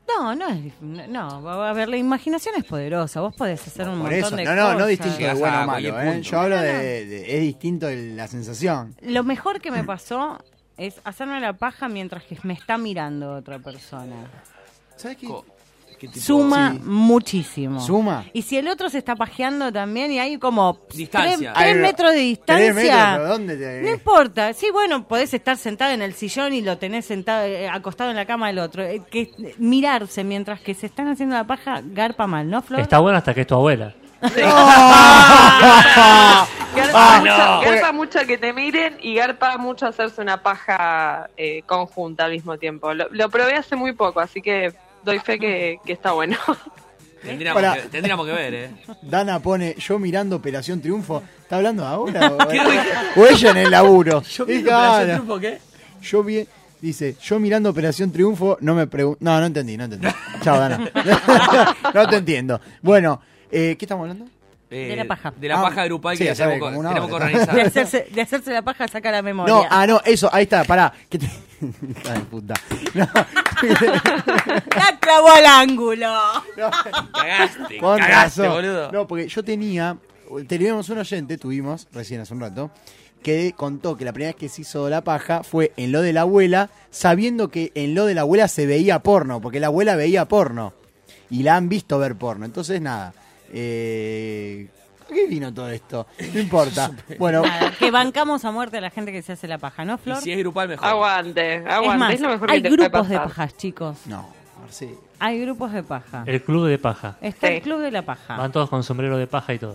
Speaker 9: No, no es. dif- No, a ver, la imaginación es poderosa. Vos podés hacer un
Speaker 7: Por
Speaker 9: montón
Speaker 7: eso,
Speaker 9: de
Speaker 7: no,
Speaker 9: cosas.
Speaker 7: no, no distinto de bueno o malo, ¿eh? Yo hablo
Speaker 9: No, no.
Speaker 7: de, de- Es distinto el- la sensación.
Speaker 9: Lo mejor que me pasó es hacerme la paja mientras que me está mirando otra persona.
Speaker 7: ¿Sabes qué?
Speaker 9: Suma muchísimo.
Speaker 7: Suma.
Speaker 9: Y si el otro se está pajeando también y hay como pss, tres,
Speaker 7: Distancia. Hay
Speaker 9: tres
Speaker 7: una-
Speaker 9: metros de distancia.
Speaker 7: Tres metros, pero ¿dónde te-
Speaker 9: No importa. Sí, bueno, podés estar sentada en el sillón y lo tenés sentado, eh, acostado en la cama del otro. Eh, que eh, mirarse mientras que se están haciendo la paja garpa mal, ¿no, Flor? Oh.
Speaker 5: Está bueno hasta que es tu abuela.
Speaker 17: Garpa,
Speaker 5: Ah,
Speaker 17: mucho,
Speaker 5: no.
Speaker 17: garpa mucho que te miren y garpa mucho hacerse una paja eh, conjunta al mismo tiempo. Lo, lo probé hace muy poco, así que doy fe que, que está bueno.
Speaker 8: Tendríamos,
Speaker 7: Pará.
Speaker 8: que, tendríamos que ver, ¿eh?
Speaker 7: Dana pone, yo mirando Operación Triunfo. ¿Está hablando ahora? o, o ella en el laburo.
Speaker 8: Yo
Speaker 7: Y
Speaker 8: vi
Speaker 7: claro.
Speaker 8: Operación Triunfo, ¿qué?
Speaker 7: Yo vi, dice, yo mirando Operación Triunfo, no me pregunto. No, no entendí, no entendí. Chao, Dana. no te entiendo. Bueno, eh, ¿qué estamos hablando?
Speaker 8: Eh,
Speaker 9: De la paja.
Speaker 8: De la
Speaker 7: Ah,
Speaker 8: paja grupal
Speaker 7: sí,
Speaker 8: que
Speaker 7: ya sabe,
Speaker 8: tenemos, co-
Speaker 7: como una
Speaker 8: tenemos que
Speaker 7: hora.
Speaker 8: organizar.
Speaker 9: De hacerse, de hacerse la paja saca la memoria.
Speaker 7: No, ah, no, eso, ahí está, pará. que te- Hija de puta. No.
Speaker 9: La clavó al ángulo.
Speaker 8: Cagaste,
Speaker 7: Con
Speaker 8: cagaste,
Speaker 7: razón.
Speaker 8: boludo.
Speaker 7: No, porque yo tenía, teníamos un oyente, tuvimos recién hace un rato, que contó que la primera vez que se hizo la paja fue en lo de la abuela, sabiendo que en lo de la abuela se veía porno, porque la abuela veía porno. Y la han visto ver porno. Entonces, nada. Eh, ¿a ¿Qué vino todo esto? No importa. Bueno,
Speaker 9: Nada, que bancamos a muerte a la gente que se hace la paja, ¿no, Flor?
Speaker 8: es grupal, mejor.
Speaker 17: Aguante, aguante.
Speaker 9: Es
Speaker 17: Es,
Speaker 9: más,
Speaker 17: lo mejor
Speaker 9: hay
Speaker 17: que te puede
Speaker 9: grupos de
Speaker 17: pasar.
Speaker 9: pajas, chicos.
Speaker 7: No, Marcelo.
Speaker 9: Hay grupos de paja.
Speaker 5: El club de paja.
Speaker 9: Está el Ah. club de la paja.
Speaker 5: Van todos con sombrero de paja y todo.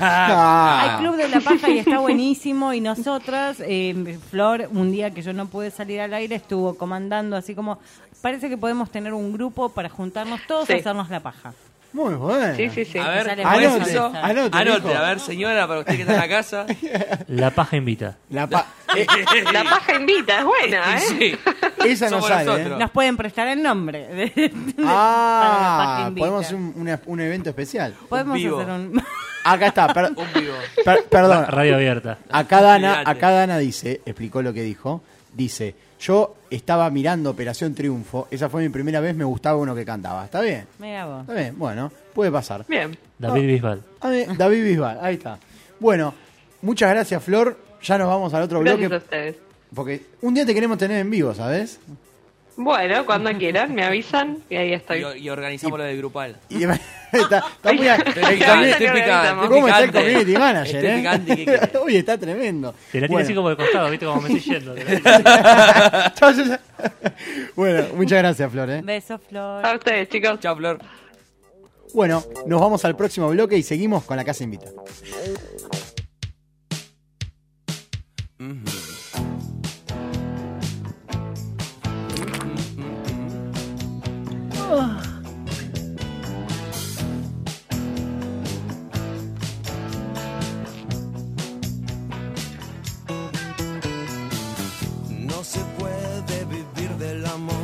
Speaker 7: Ah.
Speaker 9: Hay club de la paja y está buenísimo. Y nosotras, eh, Flor, un día que yo no pude salir al aire, estuvo comandando así como, parece que podemos tener un grupo para juntarnos todos a hacernos la paja.
Speaker 7: muy bueno.
Speaker 9: Sí, sí, sí.
Speaker 8: A ver,
Speaker 9: Sale
Speaker 8: ¿cómo es
Speaker 9: buena
Speaker 8: eso?
Speaker 9: esa.
Speaker 7: Anote,
Speaker 8: Anote,
Speaker 7: viejo.
Speaker 8: a ver, señora, para usted que está en la casa.
Speaker 5: La paja invita.
Speaker 7: La paja.
Speaker 17: La paja invita, es buena, ¿eh?
Speaker 8: Sí.
Speaker 7: Esa no
Speaker 8: Somos
Speaker 7: sale. ¿eh?
Speaker 8: nosotros.
Speaker 9: Nos pueden prestar el nombre. de- de- para la paja
Speaker 7: Ah,
Speaker 9: invita.
Speaker 7: podemos hacer un, una- un evento especial.
Speaker 9: Podemos hacer un...
Speaker 7: Acá está, per- per- perdón.
Speaker 5: Radio abierta.
Speaker 7: Acá Dana,
Speaker 5: Olvídate.
Speaker 7: acá Dana dice, explicó lo que dijo, dice, yo estaba mirando Operación Triunfo, esa fue mi primera vez, me gustaba uno que cantaba. ¿Está bien?
Speaker 9: Mirá vos.
Speaker 7: Está bien, bueno, puede pasar. Ah,
Speaker 17: Bien.
Speaker 5: David Bisbal.
Speaker 7: A ver, David Bisbal, ahí está. Bueno, muchas gracias Flor, ya nos vamos al otro
Speaker 17: Gracias a
Speaker 7: bloque,
Speaker 17: ustedes.
Speaker 7: porque un día te queremos tener en vivo, ¿sabes?
Speaker 17: Bueno, cuando quieran, me avisan y ahí
Speaker 8: Y,
Speaker 17: estoy.
Speaker 8: y organizamos lo del grupal.
Speaker 7: Y está, está muy ac-
Speaker 8: Estoy picante, estoy picante, este
Speaker 7: ¿Cómo está el
Speaker 8: picante.
Speaker 7: community manager?
Speaker 17: Este
Speaker 8: Estoy
Speaker 7: eh?
Speaker 8: picante, ¿qué querés?
Speaker 7: Uy, está tremendo.
Speaker 5: Te la tiene así como de costado, ¿viste? Como me estoy yendo.
Speaker 7: Chau, chau, chau. bueno, muchas gracias, Flor. ¿eh?
Speaker 9: Besos, Flor.
Speaker 17: A ustedes, chicos.
Speaker 8: Chao, Flor.
Speaker 7: Bueno, nos vamos al próximo bloque y seguimos con la Casa Invita.
Speaker 18: No se puede vivir del amor.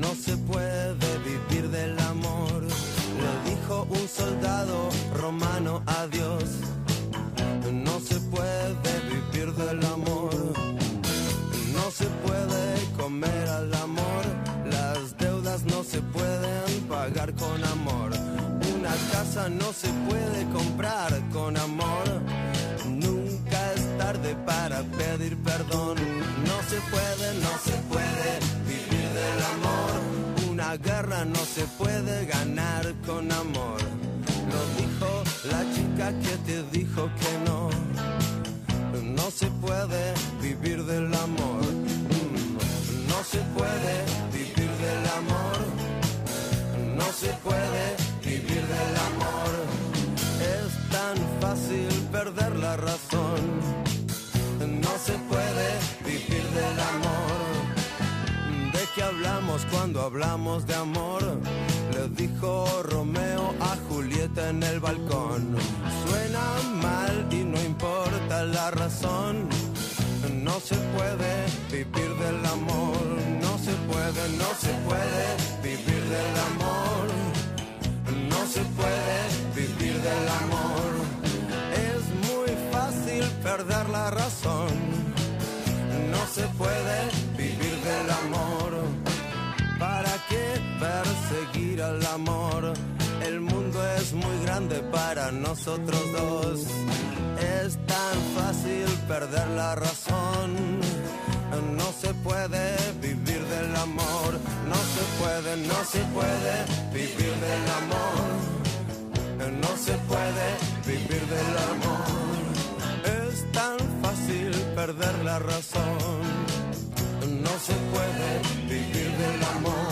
Speaker 18: No se puede vivir del amor. Le dijo un soldado romano a Dios. No se puede vivir del amor. No se puede comer al amor. Las deudas no se pueden pagar con amor. Una casa no se puede comprar con amor. Nunca es tarde para pedir perdón. No se puede, no se puede vivir del amor. Una guerra no se puede ganar con amor. Lo dijo la chica que te dijo que no. No se puede vivir del amor. Mm. No se puede vivir del amor. No se puede vivir del amor. Es tan fácil perder la razón. No se puede vivir del amor. ¿De qué hablamos cuando hablamos de amor? Le dijo Romeo a Julieta en el balcón. Suena mal y no importa la razón. No se puede vivir del amor. No se puede, no se puede vivir del amor. No se puede vivir del amor. Es muy fácil perder la razón. No se puede vivir del amor. ¿Para qué perseguir al amor? El mundo es muy grande para nosotros dos. Es tan fácil perder la razón. No se puede vivir del amor. No se puede, no se puede vivir del amor. No se puede vivir del amor. Es tan fácil perder la razón. No se puede vivir del amor.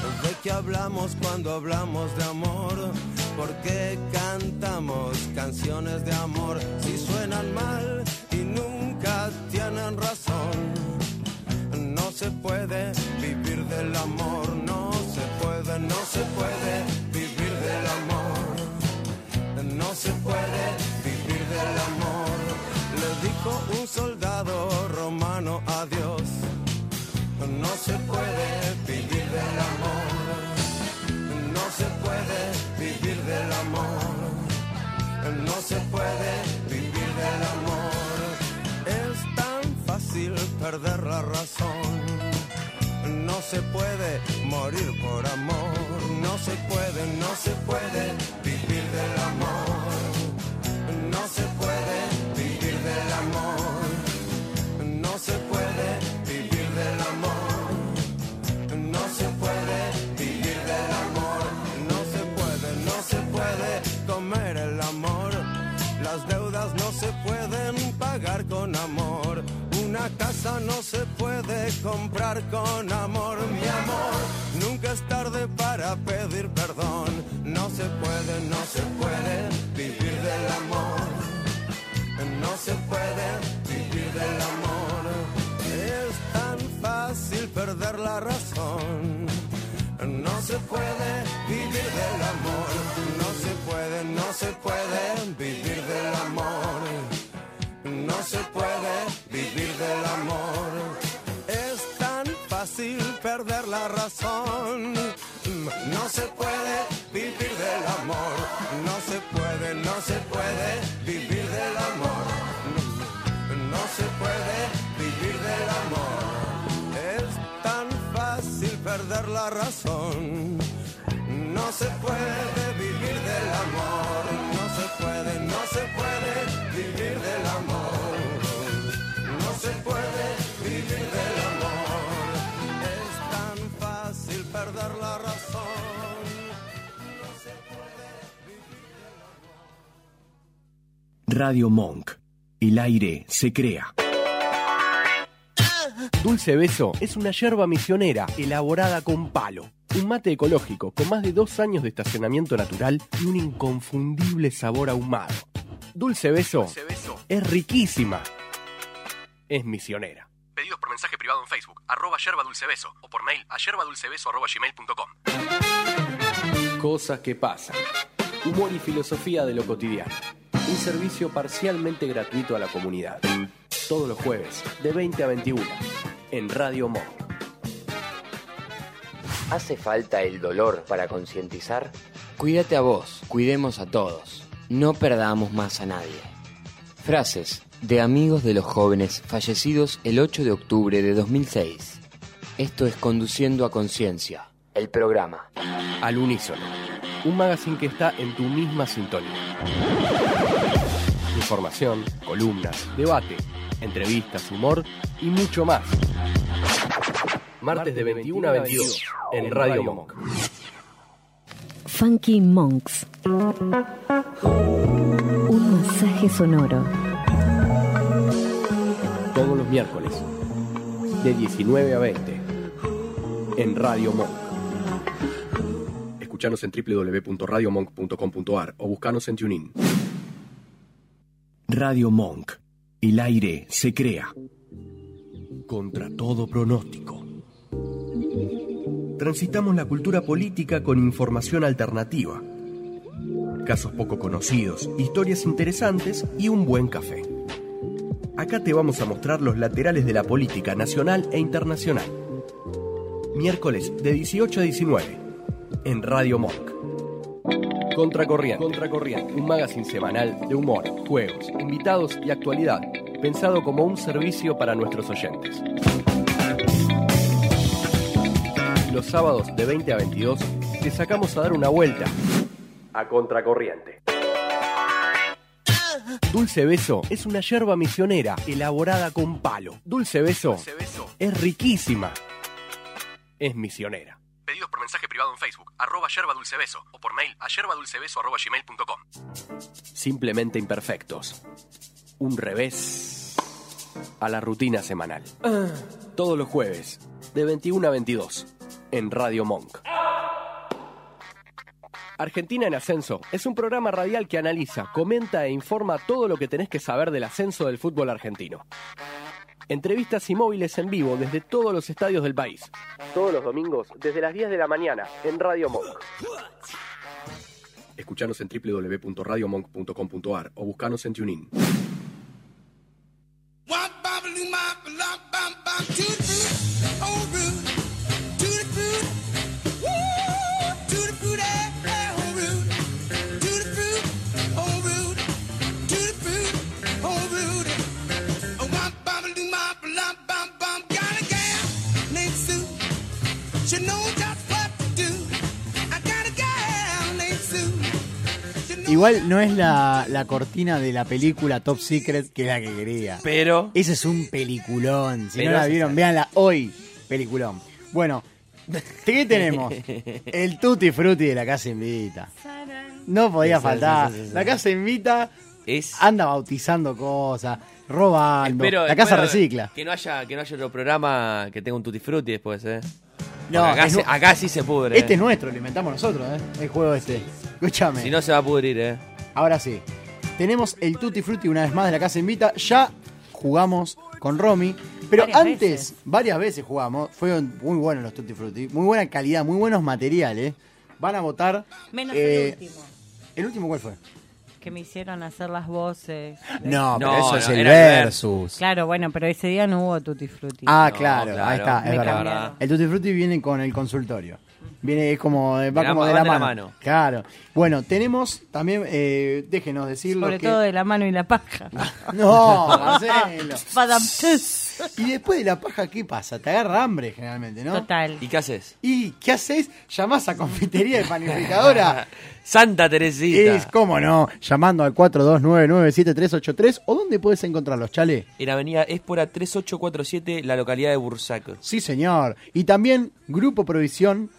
Speaker 18: Pues ¿De qué hablamos cuando hablamos de amor? ¿Por qué cantamos canciones de amor si suenan mal y nunca tienen razón? No se puede vivir del amor, no se puede, no se puede vivir del amor. No se puede vivir del amor, le dijo un soldado romano a Dios. No se puede vivir del amor. No se puede vivir del amor. No se puede vivir del amor. Es tan fácil perder la razón. No se puede morir por amor. No se puede, no se puede vivir del amor. No se puede vivir del amor. No se puede vivir del amor. No se puede vivir del amor. No se puede, no se puede comer el amor. Las deudas no se pueden pagar con amor. Una casa no se puede comprar con amor, mi amor. Nunca es tarde para pedir perdón. No se puede, no se puede vivir del amor. No se puede vivir del amor. Es tan fácil perder la razón. No se puede vivir del amor. No se puede, no se puede vivir del amor. No se puede vivir del amor. la razón. Mm, No se puede vivir del amor. No se puede, no se puede vivir del amor. Mm, No se puede vivir del amor. Es tan fácil perder la razón. No se puede vivir del amor. No se puede, no se puede vivir del amor. No se puede vivir del amor. Es tan fácil perder la razón. No se puede.
Speaker 19: Radio Monk. El aire se crea.
Speaker 1: Dulce Beso es una yerba misionera elaborada con palo. Un mate ecológico con más de dos años de estacionamiento natural y un inconfundible sabor ahumado. Dulce Beso,
Speaker 19: Dulce Beso.
Speaker 1: es riquísima. Es misionera.
Speaker 19: Pedidos por mensaje privado en Facebook, arroba yerba dulce beso, o por mail a yerbadulcebeso arroba gmail.com.
Speaker 1: Cosas que pasan. Humor y filosofía de lo cotidiano. Un servicio parcialmente gratuito a la comunidad. Todos los jueves, de 20 a 21, en Radio Monk.
Speaker 20: ¿Hace falta el dolor para concientizar? Cuídate a vos, cuidemos a todos. No perdamos más a nadie. Frases de amigos de los jóvenes fallecidos el 8 de octubre de 2006. Esto es Conduciendo a Conciencia, el programa.
Speaker 1: Al unísono. Un magazine que está en tu misma sintonía. Información, columnas, debate, entrevistas, humor y mucho más. Martes de 21 a 22 en Radio Monk.
Speaker 21: Funky Monks. Un masaje sonoro.
Speaker 1: Todos los miércoles de 19 a 20 en Radio Monk. Escuchanos en www.radiomonk.com.ar o buscanos en TuneIn.
Speaker 19: Radio Monk. El aire se crea. Contra todo pronóstico.
Speaker 1: Transitamos la cultura política con información alternativa. Casos poco conocidos, historias interesantes y un buen café. Acá te vamos a mostrar los laterales de la política nacional e internacional. Miércoles de 18 a 19 en Radio Monk. Contracorriente. Contracorriente. Un magazine semanal de humor, juegos, invitados y actualidad, pensado como un servicio para nuestros oyentes. Los sábados de 20 a 22 te sacamos a dar una vuelta a contracorriente. Dulce Beso es una yerba misionera elaborada con palo. Dulce Beso,
Speaker 19: Dulce Beso.
Speaker 1: es riquísima. Es misionera.
Speaker 19: Pedidos por mensaje privado en Facebook, arroba yerbadulcebeso, o por mail a yerbadulcebeso arroba gmail.com.
Speaker 1: Simplemente imperfectos. Un revés a la rutina semanal. Todos los jueves, de 21 a 22, en Radio Monk. Argentina en Ascenso es un programa radial que analiza, comenta e informa todo lo que tenés que saber del ascenso del fútbol argentino. Entrevistas y móviles en vivo desde todos los estadios del país. Todos los domingos desde las 10 de la mañana en Radio Monk. Escuchanos en www.radiomonk.com.ar o buscanos en TuneIn.
Speaker 3: oh, eh, oh, oh, She knows just what to do. I got a gal named Sue.
Speaker 7: Igual no es la, la cortina de la película Top Secret que es la que quería.
Speaker 8: Pero.
Speaker 7: Ese es un peliculón. Si
Speaker 8: Pero
Speaker 7: no la
Speaker 8: se
Speaker 7: vieron,
Speaker 8: sabe.
Speaker 7: véanla hoy. Peliculón. Bueno, ¿qué tenemos? El Tutti Frutti de la Casa Invita. No podía
Speaker 8: Sí, sí,
Speaker 7: faltar.
Speaker 8: sí, sí, sí.
Speaker 7: La Casa Invita anda bautizando cosas, robando.
Speaker 8: Pero
Speaker 7: la casa
Speaker 8: espero
Speaker 7: recicla.
Speaker 8: Que no, haya, que no haya otro programa que tenga un tutti frutti después, ¿eh?
Speaker 7: No,
Speaker 8: No, acá,
Speaker 7: es
Speaker 8: se-
Speaker 7: nu-
Speaker 8: acá sí se pudre.
Speaker 7: Este
Speaker 8: eh.
Speaker 7: es nuestro, lo inventamos nosotros, ¿eh? El juego este. Escúchame.
Speaker 8: Si no, se va a pudrir, ¿eh?
Speaker 7: Ahora sí. Tenemos el Tutti Frutti una vez más de la Casa Invita. Ya jugamos con Romy. Pero
Speaker 22: Varias
Speaker 7: antes, varias veces jugamos. Fueron muy buenos los Tutti Frutti. Muy buena calidad, muy buenos materiales. Van a votar.
Speaker 9: Menos
Speaker 7: eh,
Speaker 9: el último.
Speaker 7: ¿El último cuál fue?
Speaker 9: que me hicieron hacer las voces.
Speaker 7: No, pero
Speaker 8: No,
Speaker 7: eso
Speaker 8: no,
Speaker 7: es el
Speaker 8: era el
Speaker 7: versus.
Speaker 9: Claro, bueno, pero ese día no hubo Tutti Frutti.
Speaker 7: Ah, claro, ahí
Speaker 8: claro,
Speaker 7: está, es
Speaker 8: me
Speaker 7: verdad.
Speaker 8: cambiaron.
Speaker 7: El Tutti Frutti viene con el consultorio. Viene, es como, eh, va
Speaker 8: De la
Speaker 7: como
Speaker 8: ma-
Speaker 7: de la,
Speaker 8: van de la
Speaker 7: mano.
Speaker 8: mano.
Speaker 7: Claro. Bueno, tenemos también, eh, déjenos decirlo.
Speaker 9: Sobre
Speaker 7: que-
Speaker 9: todo de la mano y la paja.
Speaker 7: No, Marcelo.
Speaker 9: Madame
Speaker 7: y después de la paja, ¿qué pasa? Te agarra hambre generalmente, ¿no?
Speaker 9: Total.
Speaker 8: ¿Y qué haces?
Speaker 7: ¿Y qué haces? Llamás a confitería de panificadora.
Speaker 8: Santa Teresita.
Speaker 7: Es, cómo no, llamando al 42997383 o dónde puedes encontrarlos, chale.
Speaker 8: En Avenida Espora 3847, la localidad de Bursaco.
Speaker 7: Sí, señor. Y también Grupo Provisión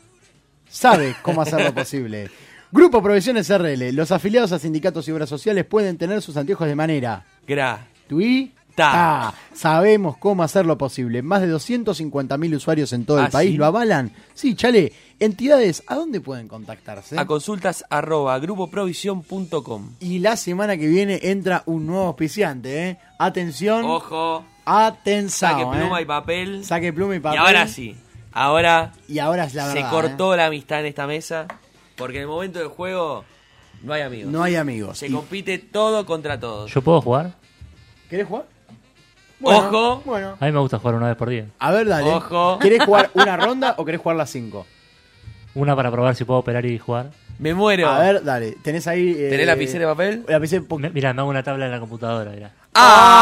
Speaker 7: sabe cómo hacerlo posible. Grupo Provisión SRL. Los afiliados a sindicatos y obras sociales pueden tener sus anteojos de manera.
Speaker 8: Gra.
Speaker 7: Tui. Ta. Sabemos cómo hacerlo posible. Más de 250.000 usuarios en todo el
Speaker 8: ¿Ah,
Speaker 7: país
Speaker 8: sí?
Speaker 7: lo avalan. Sí, chale. Entidades, ¿a dónde pueden contactarse?
Speaker 8: A consultas arroba grupoprovision.com.
Speaker 7: Y la semana que viene entra un nuevo auspiciante, ¿eh? Atención.
Speaker 8: Ojo.
Speaker 7: Atención.
Speaker 8: Saque pluma y papel.
Speaker 7: ¿eh? Saque pluma y papel.
Speaker 8: Y ahora sí. Ahora
Speaker 7: Y ahora es la
Speaker 8: se
Speaker 7: verdad. ¿eh?
Speaker 8: cortó la amistad en esta mesa. Porque en el momento del juego no hay amigos.
Speaker 7: No hay amigos.
Speaker 8: Se
Speaker 7: Y-
Speaker 8: compite todo contra todos.
Speaker 5: ¿Yo puedo jugar?
Speaker 7: ¿Querés jugar?
Speaker 8: Ojo.
Speaker 7: ¿eh? Bueno.
Speaker 5: A mí me gusta jugar una vez por día.
Speaker 7: A ver, dale.
Speaker 8: Ojo.
Speaker 7: ¿Querés jugar una ronda o querés jugar las cinco?
Speaker 5: Una para probar si puedo operar y jugar.
Speaker 8: Me muero.
Speaker 7: A ver, dale. ¿Tenés ahí. eh,
Speaker 8: ¿Tenés lapicera de papel?
Speaker 7: Lapicera de
Speaker 5: Me- Mirá, me hago una tabla en la computadora, mirá.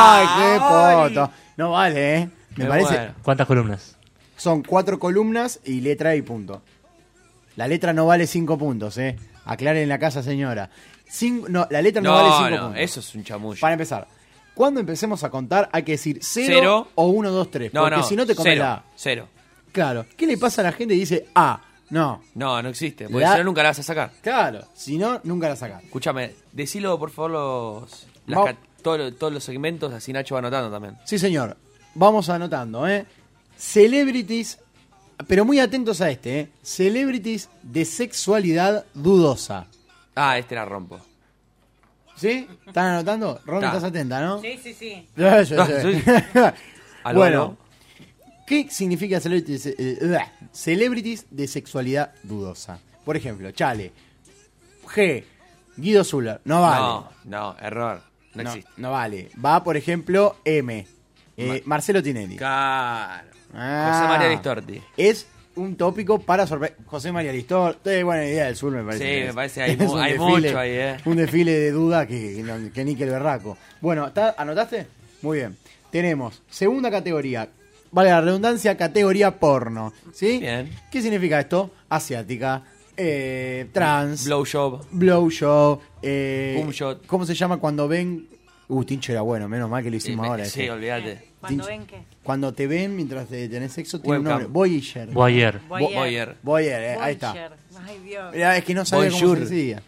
Speaker 7: ¡Ay, qué poto! No vale, ¿eh? Me,
Speaker 5: Me
Speaker 7: parece.
Speaker 5: muero. ¿Cuántas columnas?
Speaker 7: Son cuatro columnas y letra y punto. La letra no vale cinco puntos, ¿eh? Aclaren en la casa, señora. Cin- no, la letra no,
Speaker 8: No,
Speaker 7: vale cinco
Speaker 8: no, eh.
Speaker 7: puntos.
Speaker 8: eso es un chamullo.
Speaker 7: Para empezar, cuando empecemos a contar, hay que decir cero,
Speaker 8: Cero.
Speaker 7: o uno, dos, tres.
Speaker 8: No,
Speaker 7: porque
Speaker 8: no.
Speaker 7: si no te comes
Speaker 8: cero,
Speaker 7: la A.
Speaker 8: Cero.
Speaker 7: Claro. ¿Qué le pasa a la gente que dice A? No.
Speaker 8: No, no existe. Porque
Speaker 7: La-
Speaker 8: si no, nunca la vas a sacar.
Speaker 7: Claro. Si no, nunca la sacás.
Speaker 8: Escúchame, decilo por favor los, las
Speaker 7: Va-
Speaker 8: ca- todo lo- todos los segmentos, así Nacho va anotando también.
Speaker 7: Sí, señor. Vamos anotando, ¿eh? Celebrities, pero muy atentos a este, ¿eh? Celebrities de sexualidad dudosa.
Speaker 8: Ah, este era rompo.
Speaker 7: ¿Sí? ¿Están anotando? Ron,
Speaker 8: Ta.
Speaker 7: estás atenta, ¿no?
Speaker 9: Sí, sí, sí.
Speaker 7: Ya, ya,
Speaker 8: Ah,
Speaker 7: ya.
Speaker 8: sí. A lo
Speaker 7: bueno, ¿qué significa celebrities, eh, eh, celebrities de sexualidad dudosa? Por ejemplo, Chale, G, Guido Zuller, no vale.
Speaker 8: No, no, error. No,
Speaker 7: No,
Speaker 8: existe.
Speaker 7: no vale. Va, por ejemplo, M, eh,
Speaker 8: Ma-
Speaker 7: Marcelo Tinelli.
Speaker 8: Claro.
Speaker 7: Ah.
Speaker 8: José María Listorti.
Speaker 7: Es un tópico para sorprender. José María Listor. Eh, buena idea del sur, me parece.
Speaker 8: Sí,
Speaker 7: que
Speaker 8: me
Speaker 7: es.
Speaker 8: parece hay
Speaker 7: Es
Speaker 8: mu-
Speaker 7: un
Speaker 8: hay
Speaker 7: desfile-
Speaker 8: mucho ahí, eh.
Speaker 7: Un desfile de duda que, que no- que ni que el berraco. Bueno, ¿está- ¿anotaste? Muy bien. Tenemos segunda categoría. Vale, la redundancia, categoría porno. ¿Sí?
Speaker 8: Bien.
Speaker 7: ¿Qué significa esto? Asiática, eh, trans,
Speaker 8: Blowjob.
Speaker 7: blowjob, eh,
Speaker 8: Cum shot.
Speaker 7: ¿Cómo se llama cuando ven? Uh, Tincho era bueno, menos mal que lo hicimos
Speaker 8: Eh,
Speaker 7: ahora. este.
Speaker 8: Sí,
Speaker 7: ese.
Speaker 8: olvídate.
Speaker 9: Cuando ven que.
Speaker 7: Cuando te ven mientras te tenés sexo, tiene un
Speaker 8: Webcam.
Speaker 7: nombre. Voyager.
Speaker 5: Voyeur.
Speaker 9: Voy
Speaker 8: Boyer.
Speaker 7: Voyager, eh, ahí está.
Speaker 9: Ay, Dios.
Speaker 7: Mirá, es que no sabía cómo
Speaker 8: Bonjour.
Speaker 7: se decía.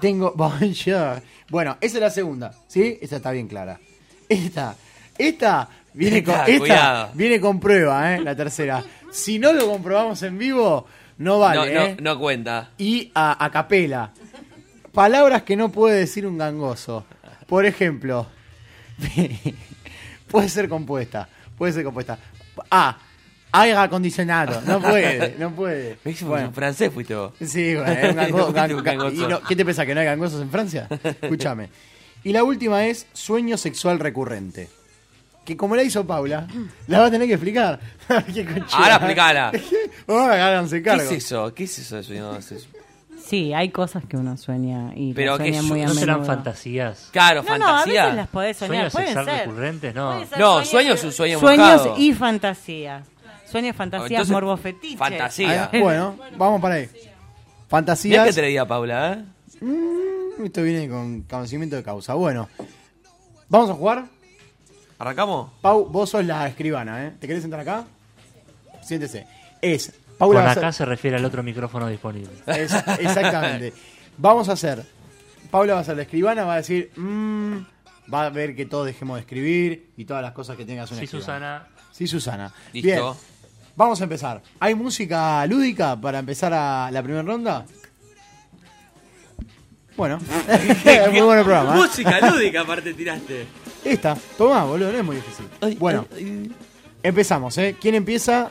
Speaker 7: Tengo. Bonjour. Bueno, esa es la segunda, ¿sí? Esta está bien clara. Esta. Esta viene con,
Speaker 8: Esta,
Speaker 7: esta
Speaker 8: cuidado.
Speaker 7: viene con prueba, ¿eh? La tercera. Si no lo comprobamos en vivo, no vale,
Speaker 8: no,
Speaker 7: ¿eh?
Speaker 8: no, no cuenta.
Speaker 7: Y a, a capela. Palabras que no puede decir un gangoso. Por ejemplo, puede ser compuesta. Puede ser compuesta. A. Aire acondicionado. No puede, no puede.
Speaker 8: ¿Ves?
Speaker 7: Bueno.
Speaker 8: Un francés fuiste vos.
Speaker 7: Sí, bueno, es un gango-
Speaker 8: No,
Speaker 7: gan-
Speaker 8: un
Speaker 7: gan-
Speaker 8: gangoso.
Speaker 7: y no- ¿Qué te pensás, que no hay gangosos en Francia? Escúchame. Y la última es sueño sexual recurrente. Que como la hizo Paula, la va a tener que explicar. Qué conchera.
Speaker 8: Ahora explicala.
Speaker 7: Ahora háganse
Speaker 8: ¿Qué
Speaker 7: cargo.
Speaker 8: es eso? ¿Qué es eso? de sueño? No, es-
Speaker 9: Sí, hay cosas que uno sueña y las
Speaker 8: Pero que
Speaker 9: sueña
Speaker 8: yo-
Speaker 9: muy a
Speaker 5: ¿No serán
Speaker 9: menudo.
Speaker 5: fantasías?
Speaker 8: Claro,
Speaker 9: No, no, a
Speaker 8: fantasía.
Speaker 9: veces las podés soñar,
Speaker 5: ¿Sueños
Speaker 9: pueden
Speaker 5: sexual
Speaker 9: ser.
Speaker 5: recurrentes? No.
Speaker 9: Pueden ser
Speaker 8: No, sueño es un sueño
Speaker 9: Sueños
Speaker 8: mojado.
Speaker 9: y fantasía. Sueños, fantasías,
Speaker 8: Entonces,
Speaker 9: morbofetiches.
Speaker 8: fantasía.
Speaker 7: Ah, bueno, vamos para ahí.
Speaker 8: Mirá que
Speaker 7: Fantasías.
Speaker 8: te leía, Paula, ¿eh?
Speaker 7: Mm, Esto viene con conocimiento de causa. Bueno, vamos a jugar.
Speaker 8: ¿Arrancamos?
Speaker 7: Pau, vos sos la escribana, ¿eh? ¿Te querés sentar acá? Siéntese. Es, Paula va
Speaker 5: Con
Speaker 7: a
Speaker 5: acá
Speaker 7: hacer-
Speaker 5: se refiere al otro micrófono disponible.
Speaker 7: Es- exactamente. Vamos a hacer. Paula va a ser la escribana, va a decir. mm, va a ver que todos dejemos de escribir y todas las cosas que tengas una
Speaker 5: Sí, Susana.
Speaker 7: Sí, Susana.
Speaker 8: Listo.
Speaker 7: Bien. Vamos a empezar. ¿Hay música lúdica para empezar a la primera ronda? Bueno, es muy bueno el programa. ¿eh?
Speaker 8: Música lúdica, aparte tiraste.
Speaker 7: Esta, tomá, boludo, no es muy difícil. Bueno, empezamos, ¿eh? ¿Quién empieza?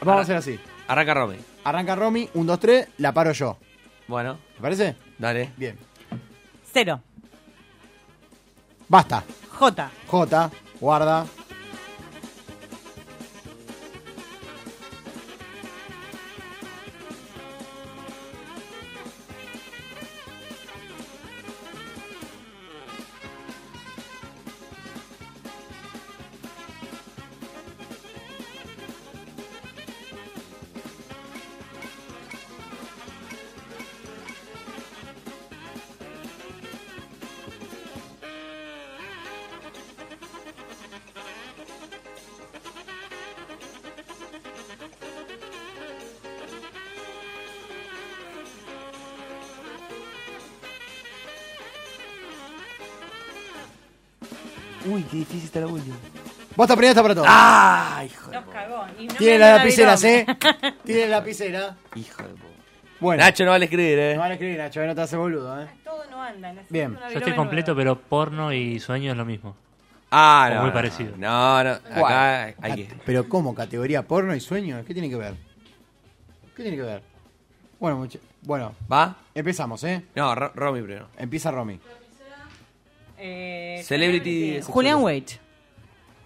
Speaker 7: Vamos a hacer así.
Speaker 8: Arranca Romy.
Speaker 7: Arranca Romy, 1, 2, 3, la paro yo.
Speaker 8: Bueno,
Speaker 7: ¿Te parece?
Speaker 8: dale.
Speaker 7: Bien.
Speaker 9: Cero.
Speaker 7: Basta.
Speaker 9: J.
Speaker 7: J. Guarda.
Speaker 8: Uy, qué difícil está la última.
Speaker 7: Vos te esta para todos.
Speaker 8: ¡Ah! Hijo de
Speaker 7: Tiene la lapicera, ¿eh? Tiene la lapicera.
Speaker 8: Hijo de puta.
Speaker 7: Bueno.
Speaker 8: Nacho no vale escribir, eh.
Speaker 7: No van a escribir, Nacho, no te hace boludo, ¿eh?
Speaker 9: Ah, Todo no anda. necesito
Speaker 7: Bien.
Speaker 9: una
Speaker 5: Yo estoy
Speaker 9: virome
Speaker 5: completo, pero porno y sueño es lo mismo.
Speaker 8: Ah,
Speaker 5: O
Speaker 8: no.
Speaker 5: muy
Speaker 8: no,
Speaker 5: parecido.
Speaker 8: No, no. Acá hay que.
Speaker 7: Pero ¿cómo? ¿Categoría porno y sueño? ¿Qué tiene que ver? ¿Qué tiene que ver? Bueno, mucha- bueno.
Speaker 8: ¿Va?
Speaker 7: Empezamos, ¿eh?
Speaker 8: No, Ro- Romy primero.
Speaker 7: Empieza Romy.
Speaker 9: nueva. Eh,
Speaker 8: Celebrity. Ah,
Speaker 9: Julian Wade.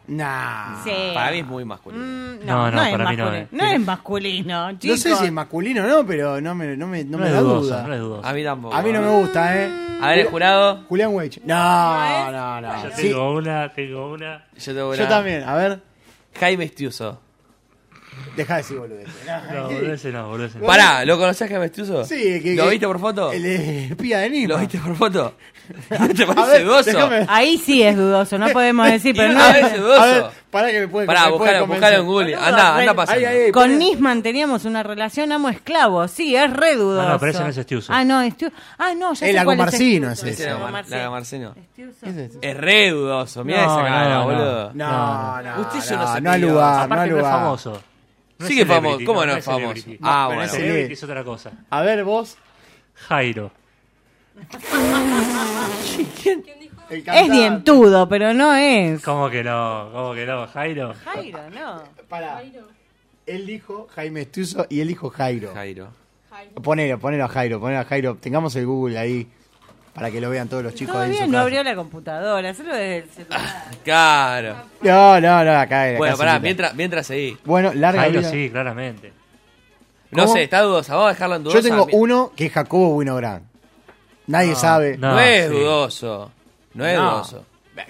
Speaker 7: Nah.
Speaker 9: Sí.
Speaker 8: Para mí es muy masculino.
Speaker 9: Mm,
Speaker 7: No,
Speaker 9: no, no,
Speaker 7: no,
Speaker 9: es
Speaker 7: para mí no
Speaker 9: masculino.
Speaker 7: es.
Speaker 9: no, es masculino, chicos.
Speaker 7: No sé si es masculino o no, pero no me, no me, no me da duda.
Speaker 8: A mí tampoco.
Speaker 7: A mí no me gusta, ¿eh?
Speaker 8: A ver, el jurado.
Speaker 7: Julián Weich. No, no, no.
Speaker 5: Yo
Speaker 7: Sí,
Speaker 5: tengo una, tengo una.
Speaker 8: Yo tengo
Speaker 7: yo también, a ver.
Speaker 8: Jaime Estiuso.
Speaker 7: Deja de decir boludeces.
Speaker 5: No, boludo, ese no, boludo, ese no.
Speaker 8: Pará, ¿lo conocés Jaime Estiuso?
Speaker 7: Sí, el que-
Speaker 8: ¿Lo
Speaker 7: que-
Speaker 8: viste por foto?
Speaker 7: El espía de Nima.
Speaker 8: ¿Lo viste por foto? ¿No te parece dudoso?
Speaker 9: Ahí sí es dudoso, no podemos decir, pero no.
Speaker 8: A ver, ese dudoso.
Speaker 7: A ver, pará que me puede
Speaker 8: Pará,
Speaker 7: me puede
Speaker 8: buscalo,
Speaker 7: convencer.
Speaker 8: buscalo en Google.
Speaker 9: Boludo,
Speaker 8: Anda,
Speaker 9: re-
Speaker 8: anda pasando.
Speaker 7: Ahí, ahí,
Speaker 9: Con
Speaker 7: poné-
Speaker 9: Nisman teníamos una relación amo-esclavo, sí, es re dudoso.
Speaker 5: No, no, pero ese no es Estiuso.
Speaker 9: Ah, no, Estiuso. Ah, no, ya sé
Speaker 7: El
Speaker 9: cuál es este.
Speaker 7: Agomarcino Eh, es
Speaker 9: Estiuso.
Speaker 7: ese.
Speaker 8: Laga Mar- Laga Marceno.
Speaker 7: Ese es- este?
Speaker 8: Es re dudoso.
Speaker 5: No,
Speaker 8: Mirá esa cara,
Speaker 5: no, no.
Speaker 8: boludo.
Speaker 7: No, no,
Speaker 8: Usted
Speaker 7: no,
Speaker 8: yo no sé
Speaker 7: no al
Speaker 8: qué
Speaker 7: lugar, no
Speaker 5: Aparte
Speaker 7: al
Speaker 5: no es
Speaker 7: lugar.
Speaker 5: famoso. No
Speaker 8: Sí
Speaker 5: es
Speaker 8: que es famoso.
Speaker 5: celebrity,
Speaker 8: ¿Cómo no
Speaker 5: no
Speaker 8: es
Speaker 5: es
Speaker 8: famoso?
Speaker 5: celebrity.
Speaker 8: Ah,
Speaker 5: Pero
Speaker 8: bueno.
Speaker 5: Celebrity es otra cosa.
Speaker 7: A ver, vos.
Speaker 5: Jairo.
Speaker 7: el
Speaker 9: Es
Speaker 7: cantante.
Speaker 9: dientudo, pero no es.
Speaker 5: ¿Cómo que no? ¿Cómo que no? Jairo.
Speaker 9: Jairo, no.
Speaker 7: Pará. Él dijo Jaime Estuso y él dijo Jairo.
Speaker 8: Jairo.
Speaker 7: Ponelo, ponelo a Jairo, ponelo a Jairo. Tengamos el Google ahí para que lo vean todos los chicos ahí en
Speaker 9: Todavía
Speaker 7: su
Speaker 9: no
Speaker 7: casa.
Speaker 9: abrió la computadora, solo desde el celular.
Speaker 8: Claro.
Speaker 7: No, no, no, acá era
Speaker 8: Bueno,
Speaker 7: Eh, casi
Speaker 8: pará,
Speaker 7: cita.
Speaker 8: mientras, mientras seguí.
Speaker 7: Bueno, larga
Speaker 5: Jairo
Speaker 7: vida.
Speaker 5: sí, claramente.
Speaker 8: No
Speaker 7: ¿Cómo?
Speaker 8: sé, está dudosa. Vamos a dejarla en dudosa.
Speaker 7: Yo tengo
Speaker 8: Mi-
Speaker 7: uno que es Jacobo Winogrand. Nadie sabe.
Speaker 8: No,
Speaker 5: Ah, No,
Speaker 8: es
Speaker 5: sí.
Speaker 8: dudoso. No es
Speaker 7: No.
Speaker 8: dudoso.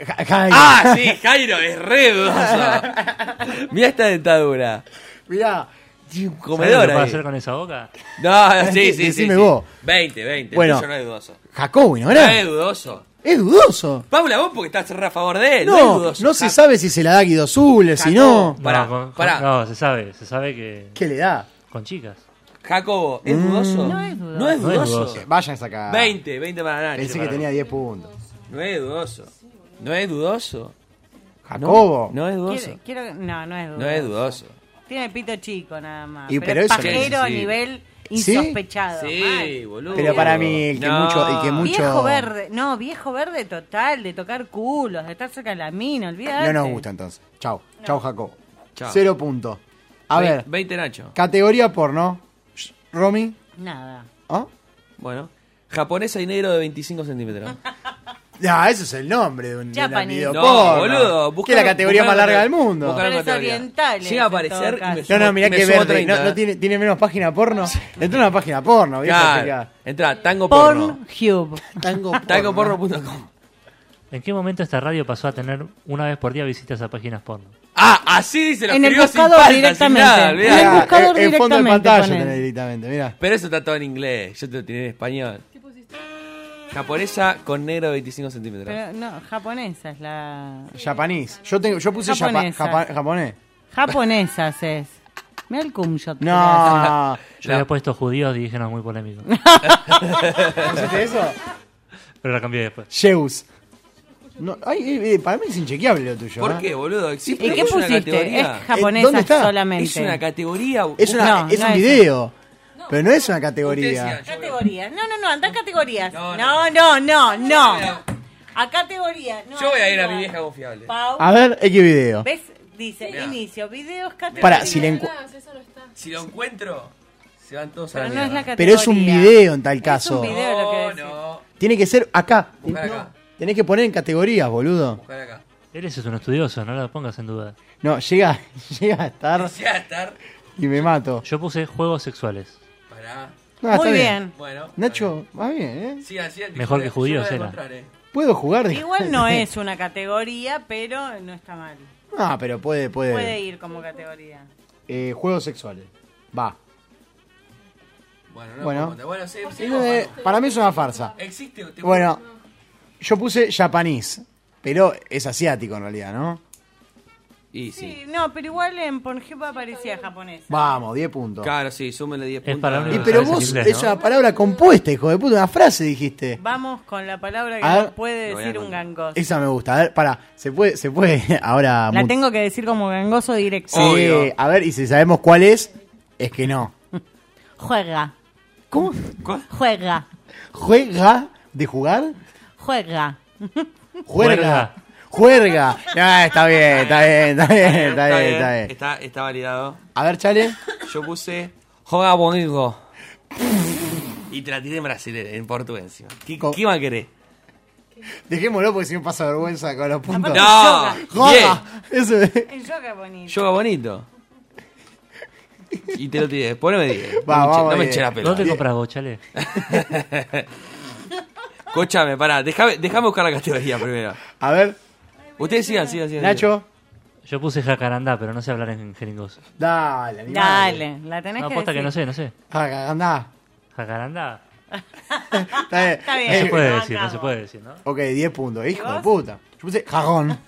Speaker 7: Ja- Jairo.
Speaker 8: Ah, sí, Jairo, es re dudoso. Mirá esta dentadura.
Speaker 7: Mirá.
Speaker 5: ¿Sabés lo
Speaker 8: Comedor
Speaker 5: que puedo
Speaker 8: ahí.
Speaker 5: hacer con esa boca?
Speaker 8: No, no, sí, sí, sí.
Speaker 7: Decime
Speaker 8: sí.
Speaker 7: vos.
Speaker 8: 20, 20.
Speaker 7: Bueno.
Speaker 8: Bueno. no es dudoso.
Speaker 7: Jacobo
Speaker 8: No
Speaker 7: Winogrand.
Speaker 8: es dudoso.
Speaker 7: Es dudoso.
Speaker 8: Paula, vos porque estás re a favor de él. No, es
Speaker 7: No, no,
Speaker 8: dudoso.
Speaker 7: se sabe si se la da Guido Zuller, si no.
Speaker 8: Jacobo. Pará,
Speaker 5: no, con-
Speaker 8: pará.
Speaker 5: no, se sabe, se sabe que.
Speaker 7: ¿Qué le da?
Speaker 5: Con chicas.
Speaker 8: Jacobo, ¿es dudoso? No es dudoso. No es
Speaker 5: No es
Speaker 8: dudoso.
Speaker 5: dudoso.
Speaker 7: Vayan a sacar.
Speaker 8: 20, 20 para Nacho.
Speaker 7: Pensé que
Speaker 8: para-
Speaker 7: tenía 10 puntos.
Speaker 8: No es dudoso. No es dudoso.
Speaker 7: Jacobo.
Speaker 8: No es dudoso.
Speaker 9: Quiero, quiero- no, no es dudoso.
Speaker 8: No es dudoso.
Speaker 9: Tiene pito chico nada más.
Speaker 7: Y,
Speaker 9: pero,
Speaker 7: pero
Speaker 9: es
Speaker 7: eso no
Speaker 9: pajero
Speaker 8: es-
Speaker 9: a
Speaker 8: sí.
Speaker 9: nivel
Speaker 7: ¿Sí?
Speaker 9: insospechado.
Speaker 8: Sí,
Speaker 9: mal.
Speaker 8: boludo.
Speaker 7: Pero para mí, el que mucho- el que mucho-
Speaker 9: Viejo verde, no, viejo verde total, de tocar culos, de estar cerca de la mina, olvídate.
Speaker 7: No nos gusta entonces. Chau. Chau, Jacobo.
Speaker 8: Chao.
Speaker 7: Cero puntos. A
Speaker 8: Ve-
Speaker 7: ver,
Speaker 8: 20 Nacho.
Speaker 7: categoría porno. Shh, Romy.
Speaker 9: Nada.
Speaker 7: ¿Ah?
Speaker 8: Bueno. Japonesa y negro de 25 centímetros.
Speaker 7: Ah, eso es el nombre de un, de una
Speaker 9: Japanese.
Speaker 7: videoporno.
Speaker 8: No, boludo.
Speaker 7: Que es la categoría más larga del mundo.
Speaker 9: buscalo. Pero es oriental,
Speaker 8: Llega a
Speaker 9: en todo
Speaker 8: aparecer y me
Speaker 9: caso.
Speaker 7: No,
Speaker 8: sumo-
Speaker 7: no, mirá
Speaker 8: me
Speaker 7: que
Speaker 8: sumo
Speaker 7: verde.
Speaker 8: 30,
Speaker 7: no, no
Speaker 8: ¿eh?
Speaker 7: tiene, tiene menos página porno. Entra una página porno, viejo.
Speaker 8: Claro.
Speaker 7: sería
Speaker 8: Entra, tango porno.
Speaker 9: Pornhub.
Speaker 7: Tango porno.
Speaker 8: Tangoporno.com.
Speaker 5: ¿En qué momento esta radio pasó a tener una vez por día visitas a páginas porno?
Speaker 8: Ah, así se lo
Speaker 9: En el
Speaker 8: escribió sin
Speaker 9: buscador
Speaker 8: falta,
Speaker 9: directamente.
Speaker 8: sin nada, olvidá.
Speaker 9: En el
Speaker 7: Mirá,
Speaker 9: buscador
Speaker 7: Ah, eh, en, en fondo de
Speaker 9: directamente
Speaker 7: pantalla
Speaker 9: ponen.
Speaker 7: tenés directamente, mirá.
Speaker 8: Pero eso está todo en inglés. Yo te lo tiré en español. Japonesa con negro de 25 centímetros.
Speaker 9: Pero no, japonesa es la.
Speaker 7: Japanís. Yo, tengo, yo puse japa-
Speaker 9: Japonesa.
Speaker 7: japa- japonés.
Speaker 9: Japonesas es. Mira el cum shot.
Speaker 7: No.
Speaker 5: Yo había puesto judíos y dije no, es muy polémico.
Speaker 7: ¿Pusiste eso?
Speaker 5: Pero la cambié después.
Speaker 7: Zeus. No, ay, eh, eh, para mí es inchequeable lo tuyo.
Speaker 8: ¿Por
Speaker 7: ¿eh?
Speaker 8: qué, boludo? Existe
Speaker 9: ¿Y qué
Speaker 8: es una
Speaker 9: pusiste? Es
Speaker 8: categoría.
Speaker 7: ¿Dónde
Speaker 9: japonesa
Speaker 7: está?
Speaker 9: solamente.
Speaker 8: Es una categoría.
Speaker 7: Es, una,
Speaker 9: No,
Speaker 7: es
Speaker 9: no
Speaker 7: un
Speaker 9: es-
Speaker 7: video, pero no es una categoría.
Speaker 8: Ustedes
Speaker 9: Categorías. No, no, no, andá en categorías.
Speaker 8: No,
Speaker 9: No,
Speaker 8: no.
Speaker 9: no, no, no. A categorías. No,
Speaker 8: Yo voy a ir a
Speaker 9: no.
Speaker 8: mi vieja confiable.
Speaker 9: Pau.
Speaker 7: A ver, X video.
Speaker 9: ¿Ves? Dice,
Speaker 8: Mirá.
Speaker 9: inicio, videos, categorías.
Speaker 7: Para, si le encu-
Speaker 8: Si lo encuentro, se van todos a
Speaker 9: Pero
Speaker 8: la
Speaker 9: no es la
Speaker 8: mierda.
Speaker 9: categoría.
Speaker 7: Pero es un video en tal
Speaker 9: Es
Speaker 7: caso.
Speaker 9: un video lo que
Speaker 8: No,
Speaker 9: decís.
Speaker 8: no.
Speaker 7: Tiene que ser acá.
Speaker 5: Buscar
Speaker 7: Ten-
Speaker 5: acá.
Speaker 7: Tenés que poner en categorías, boludo.
Speaker 5: Él ese es un estudioso, no lo pongas en duda.
Speaker 7: No, llega, llega a estar y me mato.
Speaker 5: Yo puse juegos sexuales.
Speaker 7: No, está
Speaker 9: Muy bien.
Speaker 7: Bueno, Nacho, va bien, ¿eh?
Speaker 5: Mejor que judíos era.
Speaker 8: eh.
Speaker 7: Puedo jugar. dijo.
Speaker 9: Igual no es una categoría, pero no está mal.
Speaker 7: No, Ah, pero puede, puede.
Speaker 9: Puede ir como categoría.
Speaker 7: Eh, juegos sexuales. Va.
Speaker 8: Bueno,
Speaker 7: Bueno.
Speaker 8: puedo contar. bueno sí, sí,
Speaker 7: Eso es-
Speaker 8: vamos.
Speaker 7: para mí es una farsa.
Speaker 8: Existe. te-
Speaker 7: Bueno, yo puse japonés, pero es asiático en realidad, ¿no?
Speaker 8: Y
Speaker 9: Sí, no, pero igual en Pornhub aparecía japonés.
Speaker 7: Vamos, 10 puntos.
Speaker 8: Claro, sí, súmele 10 puntos.
Speaker 5: para
Speaker 7: Y pero vos es una palabra compuesta, hijo de puta, una frase dijiste.
Speaker 9: Vamos con la palabra que
Speaker 7: A ver.
Speaker 9: no puede
Speaker 7: Lo voy a
Speaker 9: decir un
Speaker 7: contar.
Speaker 9: gangoso.
Speaker 7: Esa me gusta. A ver, para, se puede, se puede ahora.
Speaker 9: La
Speaker 7: mu-
Speaker 9: tengo que decir como gangoso directo.
Speaker 7: Sí, a ver, y si sabemos cuál es, es que no.
Speaker 9: Juega.
Speaker 7: ¿Cómo?
Speaker 9: Juega.
Speaker 7: Juega de jugar,
Speaker 9: Juega.
Speaker 7: juerga. Juerga. Ah, está bien, está bien, está bien, está bien, está bien.
Speaker 8: Está, está validado.
Speaker 7: A ver, Chale.
Speaker 8: Yo puse Joga Bongo. y te la tiré en brasileño, en portugués encima. ¿Qué, ¿Qué más querés?
Speaker 7: Dejémoslo porque si no pasa vergüenza con los puntos.
Speaker 8: No,
Speaker 7: Joda.
Speaker 8: bien.
Speaker 7: Eso es.
Speaker 8: Yoga bonito. Y te lo tiré. Después no me digas.
Speaker 5: Va,
Speaker 8: no me, eche-
Speaker 5: vamos,
Speaker 8: no me
Speaker 5: bien.
Speaker 8: eche la pelota.
Speaker 5: ¿Dónde compras vos, chale?
Speaker 8: Escuchame, pará. Déjame, déjame buscar la categoría primero.
Speaker 7: A ver.
Speaker 8: Ustedes sigan, sigan, sigan.
Speaker 5: Yo puse jacarandá, pero no sé hablar en jeringoso.
Speaker 7: Dale, Ah,
Speaker 9: Dale, la tenés
Speaker 5: No,
Speaker 9: que
Speaker 5: aposta
Speaker 9: decir.
Speaker 5: que no sé, no sé.
Speaker 7: Jacarandá.
Speaker 5: Jacarandá.
Speaker 7: Está bien.
Speaker 9: Está bien. Ah,
Speaker 5: No se puede
Speaker 9: Lo
Speaker 5: decir, no se
Speaker 9: bancamos.
Speaker 5: puede decir, ¿no?
Speaker 7: Ok, 10 puntos. Hijo
Speaker 9: ¿Y
Speaker 7: de
Speaker 9: vos?
Speaker 7: puta. Yo puse jarrón.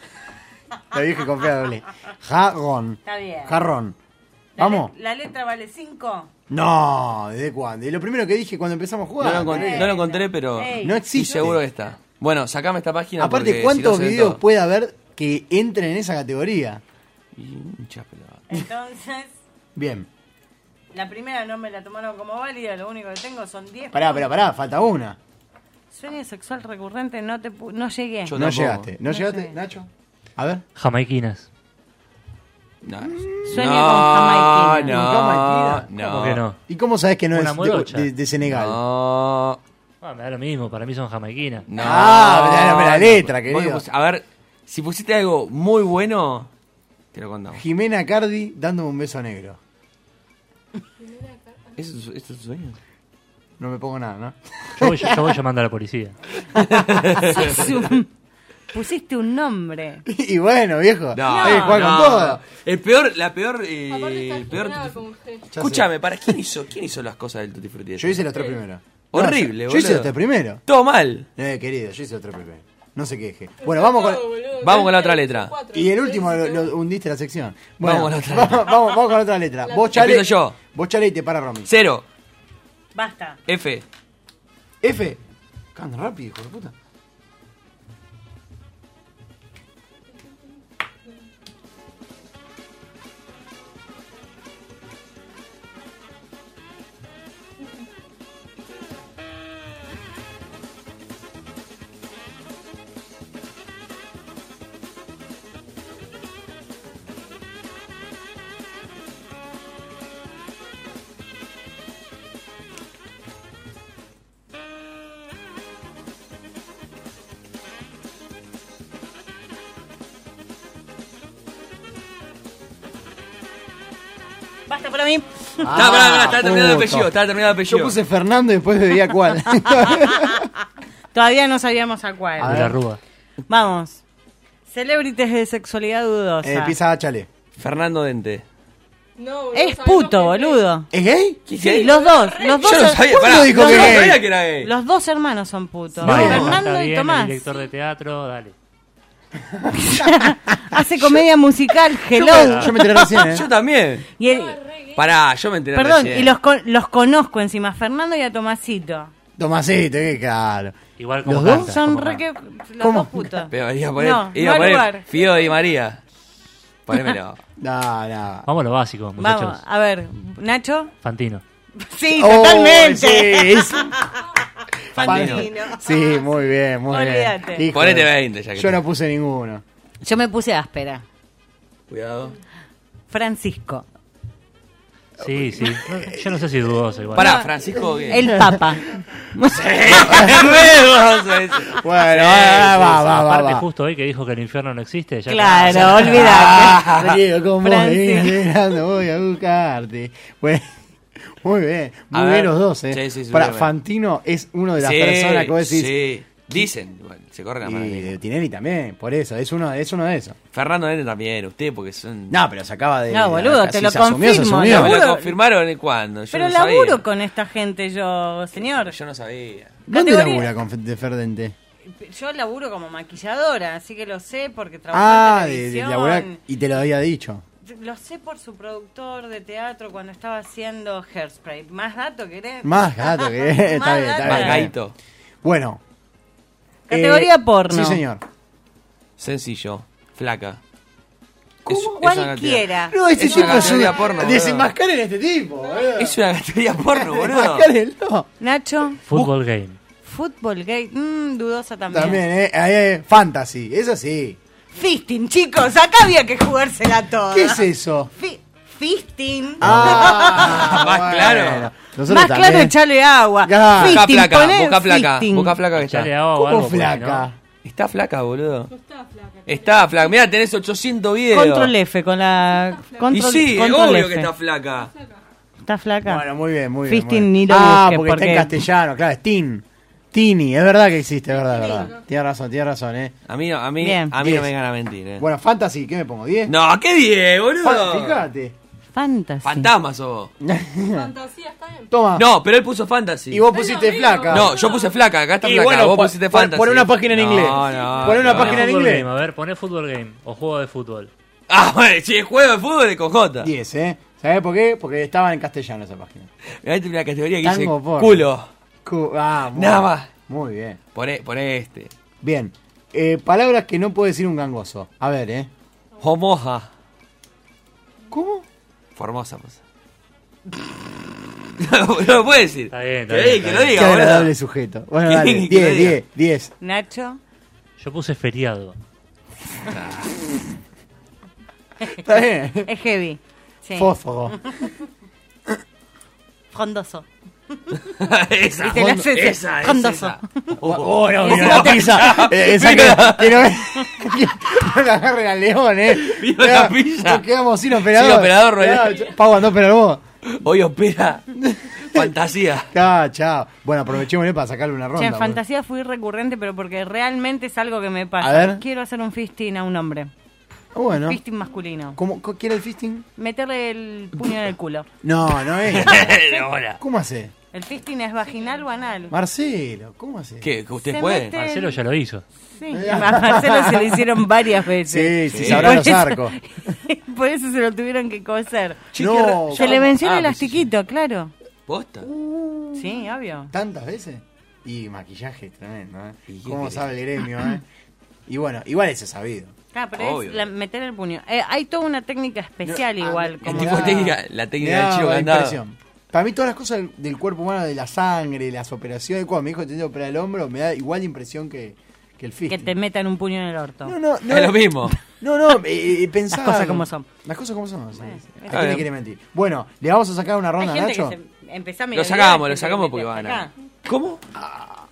Speaker 7: Lo dije confiable. Jarrón.
Speaker 9: Está bien.
Speaker 7: Jarrón.
Speaker 9: La
Speaker 7: Vamos.
Speaker 9: le- La letra vale 5.
Speaker 7: No, ¿desde cuándo? Y lo primero que dije cuando empezamos a
Speaker 8: No
Speaker 7: jugar.
Speaker 8: lo encontré, no lo encontré, pero.
Speaker 7: Ey. No
Speaker 8: estoy
Speaker 7: existe.
Speaker 8: seguro que está. Bueno, sacame esta página.
Speaker 7: Aparte,
Speaker 8: porque si
Speaker 7: ¿cuántos
Speaker 8: no se ven
Speaker 7: videos
Speaker 8: todos.
Speaker 7: puede haber que entren en esa categoría?
Speaker 9: Entonces,
Speaker 7: Bien.
Speaker 9: la primera no me la tomaron como válida, lo único que tengo son 10.
Speaker 7: Pará, pará, pará, falta una.
Speaker 9: Sueño sexual recurrente, no te pu- no llegué.
Speaker 7: no llegaste. ¿No, llegaste, Nacho? A ver.
Speaker 5: Jamaiquinas.
Speaker 8: No.
Speaker 9: Sueño con
Speaker 8: no,
Speaker 7: Jamaiquina.
Speaker 8: no.
Speaker 5: ¿Cómo que no?
Speaker 7: ¿Y cómo sabes que no
Speaker 5: Una
Speaker 7: es
Speaker 5: morocha.
Speaker 7: de, de- de Senegal?
Speaker 8: No.
Speaker 5: Ah, me da lo mismo, para mí son jamaiquinas.
Speaker 8: No.
Speaker 7: Ah, mirá, mirá la letra,
Speaker 8: Vos
Speaker 7: querido.
Speaker 8: que pus- A ver, si pusiste algo muy bueno, te lo contamos.
Speaker 7: Jimena Cardi dándome un beso negro.
Speaker 8: ¿Eso es- ¿Esto es un sueño?
Speaker 7: No me pongo nada, ¿no?
Speaker 5: Yo voy, yo voy llamando a la policía.
Speaker 9: Sos un- Pusiste un nombre.
Speaker 7: y bueno, viejo.
Speaker 8: No,
Speaker 7: hay que jugar con
Speaker 8: no.
Speaker 7: todo.
Speaker 8: El peor, la peor, eh, el peor.
Speaker 7: sé.
Speaker 8: Escúchame, para quién hizo, quién hizo las cosas del Tutti Frutti?
Speaker 7: Yo hice los tres primeros. No,
Speaker 8: Horrible,
Speaker 7: yo- Yo
Speaker 8: boludo.
Speaker 7: hice los tres primeros.
Speaker 8: Todo mal.
Speaker 7: Eh, querido, yo hice los tres primeros. No se queje. Bueno, vamos con.
Speaker 8: Vamos con la otra letra.
Speaker 7: Y el último lo, lo hundiste la sección. Bueno,
Speaker 8: Vamos con la otra
Speaker 7: vamos, vamos con la otra letra. Vos chale.
Speaker 8: Empiezo yo.
Speaker 7: Vos chale y te para Romy.
Speaker 8: Cero.
Speaker 9: Basta.
Speaker 8: F.
Speaker 7: F. Canta rápido, hijo de puta.
Speaker 9: Basta para mí.
Speaker 8: Está, pará,
Speaker 7: Ah.
Speaker 8: pará, está terminado el
Speaker 7: puto.
Speaker 8: apellido, está terminado el apellido.
Speaker 7: Yo puse Fernando y después bebía cuál.
Speaker 9: Todavía no sabíamos a cuál.
Speaker 7: A ver. De la Rúa.
Speaker 9: Vamos. Celebrities de sexualidad dudosa.
Speaker 7: Eh, empieza Chale.
Speaker 8: Fernando Dente.
Speaker 9: Es puto, boludo.
Speaker 7: ¿Es gay?
Speaker 9: Sí, los dos, los dos.
Speaker 8: Yo no sabía, pará,
Speaker 7: dijo
Speaker 8: yo
Speaker 7: que
Speaker 8: no
Speaker 7: era
Speaker 8: sabía
Speaker 7: gay?
Speaker 8: que era gay.
Speaker 9: Los dos hermanos son putos.
Speaker 5: Vale,
Speaker 9: Fernando
Speaker 5: está
Speaker 9: y
Speaker 5: bien,
Speaker 9: Tomás.
Speaker 5: El director de teatro, dale.
Speaker 9: Hace comedia musical, hello.
Speaker 7: eh.
Speaker 8: Yo también.
Speaker 9: Y el-
Speaker 8: Pará, yo eh. me enteré
Speaker 9: perdón,
Speaker 8: recién.
Speaker 9: y los, con- los conozco encima, a Fernando y a Tomasito.
Speaker 7: Tomasito, qué claro.
Speaker 5: Igual
Speaker 7: como
Speaker 9: Los dos son re que... Los
Speaker 7: ¿Cómo?
Speaker 9: dos putos.
Speaker 8: Pero iba a poner,
Speaker 9: No,
Speaker 8: iba a
Speaker 9: no al
Speaker 8: poner
Speaker 9: lugar.
Speaker 8: Fío Di María. Ponémelo.
Speaker 7: No, no.
Speaker 5: Vamos a lo básico, muchachos.
Speaker 9: Vamos, a ver, Nacho.
Speaker 5: Fantino.
Speaker 9: Sí,
Speaker 7: Oh, sí,
Speaker 9: totalmente.
Speaker 7: es- Sí, muy bien, muy
Speaker 9: Olvídate.
Speaker 7: bien.
Speaker 8: Ponete
Speaker 7: de-
Speaker 8: 20 ya que
Speaker 7: Yo
Speaker 8: te-
Speaker 7: no puse ninguno.
Speaker 9: Yo me puse áspera.
Speaker 8: Cuidado.
Speaker 9: Francisco.
Speaker 5: Sí, sí. No, Yo no sé si dudoso igual.
Speaker 8: Pará, Francisco. ¿qué?
Speaker 9: El Papa.
Speaker 8: Sí, re dudoso ese.
Speaker 7: Bueno,
Speaker 8: Sí,
Speaker 7: va, va,
Speaker 8: sí, sí.
Speaker 7: va, va,
Speaker 5: Aparte,
Speaker 7: va.
Speaker 5: justo hoy que dijo que el infierno no existe. Ya
Speaker 9: Claro,
Speaker 7: Ah, Diego,
Speaker 9: olvidate.
Speaker 7: ¿cómo
Speaker 9: Francis.
Speaker 7: voy a buscarte. Bueno, muy bien, muy
Speaker 8: A
Speaker 7: bien
Speaker 8: ver.
Speaker 7: los dos, ¿eh?
Speaker 8: Sí, sí, sí,
Speaker 7: Para
Speaker 8: muy bien.
Speaker 7: Fantino es uno de las
Speaker 8: Sí,
Speaker 7: personas que vos decís.
Speaker 8: Sí. Dicen, bueno, se corre la mano.
Speaker 7: Y de Tinelli también, por eso, es uno, es uno de esos.
Speaker 8: Fernando Nene también, usted, porque son.
Speaker 7: No, pero se acaba de.
Speaker 9: No, boludo,
Speaker 7: acá
Speaker 9: te
Speaker 7: sí
Speaker 9: lo
Speaker 7: se asumió, se
Speaker 9: confirmo,
Speaker 7: asumió.
Speaker 8: Me
Speaker 9: Laburo-
Speaker 8: lo confirmaron cuando. Yo
Speaker 9: Pero
Speaker 8: no
Speaker 9: laburo
Speaker 8: sabía.
Speaker 9: con esta gente yo, señor.
Speaker 8: Yo no sabía.
Speaker 7: ¿Dónde
Speaker 9: Categoría-
Speaker 7: labura con Fe- de Ferdente?
Speaker 9: Yo laburo como maquilladora, así que lo sé porque trabajo
Speaker 7: Ah,
Speaker 9: en
Speaker 7: de, de
Speaker 9: televisión.
Speaker 7: laburar. Y te lo había dicho.
Speaker 9: Lo sé por su productor de teatro cuando estaba haciendo Hairspray. ¿Más dato querés?
Speaker 7: Más gato que. está bien, está
Speaker 9: Más
Speaker 7: bien,
Speaker 9: gato.
Speaker 7: está bien.
Speaker 8: Gaito.
Speaker 7: Bueno. Eh,
Speaker 9: Categoría porno.
Speaker 7: Sí, señor.
Speaker 8: Sencillo. Flaca.
Speaker 9: Como cualquiera.
Speaker 7: No, este
Speaker 8: Es una
Speaker 7: tipo es
Speaker 8: categoría
Speaker 7: una.
Speaker 8: porno, boludo.
Speaker 7: Desenmascaren a este tipo, boludo.
Speaker 8: Es una categoría porno, boludo.
Speaker 7: Desenmascárenlo.
Speaker 9: Nacho,
Speaker 5: Fútbol game.
Speaker 9: fútbol gay. Mm, dudosa también.
Speaker 7: También, eh. Ahí hay fantasy, eso sí.
Speaker 9: Fisting, chicos, acá había que jugársela toda.
Speaker 7: ¿Qué es eso? Ah.
Speaker 9: Fi- Fisting.
Speaker 8: Más claro.
Speaker 7: Nosotros
Speaker 9: Más
Speaker 7: también.
Speaker 9: claro, echale agua.
Speaker 7: Ya.
Speaker 8: Boca
Speaker 9: Fisting,
Speaker 8: flaca,
Speaker 9: poné
Speaker 8: boca flaca.
Speaker 9: fisting.
Speaker 8: Boca flaca que está.
Speaker 5: Echale agua o
Speaker 7: ¿Cómo
Speaker 5: algo. pues, por ahí,
Speaker 7: flaca?
Speaker 8: Está flaca, boludo. está flaca. Está flaca. Mirá, tenés 800 videos.
Speaker 9: Control F con la.
Speaker 8: Y
Speaker 9: Control,
Speaker 8: sí, es
Speaker 9: control
Speaker 8: obvio
Speaker 9: F.
Speaker 8: que está flaca.
Speaker 9: Está flaca.
Speaker 7: Bueno, muy bien, muy bien.
Speaker 9: Fisting
Speaker 7: muy
Speaker 9: ni
Speaker 7: bien.
Speaker 9: lo
Speaker 7: Ah,
Speaker 9: busques,
Speaker 7: porque, está en
Speaker 9: porque-
Speaker 7: castellano, claro, es Tin. Tini, es verdad que existe, es verdad, es verdad. Tienes razón, tienes razón, eh.
Speaker 8: A mí, no- a mí,
Speaker 9: Bien.
Speaker 8: a mí
Speaker 7: Diez.
Speaker 8: no me vengan a mentir, eh.
Speaker 7: Bueno, fantasy, ¿qué me pongo? ¿10?
Speaker 8: No, ¿qué 10, boludo?
Speaker 7: Fa- Fíjate.
Speaker 9: Fantasy.
Speaker 8: Fantasma sos vos.
Speaker 7: Toma.
Speaker 8: No, pero él puso fantasy.
Speaker 7: Ah. Y vos pusiste flaca.
Speaker 8: No, yo puse flaca, acá está
Speaker 7: Y
Speaker 8: flaca.
Speaker 7: bueno,
Speaker 8: vos
Speaker 7: pon-
Speaker 8: pusiste
Speaker 7: pon-
Speaker 8: fantasy.
Speaker 7: pon una página en
Speaker 8: No,
Speaker 7: inglés.
Speaker 8: no,
Speaker 7: Pon una página-
Speaker 8: no.
Speaker 5: Poné
Speaker 7: en
Speaker 5: fútbol
Speaker 7: inglés.
Speaker 5: game, a ver, poné fútbol game o juego de fútbol.
Speaker 8: Ah, bueno, si es juego de fútbol de cojota.
Speaker 7: 10, eh. ¿Sabés por qué? Porque estaba en castellano esa página.
Speaker 8: Mirá, hay una categoría que dice
Speaker 7: Tango porno.
Speaker 8: culo.
Speaker 7: Cu- ah, muy
Speaker 8: Nada
Speaker 7: bien.
Speaker 8: más.
Speaker 7: Muy bien.
Speaker 8: Poné, poné este.
Speaker 7: Bien. Eh, palabras que no puede decir un gangoso. A ver, eh.
Speaker 8: Homoja.
Speaker 7: ¿Cómo?
Speaker 8: Formosa, pues. no, no lo puede decir.
Speaker 5: Está bien, está
Speaker 8: que,
Speaker 5: bien,
Speaker 8: que
Speaker 5: está
Speaker 8: lo
Speaker 5: bien.
Speaker 7: Qué
Speaker 8: diga, boludo.
Speaker 7: agradable sujeto. Bueno,
Speaker 8: Que-
Speaker 7: dale.
Speaker 8: que lo
Speaker 7: 10,
Speaker 8: diga.
Speaker 7: 10, 10.
Speaker 9: Nacho.
Speaker 5: Yo puse feriado.
Speaker 7: Está bien.
Speaker 9: Es heavy. Sí.
Speaker 7: Fósforo.
Speaker 9: Frondoso.
Speaker 8: esa,
Speaker 9: Y te la haces
Speaker 8: esa, es
Speaker 9: con
Speaker 8: esa.
Speaker 7: Oh, oh, no,
Speaker 9: Esa
Speaker 7: mira la
Speaker 9: no te-
Speaker 7: pizza. Eh, esa que, que no, que no la agarren al león, eh.
Speaker 8: Vino
Speaker 7: Ya,
Speaker 8: la pizza.
Speaker 7: Nos quedamos sin operador.
Speaker 8: Sin operador, no
Speaker 7: Ya,
Speaker 8: hay-
Speaker 7: ya, Pau, andá a operar vos.
Speaker 8: Hoy opera fantasía.
Speaker 7: Chao, chao. Bueno, aprovechémosle para sacarle una
Speaker 9: Che,
Speaker 7: ronda.
Speaker 9: en
Speaker 7: boludo.
Speaker 9: fantasía fui recurrente, pero porque realmente es algo que me pasa.
Speaker 7: A ver.
Speaker 9: Quiero hacer un fisting a un hombre.
Speaker 7: Ah, Bueno.
Speaker 9: Fisting masculino.
Speaker 7: ¿Cómo, co- ¿Quiere el fisting?
Speaker 9: Meterle el puño en el culo.
Speaker 7: No, no es.
Speaker 8: Ahora.
Speaker 7: ¿Cómo hace?
Speaker 9: El fisting es vaginal o anal.
Speaker 7: Marcelo, ¿cómo hace?
Speaker 8: ¿Qué? ¿Que ¿Ustedes
Speaker 9: Se
Speaker 8: pueden?
Speaker 9: mete-
Speaker 5: Marcelo ya lo hizo.
Speaker 9: Sí. A Marcelo se lo hicieron varias veces.
Speaker 7: Sí, sí,
Speaker 8: Sí.
Speaker 7: sabrá
Speaker 9: Por
Speaker 7: los
Speaker 9: eso-
Speaker 7: arcos.
Speaker 9: Por eso se lo tuvieron que coser.
Speaker 7: No,
Speaker 9: Se le venció el
Speaker 8: Ah,
Speaker 9: elastiquito, claro.
Speaker 8: ¿Posta?
Speaker 9: Uh. Sí, obvio.
Speaker 7: ¿Tantas veces? Y maquillaje tremendo, ¿eh?
Speaker 8: ¿Y qué
Speaker 7: ¿Cómo
Speaker 8: querés?
Speaker 7: sabe el gremio, eh? Y bueno, igual eso es sabido.
Speaker 9: Ah, pero
Speaker 8: Obvio.
Speaker 9: es la- meter el puño. Eh, hay toda una técnica especial
Speaker 7: No, ah,
Speaker 9: igual.
Speaker 8: El
Speaker 9: como
Speaker 8: tipo de
Speaker 7: Ah.
Speaker 8: técnica, la
Speaker 7: Me
Speaker 8: técnica del chico
Speaker 7: daba la
Speaker 8: cantado.
Speaker 7: impresión. Para mí todas las cosas del- del cuerpo humano, de la sangre, las operaciones, cuando me dijo que tenía que operar el hombro, me da igual impresión que, que el
Speaker 9: que
Speaker 7: fisting.
Speaker 9: te metan un puño en el orto.
Speaker 7: No, no, no.
Speaker 8: Es lo mismo.
Speaker 7: No, no, eh, eh, pensaba.
Speaker 9: Las cosas como son.
Speaker 7: Las cosas como son. sí, sí. ¿A
Speaker 8: está
Speaker 7: quién le
Speaker 8: bien.
Speaker 7: quiere mentir? Bueno, ¿le vamos a sacar una
Speaker 9: Hay
Speaker 7: ronda a
Speaker 9: gente
Speaker 7: Nacho?
Speaker 9: que se empezá a mirar
Speaker 8: Lo
Speaker 9: el
Speaker 8: sacamos,
Speaker 9: dedo,
Speaker 8: lo
Speaker 9: se
Speaker 8: sacamos
Speaker 9: mete
Speaker 8: porque van a
Speaker 9: acá.
Speaker 8: ganar. ¿Cómo? Ah.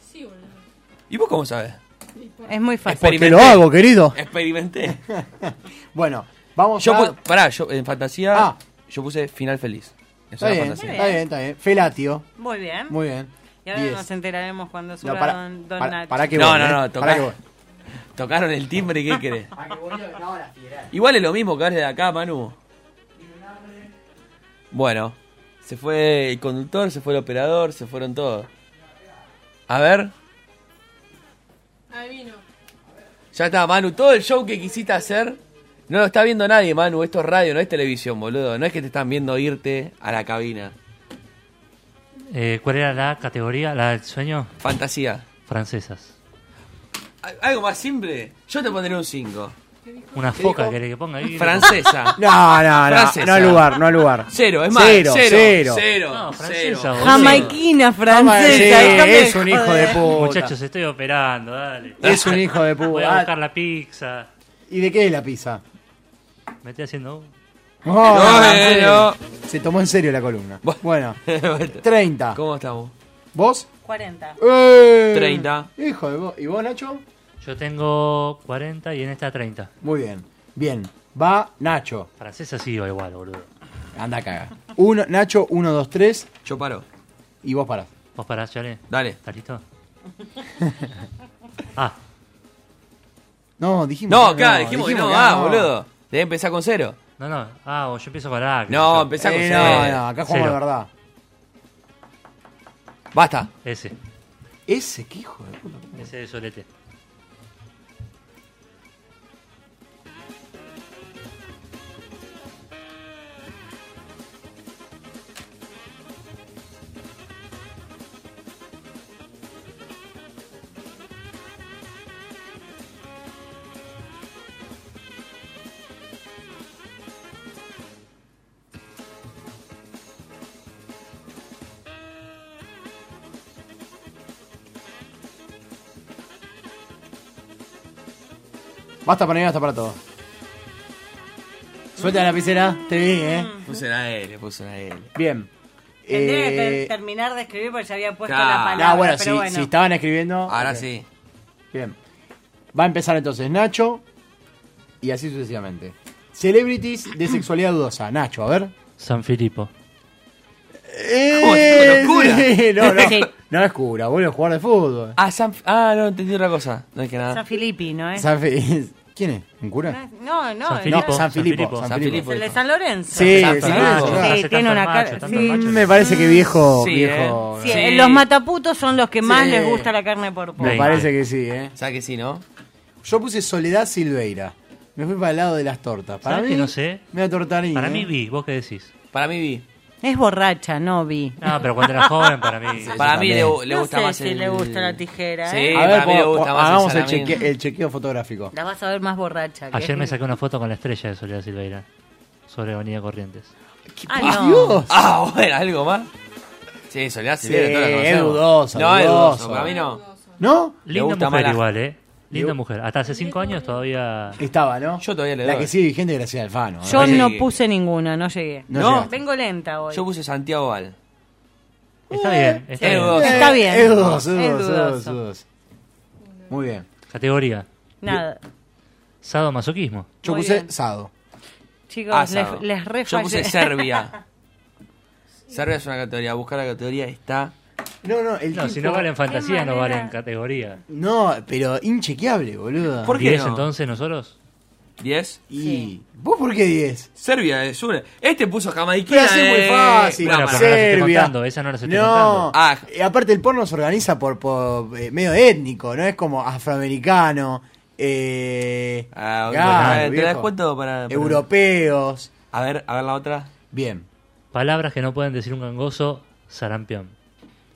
Speaker 8: ¿Y vos cómo sabés?
Speaker 9: Es muy fácil.
Speaker 8: Experimenté.
Speaker 7: Porque lo hago, querido.
Speaker 8: Experimenté.
Speaker 7: Bueno, vamos
Speaker 8: Yo
Speaker 7: a...
Speaker 8: pu- pará, yo en fantasía
Speaker 7: Ah.
Speaker 8: yo puse final feliz. Es
Speaker 7: Está
Speaker 8: una
Speaker 7: bien,
Speaker 8: fantasía.
Speaker 7: está bien, está bien. Felatio.
Speaker 9: Muy bien.
Speaker 7: Muy bien.
Speaker 9: Y ahora
Speaker 7: Diez.
Speaker 9: nos enteraremos cuando suba
Speaker 7: No, para,
Speaker 9: Don, don
Speaker 7: para,
Speaker 9: Nacho.
Speaker 7: para que
Speaker 8: No,
Speaker 7: voy,
Speaker 8: no,
Speaker 7: eh.
Speaker 8: no,
Speaker 7: Para
Speaker 8: tocá.
Speaker 7: que voy.
Speaker 8: Tocaron el timbre, ¿qué querés? Igual es lo mismo que ahora de acá, Manu. Bueno, se fue el conductor, se fue el operador, se fueron todos. A ver. Ya está, Manu, todo el show que quisiste hacer no lo está viendo nadie, Manu. Esto es radio, no es televisión, boludo. No es que te están viendo irte a la cabina.
Speaker 5: Eh, ¿Cuál era la categoría? ¿La del sueño?
Speaker 8: Fantasía.
Speaker 5: Francesas.
Speaker 8: Al- Algo más simple. Yo te pondré un 5.
Speaker 5: Una foca querés que ponga ahí.
Speaker 8: Francesa.
Speaker 7: No, no, no,
Speaker 8: Francesa.
Speaker 7: no al lugar, no al lugar.
Speaker 8: Cero, es más.
Speaker 7: Cero,
Speaker 8: Cero,
Speaker 7: cero.
Speaker 8: cero.
Speaker 5: No,
Speaker 8: cero.
Speaker 5: francesa, boludo.
Speaker 9: Jamaiquina
Speaker 7: Ah,
Speaker 9: Ah,
Speaker 7: Sí,
Speaker 9: francesa. déjame
Speaker 7: es un
Speaker 9: joder.
Speaker 7: hijo de puta.
Speaker 5: Muchachos, estoy operando, dale.
Speaker 7: Es un hijo de
Speaker 5: Voy a
Speaker 7: puta.
Speaker 5: buscar la pizza.
Speaker 7: ¿Y de qué es la pizza?
Speaker 5: Me estoy haciendo.
Speaker 7: No,
Speaker 8: No,
Speaker 7: en
Speaker 8: eh,
Speaker 7: serio.
Speaker 8: no.
Speaker 7: Se tomó en serio la columna. Bueno, 30.
Speaker 8: ¿Cómo estamos?
Speaker 7: ¿Vos?
Speaker 9: 40.
Speaker 7: ¡Eh!
Speaker 5: 30.
Speaker 7: Hijo de vos. ¿Y vos, Nacho?
Speaker 5: Yo tengo 40 y en esta 30.
Speaker 7: Muy bien. Bien. Va Nacho.
Speaker 5: Francesa sí va igual, boludo.
Speaker 7: Anda a cagar. Uno, Nacho, 1, 2, 3.
Speaker 8: Yo paro.
Speaker 7: Y vos parás.
Speaker 5: ¿Vos parás, Chale?
Speaker 8: Dale.
Speaker 5: ¿Estás listo?
Speaker 7: No, dijimos.
Speaker 8: No,
Speaker 7: que
Speaker 8: claro, dijimos que no,
Speaker 7: que
Speaker 8: ah,
Speaker 7: no.
Speaker 8: boludo. Debe empezar con cero.
Speaker 5: No, no. Ah, o yo empiezo a parar.
Speaker 8: No, empezá con
Speaker 5: Eh,
Speaker 8: cero.
Speaker 5: no, no, acá jugamos de Cero.
Speaker 7: verdad.
Speaker 8: Basta.
Speaker 5: Ese.
Speaker 7: Ese, qué hijo de puta.
Speaker 5: Ese de Solete.
Speaker 7: Basta para mí, basta para todo. Suelta la lapicera. Te vi, eh.
Speaker 8: Puse una L, puse una E. L.
Speaker 7: Bien.
Speaker 9: Mm. Tendría que
Speaker 7: Eh,
Speaker 9: ter- terminar de escribir porque ya había puesto
Speaker 7: Claro.
Speaker 9: la palabra.
Speaker 7: Ah, bueno,
Speaker 9: pero
Speaker 7: si,
Speaker 9: bueno.
Speaker 7: si estaban escribiendo.
Speaker 8: Ahora
Speaker 7: ok.
Speaker 8: sí.
Speaker 7: Bien. Va a empezar entonces Nacho y así sucesivamente. Celebrities de sexualidad dudosa. Nacho, a ver.
Speaker 5: San Filipo.
Speaker 7: ¡Eh!
Speaker 8: ¿Cómo es? Oh, ¿Locura?
Speaker 7: sí, no, no,
Speaker 8: Sí.
Speaker 7: no es cura, vuelve a jugar de fútbol.
Speaker 8: Ah, San... ah, no, entendí otra cosa. No es que nada.
Speaker 9: San Filippi, ¿no es?
Speaker 7: San Fi- ¿Quién es? ¿Un cura?
Speaker 9: No, no.
Speaker 7: San
Speaker 9: era-
Speaker 7: Filipo, San Filipo, San
Speaker 8: San Filipo.
Speaker 7: Filipo.
Speaker 9: El de San Lorenzo.
Speaker 7: Sí,
Speaker 9: San
Speaker 7: San Filipo.
Speaker 9: Lorenzo. Sí,
Speaker 7: Hace
Speaker 9: tiene
Speaker 7: tantos
Speaker 9: una cara.
Speaker 5: machos,
Speaker 9: sí.
Speaker 5: tantos machos.
Speaker 7: Me parece que viejo.
Speaker 8: Sí, eh.
Speaker 7: viejo
Speaker 9: Sí, eh, Los mataputos son los que más
Speaker 7: Sí.
Speaker 9: les gusta la carne por
Speaker 7: Me
Speaker 9: porco.
Speaker 7: parece que sí, ¿eh?
Speaker 8: ¿Sabes que sí, no?
Speaker 7: Yo puse Soledad Silveira. Me fui para el lado de las tortas. Para
Speaker 5: ¿Sabés
Speaker 7: mí,
Speaker 5: que no sé?
Speaker 7: me da tortarín.
Speaker 5: Para
Speaker 7: ¿eh?
Speaker 5: mí vi, ¿vos qué decís?
Speaker 8: Para mí vi.
Speaker 9: Es borracha, no vi.
Speaker 5: No, Ah, pero cuando era joven, para mí.
Speaker 8: Para mí le, le
Speaker 9: No
Speaker 8: gusta
Speaker 9: sé
Speaker 8: más
Speaker 9: si
Speaker 8: el...
Speaker 9: le gusta la tijera.
Speaker 8: Sí,
Speaker 9: ¿eh?
Speaker 7: A ver,
Speaker 8: para mí le
Speaker 7: po-
Speaker 8: gusta
Speaker 7: po-
Speaker 8: más el
Speaker 7: hagamos el,
Speaker 8: salamín.
Speaker 7: cheque- el chequeo fotográfico.
Speaker 9: La vas a ver más borracha. que
Speaker 5: Ayer
Speaker 9: es-
Speaker 5: me saqué una foto con la estrella de Soledad Silveira. Sobre Avenida Corrientes.
Speaker 9: Ah,
Speaker 8: Ah,
Speaker 9: no.
Speaker 8: Ah, bueno, ¿algo más? Sí, Soledad
Speaker 7: Sí,
Speaker 8: Silvera, todos la
Speaker 7: es
Speaker 8: conocemos.
Speaker 7: dudoso,
Speaker 8: No, es
Speaker 7: dudoso.
Speaker 8: dudoso. Para mí no.
Speaker 7: ¿No?
Speaker 8: Le
Speaker 5: Linda
Speaker 8: gusta
Speaker 5: mujer
Speaker 8: más la-
Speaker 5: igual, ¿eh? Linda
Speaker 8: Le-
Speaker 5: mujer. Hasta hace cinco años todavía...
Speaker 7: Estaba, ¿no?
Speaker 8: Yo todavía le doy.
Speaker 7: La que sigue vigente es Graciela Alfano. ¿eh?
Speaker 9: Yo
Speaker 8: Parece
Speaker 9: no
Speaker 8: que-
Speaker 9: puse ninguna, no llegué.
Speaker 7: No
Speaker 8: No. llegaste.
Speaker 9: Vengo lenta hoy.
Speaker 8: Yo puse Santiago Val.
Speaker 5: Está bien, está
Speaker 8: Es
Speaker 5: bien.
Speaker 8: dudoso.
Speaker 9: Está bien.
Speaker 7: Eh, Es dudoso,
Speaker 9: Es
Speaker 7: es dudoso, es
Speaker 9: dudoso.
Speaker 7: dudoso. Muy bien.
Speaker 5: Categoría.
Speaker 9: Nada.
Speaker 5: Sado masoquismo.
Speaker 7: Yo
Speaker 9: Muy
Speaker 7: puse
Speaker 9: bien.
Speaker 7: Sado. Ah,
Speaker 9: Chicos, les, les re
Speaker 8: Yo puse
Speaker 9: fallé.
Speaker 8: Serbia. Serbia es una categoría. Buscar la categoría está.
Speaker 7: No, no, el
Speaker 5: No, si
Speaker 7: tipo-
Speaker 5: no valen fantasía, no
Speaker 9: manera.
Speaker 5: valen categoría.
Speaker 7: No, pero inchequeable, boludo.
Speaker 8: ¿Por qué
Speaker 5: ¿Diez
Speaker 8: no?
Speaker 5: entonces nosotros?
Speaker 8: 10.
Speaker 7: Y... ¿Vos por qué 10?
Speaker 8: Serbia es una. Este puso
Speaker 7: Pero
Speaker 8: jamaiquina.
Speaker 7: así es muy
Speaker 8: eh.
Speaker 7: fácil.
Speaker 8: Una
Speaker 5: Bueno,
Speaker 8: para-
Speaker 5: pero no las estoy
Speaker 7: Serbia.
Speaker 5: contando, esa no las estoy
Speaker 7: No,
Speaker 5: contando.
Speaker 8: Ah.
Speaker 7: y aparte el porno se organiza por, por, eh, medio étnico, no es como afroamericano, eh,
Speaker 8: Ah,
Speaker 7: claro,
Speaker 8: bueno, ¿Te
Speaker 7: viejo.
Speaker 8: das cuenta para, para-
Speaker 7: europeos.
Speaker 8: A ver, a ver la otra.
Speaker 7: Bien.
Speaker 5: Palabras que no pueden decir un gangoso, sarampión.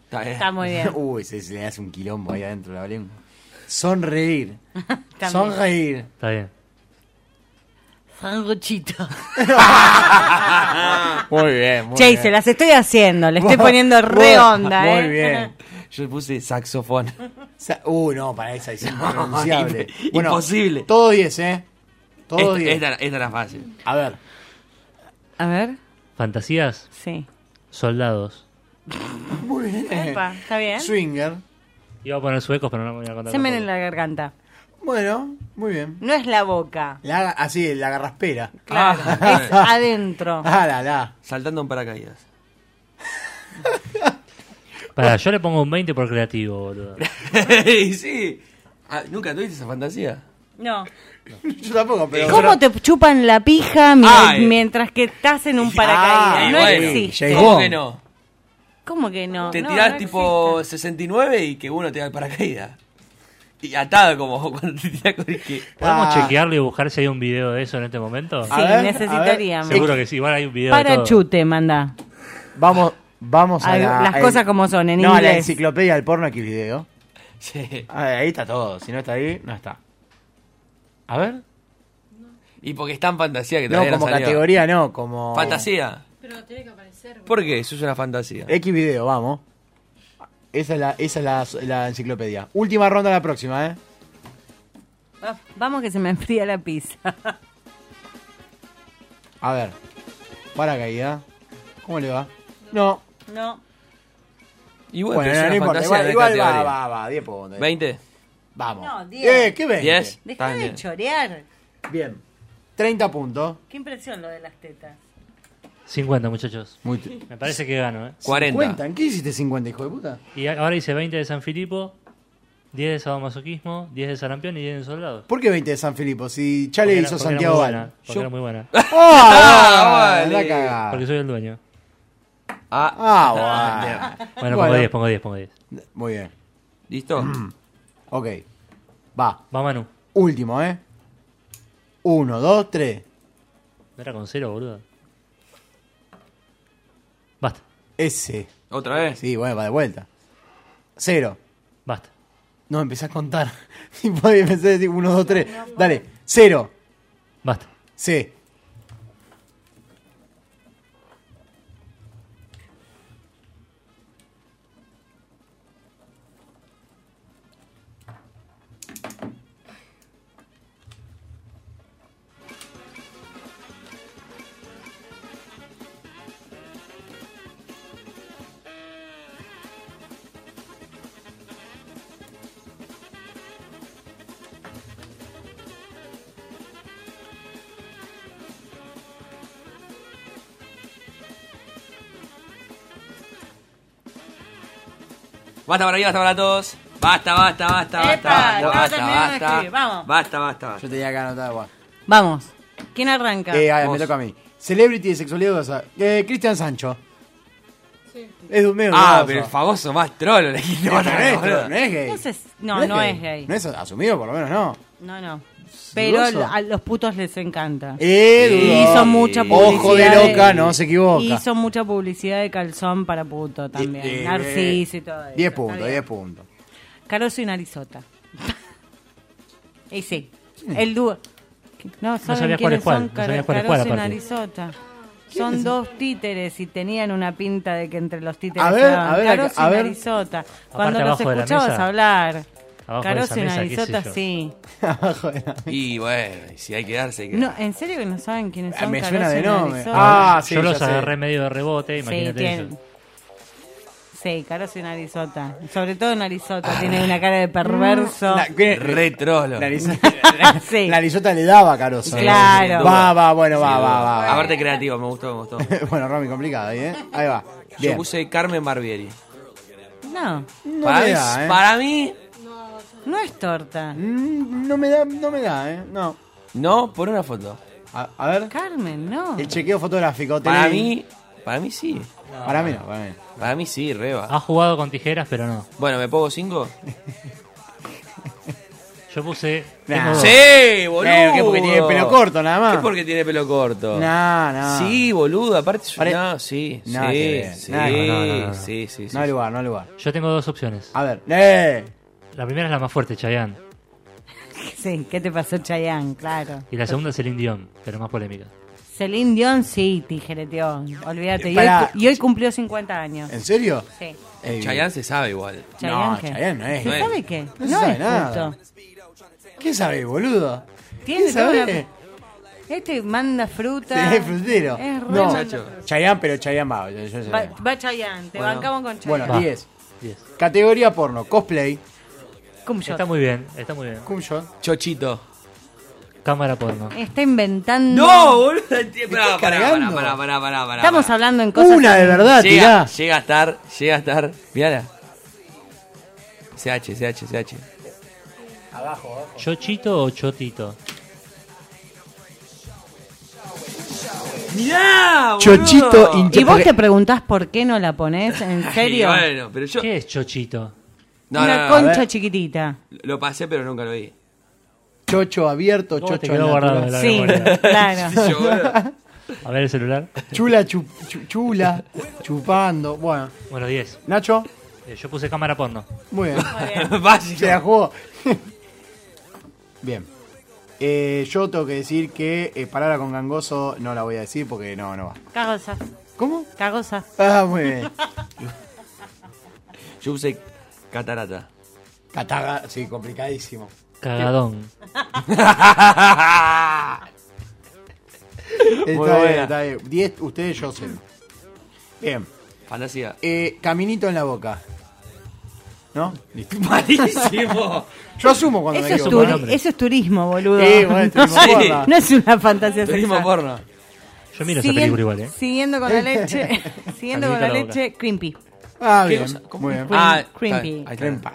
Speaker 8: Está bien.
Speaker 9: Está muy bien.
Speaker 7: Uy, se, se le hace un quilombo ahí adentro la lengua. Sonreír.
Speaker 9: También.
Speaker 7: Sonreír.
Speaker 5: Está bien.
Speaker 9: Sanguchito.
Speaker 7: Muy bien, muy
Speaker 9: Che, se las estoy haciendo, le estoy poniendo re onda, ¿eh?
Speaker 7: Muy bien.
Speaker 8: Yo puse saxofón.
Speaker 7: Sa- Uh, no, para esa es impronunciable.
Speaker 8: imp-
Speaker 7: Bueno,
Speaker 8: imposible.
Speaker 7: Todo 10, ¿eh? Todo
Speaker 8: Esta,
Speaker 7: 10.
Speaker 8: esta, esta era fácil.
Speaker 7: A ver.
Speaker 9: A ver,
Speaker 5: Fantasías,
Speaker 9: sí.
Speaker 5: soldados.
Speaker 7: Muy bien.
Speaker 9: Epa, ¿está bien?
Speaker 7: Swinger.
Speaker 5: Iba a poner suecos, pero no me voy a contar.
Speaker 9: Semen
Speaker 5: tampoco.
Speaker 9: en la garganta.
Speaker 7: Bueno, muy bien.
Speaker 9: No es la boca.
Speaker 7: La, así, la garraspera.
Speaker 9: Claro.
Speaker 8: Ah.
Speaker 9: Es adentro.
Speaker 7: Ah, la, la.
Speaker 8: Saltando en paracaídas.
Speaker 5: Pará, yo le pongo un 20 por creativo, boludo.
Speaker 8: Y sí. Ah, ¿Nunca tuviste esa fantasía?
Speaker 9: No.
Speaker 7: Yo tampoco, pero.
Speaker 9: ¿Cómo te chupan la pija mi-
Speaker 8: Ay.
Speaker 9: mientras que estás en un
Speaker 7: Ah,
Speaker 9: paracaídas?
Speaker 8: Y
Speaker 9: no
Speaker 8: bueno,
Speaker 9: existe.
Speaker 8: ¿Cómo que no?
Speaker 9: ¿Cómo que no?
Speaker 8: Te
Speaker 9: No,
Speaker 8: tirás
Speaker 9: no
Speaker 8: tipo
Speaker 9: existe.
Speaker 8: 69 y que uno te da el paracaídas. Y atado como cuando te tirás con el que...
Speaker 5: ¿Podemos
Speaker 7: Ah.
Speaker 5: chequearlo y buscar si hay un video de eso en este momento?
Speaker 7: A
Speaker 9: Sí,
Speaker 7: ver, a ver.
Speaker 9: necesitaríamos.
Speaker 5: Seguro que sí, igual hay un video de
Speaker 9: Para
Speaker 5: todo.
Speaker 9: chute, manda.
Speaker 7: Vamos, vamos a
Speaker 9: Ay,
Speaker 7: la-
Speaker 9: las
Speaker 7: a
Speaker 9: cosas como son, en
Speaker 7: No, a la
Speaker 9: inglés.
Speaker 7: enciclopedia del porno aquí video.
Speaker 8: Sí.
Speaker 7: Ahí está todo. Si no está ahí, no está. A ver.
Speaker 8: Y porque está en fantasía que
Speaker 7: No,
Speaker 8: todavía no,
Speaker 7: como
Speaker 8: salió.
Speaker 7: categoría, no, como.
Speaker 8: Fantasía. Pero tiene que aparecer. ¿Por qué? Eso es una fantasía.
Speaker 7: X video, vamos. Esa es la, esa es la, la enciclopedia. Última ronda la próxima, ¿eh?
Speaker 9: Ah, Vamos que se me enfría la pizza.
Speaker 7: A ver. Paracaída. ¿Cómo le va? No.
Speaker 9: No.
Speaker 8: Y
Speaker 7: Bueno,
Speaker 8: pero es
Speaker 7: no
Speaker 8: una
Speaker 7: importa,
Speaker 8: fantasía
Speaker 7: igual-
Speaker 8: de
Speaker 7: igual
Speaker 8: esta
Speaker 7: va,
Speaker 8: teoría.
Speaker 7: va, va, 10 puntos.
Speaker 8: ¿20?
Speaker 7: Vamos.
Speaker 9: No, 10.
Speaker 7: Eh, ¿qué 20?
Speaker 8: 10.
Speaker 9: Dejá de chorear.
Speaker 7: Bien. 30 puntos.
Speaker 9: Qué impresión lo de las tetas.
Speaker 5: 50, muchachos.
Speaker 7: Muy
Speaker 5: Me parece que gano, ¿eh?
Speaker 7: 50. ¿En qué hiciste 50, hijo de puta?
Speaker 5: Y a- ahora hice 20 de San Filipo, 10 de sadomasoquismo, 10 de sarampión y 10 de soldado.
Speaker 7: ¿Por qué 20 de San Filipo? Si ya
Speaker 5: Porque
Speaker 7: le
Speaker 5: era-
Speaker 7: hizo
Speaker 5: porque era
Speaker 7: Santiago
Speaker 5: muy buena,
Speaker 7: Val.
Speaker 5: Porque
Speaker 7: Yo-
Speaker 5: era muy buena.
Speaker 7: ¡Ah! la cagada.
Speaker 5: Porque soy el dueño.
Speaker 8: Ah,
Speaker 7: ah bueno.
Speaker 5: Bueno, pongo 10, pongo 10, pongo 10.
Speaker 7: Muy bien. Mm.
Speaker 8: ¿Listo?
Speaker 7: Ok. Va.
Speaker 5: Va Manu.
Speaker 7: Último, ¿eh? Uno, dos, tres.
Speaker 5: No era con cero, boludo.
Speaker 7: Ese.
Speaker 8: ¿Otra vez?
Speaker 7: Sí, bueno, va de vuelta. Cero.
Speaker 5: Basta.
Speaker 7: No, empecé a contar. Y podía empezar a decir uno, dos, tres. Dale. Cero.
Speaker 5: Basta.
Speaker 7: Sí.
Speaker 8: Basta para mí, basta para todos. Basta, basta, basta, basta,
Speaker 9: Epa,
Speaker 8: basta,
Speaker 9: estaba
Speaker 8: basta,
Speaker 9: terminando de
Speaker 8: basta,
Speaker 9: escribir, vamos.
Speaker 8: basta, basta, basta.
Speaker 7: Yo tenía que anotar igual.
Speaker 9: Vamos. ¿Quién arranca?
Speaker 7: Eh, ah, me toca a mí. Celebrity de sexualidad dudosa. Eh, Cristian Sancho. Es un medio
Speaker 8: Ah,
Speaker 7: dudoso.
Speaker 8: pero el famoso más troll. le dijiste,
Speaker 7: No,
Speaker 8: basta,
Speaker 7: Eh, no es,
Speaker 8: boludo.
Speaker 7: no es gay.
Speaker 9: No sé- no, no es gay.
Speaker 7: No es asumido, por lo menos no.
Speaker 9: No, no. Pero
Speaker 7: ¿Dudoso?
Speaker 9: a los putos les encanta.
Speaker 7: Eh,
Speaker 9: hizo
Speaker 7: dudoso.
Speaker 9: mucha publicidad.
Speaker 7: Ojo de loca, no se equivoca.
Speaker 9: Hizo mucha publicidad de calzón para puto también.
Speaker 7: Eh,
Speaker 9: Narciso y todo eso.
Speaker 7: 10
Speaker 9: Está
Speaker 7: puntos,
Speaker 9: bien.
Speaker 7: 10 puntos.
Speaker 9: Caroso y narizota. y sí. El dúo. No, ¿saben
Speaker 5: sabía cuál
Speaker 9: quiénes
Speaker 5: es cuál,
Speaker 9: son
Speaker 5: no
Speaker 9: Car-
Speaker 5: sabía cuál es
Speaker 9: Caroso y
Speaker 5: cuál, aparte.
Speaker 9: narizota? Son dos títeres y tenían una pinta de que entre los títeres
Speaker 7: A ver,
Speaker 9: estaban
Speaker 7: a ver,
Speaker 9: Caroso
Speaker 7: a
Speaker 9: y
Speaker 7: ver.
Speaker 9: narizota.
Speaker 7: Aparte,
Speaker 9: Cuando los
Speaker 7: abajo de la
Speaker 9: escuchabas
Speaker 7: mesa.
Speaker 9: hablar.
Speaker 8: Abajo de
Speaker 9: Caroso
Speaker 8: esa
Speaker 9: y
Speaker 8: mesa, qué sé
Speaker 9: narizota,
Speaker 8: yo.
Speaker 9: sí.
Speaker 8: Y bueno, y si hay que darse, hay que
Speaker 9: No, ¿en serio que no saben quiénes son?
Speaker 7: Ah, me suena
Speaker 9: Caroso
Speaker 7: de
Speaker 9: y
Speaker 7: nombre.
Speaker 9: Narizota?
Speaker 7: Ah, sí,
Speaker 5: Yo los
Speaker 7: ya sé.
Speaker 5: agarré medio de rebote, imagínate
Speaker 9: tienen-
Speaker 5: eso.
Speaker 9: Sí, Caroso y narizota. Sobre todo narizota. Tiene una cara de perverso.
Speaker 7: Na- que-
Speaker 8: Re trolo.
Speaker 9: Sí.
Speaker 7: Narizota le daba a Caroso.
Speaker 9: Sí, Claro.
Speaker 7: Va, va, bueno, va,
Speaker 8: Sí,
Speaker 7: va, va. va.
Speaker 8: Aparte creativo, me gustó, me gustó.
Speaker 7: bueno, Romy, complicado ahí, ¿eh? Ahí va.
Speaker 8: Yo
Speaker 7: Bien.
Speaker 8: puse Carmen Barbieri.
Speaker 9: No.
Speaker 7: No
Speaker 8: para,
Speaker 7: me
Speaker 8: mí,
Speaker 7: da, ¿eh?
Speaker 8: para mí,
Speaker 9: No es torta.
Speaker 7: Mm, No me da, no me da, ¿eh? No.
Speaker 8: no, por una foto.
Speaker 7: A, a ver.
Speaker 9: Carmen, no.
Speaker 7: El chequeo fotográfico.
Speaker 8: Para
Speaker 7: tenés-
Speaker 8: mí, para mí sí.
Speaker 7: Para mí no, para mí.
Speaker 8: Para mí sí, reba.
Speaker 5: Ha jugado con tijeras, pero no.
Speaker 8: Bueno, ¿me pongo cinco?
Speaker 5: Yo puse.
Speaker 8: Nah.
Speaker 5: tengo dos.
Speaker 8: Sí, boludo.
Speaker 7: Eh, ¿qué? Porque tiene pelo corto, nada más.
Speaker 8: ¿Qué porque tiene pelo corto?
Speaker 7: Nah, nah.
Speaker 8: Sí, boludo, aparte es
Speaker 7: Pare-
Speaker 8: No, sí,
Speaker 7: Nada que
Speaker 8: sí,
Speaker 7: ver,
Speaker 8: sí,
Speaker 7: nada que ver.
Speaker 5: No, no, no, no.
Speaker 8: sí, sí, sí.
Speaker 7: No hay lugar, no hay lugar.
Speaker 5: Yo tengo dos opciones.
Speaker 7: A ver. ¡Eh!
Speaker 5: La primera es la más fuerte, Chayanne.
Speaker 9: Sí, ¿qué te pasó, Chayanne? Claro.
Speaker 5: Y la segunda es el Dion, pero más polémica.
Speaker 9: Celine Dion, sí, tijereteó. Olvídate. Y hoy,
Speaker 7: Pará.
Speaker 9: y hoy cumplió 50 años.
Speaker 7: ¿En serio?
Speaker 9: Sí.
Speaker 8: Chayanne se sabe igual.
Speaker 9: Chayanne,
Speaker 7: no, Chayanne no es.
Speaker 9: ¿Se
Speaker 7: gay.
Speaker 9: sabe qué?
Speaker 7: No
Speaker 9: No,
Speaker 7: se sabe
Speaker 9: es
Speaker 7: nada.
Speaker 9: culto.
Speaker 7: ¿Qué sabe, boludo?
Speaker 9: Tiene
Speaker 7: ¿Qué
Speaker 9: toda
Speaker 7: sabe?
Speaker 9: una- Este manda fruta.
Speaker 7: Sí, es frutero.
Speaker 9: Es re
Speaker 7: no,
Speaker 9: manda fruta.
Speaker 7: Chayanne, pero Chayanne va. yo- yo sé.
Speaker 9: Va, va Chayanne, te
Speaker 7: Bueno.
Speaker 9: bancamos con Chayanne.
Speaker 7: Bueno, 10. Categoría porno, cosplay.
Speaker 9: Cum shot.
Speaker 5: Está muy bien, está muy bien.
Speaker 7: Cum shot.
Speaker 8: Chochito.
Speaker 5: Cámara porno.
Speaker 9: Está inventando.
Speaker 8: No, boludo. Pará, pará,
Speaker 9: cargando?
Speaker 8: pará, pará, pará, pará, pará.
Speaker 9: Estamos hablando en cosas.
Speaker 7: Una de verdad,
Speaker 8: Llega,
Speaker 7: tirá.
Speaker 8: llega a estar, llega a estar. Mirala. CH, CH, CH.
Speaker 5: ¿Chochito o chotito? Ah,
Speaker 8: ¡Mirá!
Speaker 7: Chochito hincha-
Speaker 9: ¿Y vos te preguntás por qué no la ponés? ¿En serio?
Speaker 8: pero yo.
Speaker 5: ¿Qué es chochito?
Speaker 8: No,
Speaker 9: una
Speaker 8: no, no, a
Speaker 9: concha
Speaker 8: ver.
Speaker 9: chiquitita.
Speaker 8: Lo pasé, pero nunca lo vi.
Speaker 7: Chocho abierto,
Speaker 5: ¿Cómo te
Speaker 7: chocho
Speaker 5: quedó
Speaker 7: natural.
Speaker 5: guardado en la
Speaker 9: Sí,
Speaker 5: memoria?
Speaker 9: claro.
Speaker 8: Yo,
Speaker 7: eh.
Speaker 8: boludo.
Speaker 5: A ver el celular.
Speaker 7: Chula, chu- chu- chula, chupando. Bueno,
Speaker 5: Bueno, 10.
Speaker 7: Nacho,
Speaker 5: Eh, yo puse cámara porno.
Speaker 7: muy bien.
Speaker 8: Básico.
Speaker 7: Se la jugó. bien. Eh, yo tengo que decir que eh, palabra con gangoso no la voy a decir porque no, no va.
Speaker 9: Cagosa.
Speaker 7: ¿Cómo?
Speaker 9: Cagosa.
Speaker 7: Ah, muy bien.
Speaker 8: Yo puse catarata.
Speaker 7: Cataga, sí, complicadísimo.
Speaker 5: Cagadón.
Speaker 7: Está
Speaker 8: Muy
Speaker 7: bien,
Speaker 8: buena.
Speaker 7: está bien. Diez, ustedes, yo sé. Bien.
Speaker 8: Fantasía.
Speaker 7: Eh, caminito en la boca. ¿No? Listo.
Speaker 8: Malísimo.
Speaker 7: Yo asumo cuando
Speaker 9: Eso
Speaker 7: me
Speaker 9: es,
Speaker 7: equivoco.
Speaker 9: turi- eso es turismo, boludo.
Speaker 7: Sí, bueno, este turismo
Speaker 9: no,
Speaker 7: porno.
Speaker 9: no es una fantasía
Speaker 8: Turismo
Speaker 9: sexual.
Speaker 8: porno.
Speaker 5: Yo miro esa
Speaker 9: Siguien-
Speaker 5: película igual, ¿eh?
Speaker 9: Siguiendo con la leche, siguiendo con la
Speaker 8: Caminito a la boca.
Speaker 9: leche, crimpy.
Speaker 7: Este Ah,
Speaker 8: ¿Qué
Speaker 7: bien.
Speaker 8: cosa? ¿Cómo?
Speaker 7: Muy bien.
Speaker 8: Ah,
Speaker 9: Cream
Speaker 8: está-
Speaker 9: pie.
Speaker 8: ahí está.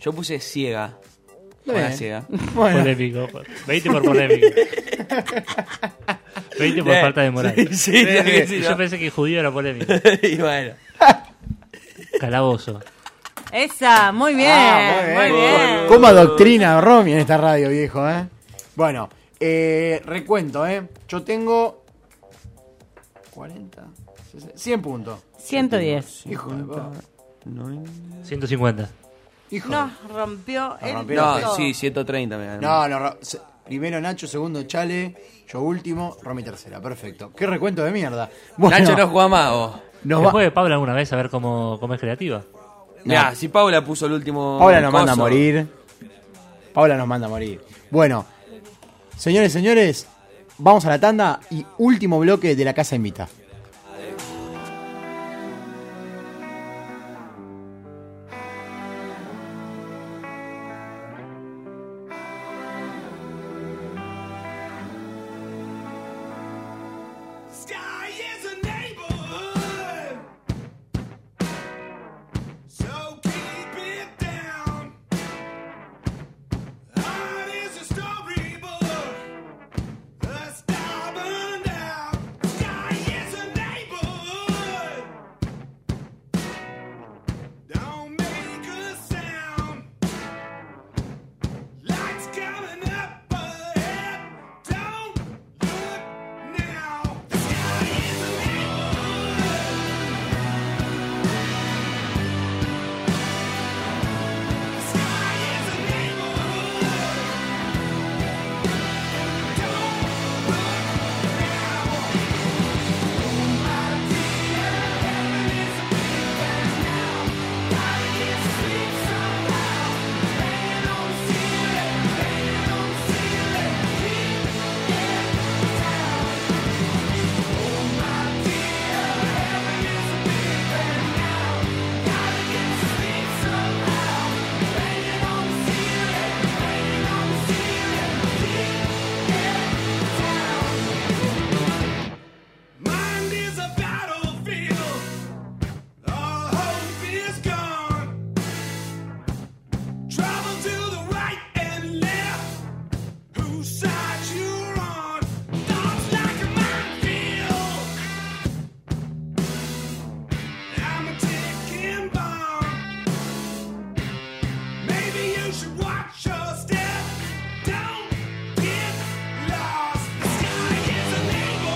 Speaker 8: Yo puse ciega.
Speaker 7: Está
Speaker 8: Hola,
Speaker 7: bien.
Speaker 8: ciega.
Speaker 7: Bueno.
Speaker 5: Polémico. 20 por polémico. 20 por
Speaker 8: Sí,
Speaker 5: falta de moral.
Speaker 8: sí, sí, sí, sí,
Speaker 5: Yo
Speaker 8: no.
Speaker 5: pensé que judío era polémico.
Speaker 8: y bueno.
Speaker 5: Calabozo.
Speaker 9: Esa, muy bien,
Speaker 7: Ah,
Speaker 9: muy bien.
Speaker 7: ¿Cómo adoctrina Romy en esta radio, viejo, eh? Bueno, eh, recuento, eh. Yo tengo. 40. 60, 100 puntos.
Speaker 9: 110.
Speaker 7: Hijo de pa-
Speaker 5: 150.
Speaker 7: Hijo de-
Speaker 9: Nos rompió el todo.
Speaker 7: rompieron.
Speaker 8: No, sí, 130 me ganó.
Speaker 7: No, no. Ro- se- Primero Nacho, segundo Chale, yo último, Romy tercera. Perfecto. Qué recuento de mierda. Bueno,
Speaker 8: Nacho no juega más. vos.
Speaker 7: Nos va-
Speaker 5: Después de Pablo alguna vez a ver cómo, cómo es creativa.
Speaker 8: Mirá, si Paula puso el último.
Speaker 7: Paula nos
Speaker 8: coso,
Speaker 7: manda a morir. Paula nos manda a morir. Bueno, señores, señores, vamos a la tanda y último bloque de la Casa Invita.
Speaker 3: Sky is a neighborhood. So keep it down. Art is a storybook. A stubborn down. Sky is a neighborhood. Don't make a sound. Lights coming up ahead. Don't look now. Mind is a battlefield. All hope is gone. Travel to the right and left. Whose side you're on? Thoughts like a minefield. I'm a ticking bomb. Maybe you should watch your step. Don't get lost. The sky is a neighborhood.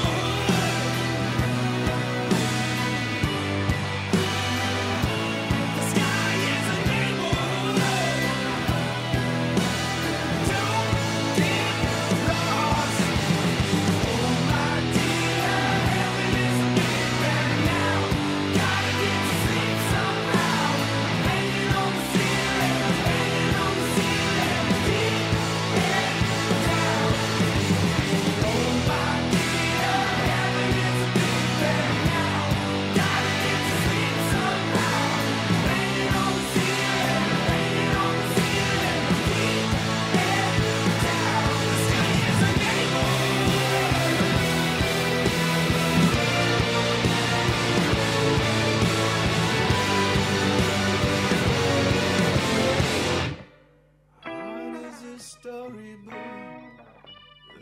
Speaker 3: What is a storybook?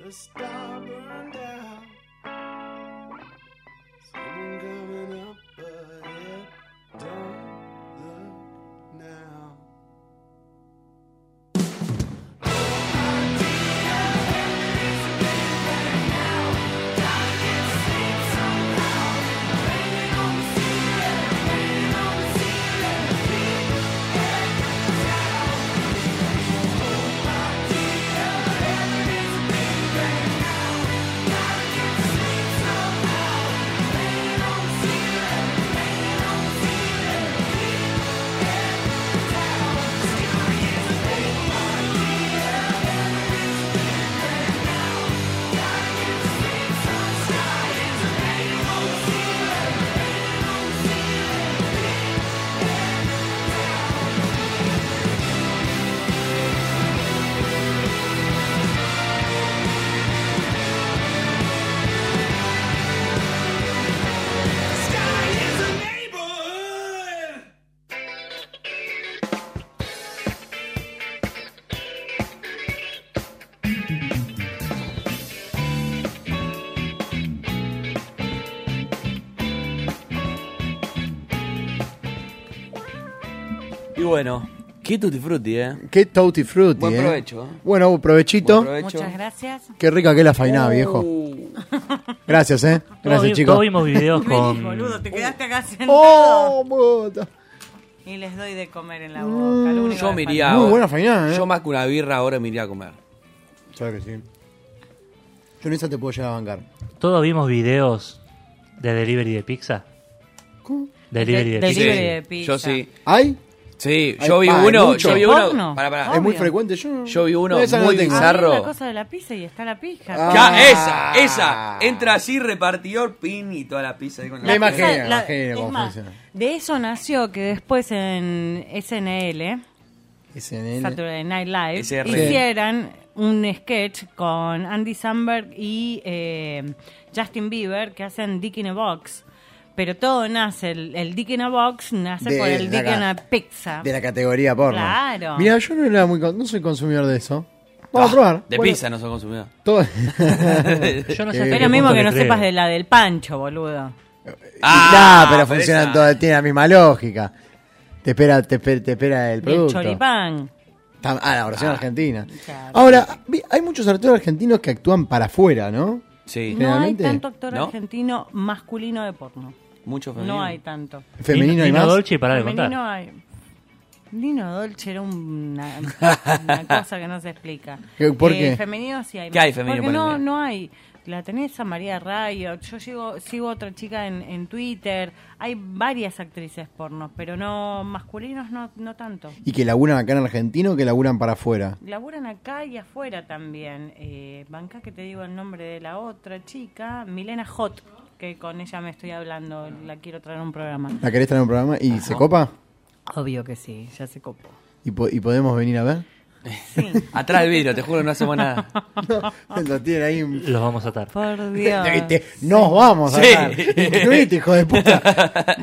Speaker 3: The star burned out. Someone coming up, but it don't look now. Now
Speaker 8: Y bueno, qué tutti frutti, ¿eh?
Speaker 7: Qué touty frutti,
Speaker 8: Buen
Speaker 7: eh.
Speaker 8: provecho.
Speaker 7: Bueno, provechito.
Speaker 8: Buen provecho.
Speaker 9: Muchas gracias.
Speaker 7: Qué rica que es la fainá,
Speaker 9: Uh.
Speaker 7: viejo. Gracias, eh.
Speaker 5: Todos vi-
Speaker 7: Gracias, chicos.
Speaker 5: todos vimos videos con-
Speaker 9: Boludo, te quedaste acá sentado.
Speaker 7: ¡Oh, puta! Mm.
Speaker 9: Y les doy de comer en la boca. lo único
Speaker 8: Yo
Speaker 9: que
Speaker 8: me iría.
Speaker 9: falta.
Speaker 8: ahora.
Speaker 7: eh.
Speaker 8: Yo más que una birra ahora me iría a comer.
Speaker 7: Claro que sí. Yo en esa te puedo llegar a bancar.
Speaker 5: Todos vimos videos de delivery de pizza. Delivery de,
Speaker 7: De-
Speaker 5: pizza.
Speaker 7: delivery
Speaker 8: de pizza. yo sí.
Speaker 7: ¿Hay?
Speaker 8: Sí,
Speaker 7: Hay-
Speaker 8: yo vi
Speaker 7: ah, hay
Speaker 8: uno.
Speaker 7: mucho.
Speaker 8: Yo vi
Speaker 7: ¿Porno?
Speaker 8: uno. Pará, pará.
Speaker 7: Es muy frecuente. Yo,
Speaker 8: Yo vi uno
Speaker 7: Esa no
Speaker 8: muy
Speaker 7: la tengo. Ah,
Speaker 9: Abrí
Speaker 8: bizarro.
Speaker 9: la cosa de la pizza y está la pizza.
Speaker 8: Ya, esa, esa. Entra así, repartidor, pin y toda la pizza. ahí con
Speaker 7: Me
Speaker 8: la-
Speaker 7: imagino,
Speaker 9: Esa- la-
Speaker 7: imagino
Speaker 9: es
Speaker 7: cómo
Speaker 9: más,
Speaker 7: funciona.
Speaker 9: De eso nació que después en SNL,
Speaker 7: SNL.
Speaker 9: Saturday Night Live,
Speaker 7: SRL.
Speaker 9: hicieran un sketch con Andy Samberg y eh, Justin Bieber que hacen Dick in a Box. Pero todo nace, el, el Dick in a Box nace
Speaker 7: De
Speaker 9: por el
Speaker 7: la
Speaker 9: Dick in
Speaker 7: ca-
Speaker 9: a Pizza.
Speaker 7: De la categoría porno.
Speaker 9: Claro.
Speaker 7: Mira, yo no, era muy, con- no soy consumidor de eso. Vamos a probar.
Speaker 8: De
Speaker 7: Bueno,
Speaker 8: pizza no soy consumidor.
Speaker 7: Todo...
Speaker 8: Yo
Speaker 7: Eh,
Speaker 8: no sé hasta
Speaker 9: Pero
Speaker 8: qué
Speaker 9: mismo
Speaker 8: punto
Speaker 9: que
Speaker 8: le
Speaker 9: no
Speaker 8: creo.
Speaker 9: sepas de la del pancho, boludo.
Speaker 7: Ah, pero
Speaker 9: pero
Speaker 7: funcionan
Speaker 9: esa-
Speaker 7: todas, tiene la misma lógica. Te espera, te espera, te espera
Speaker 9: Y
Speaker 7: el
Speaker 9: el
Speaker 7: producto.
Speaker 9: choripán.
Speaker 7: Tam- Ah, la versión argentina. Ah, Ahora, vi- hay muchos actores argentinos que actúan para afuera, ¿no?
Speaker 8: Sí.
Speaker 9: No hay tanto actor
Speaker 7: ¿No?
Speaker 9: argentino masculino de porno.
Speaker 8: Mucho
Speaker 9: No hay tanto.
Speaker 7: Femenino hay
Speaker 5: Nino
Speaker 7: más.
Speaker 5: Dolce, pará de
Speaker 9: Femenino
Speaker 5: contar.
Speaker 9: hay. Nino Dolce era una, una cosa que no se explica. Eh,
Speaker 7: ¿Qué- por qué?
Speaker 9: Femenino sí hay.
Speaker 7: ¿Qué
Speaker 9: más.
Speaker 7: hay femenino
Speaker 9: Porque
Speaker 7: para
Speaker 9: no,
Speaker 7: el
Speaker 9: no hay. La tenés a María Rayo. Yo sigo, sigo otra chica en, en Twitter. Hay varias actrices pornos, pero no masculinos no, no tanto.
Speaker 7: Y que laburan acá en Argentina o que laburan para afuera.
Speaker 9: Laburan acá y afuera también. Eh, banca que te digo el nombre de la otra chica, Milena Hot, que con ella me estoy hablando, la quiero traer a un programa.
Speaker 7: ¿La querés traer a un programa? ¿Y se copa?
Speaker 9: Obvio que sí, ya se copó.
Speaker 7: ¿Y, po- y podemos venir a ver?
Speaker 8: Atrás del vidrio, te juro, no hacemos nada.
Speaker 7: Lo tiene ahí un-
Speaker 5: Los vamos a atar.
Speaker 9: Por
Speaker 7: Dios. Te- Nos vamos a
Speaker 5: Sí.
Speaker 7: dar. Incluite, hijo de puta.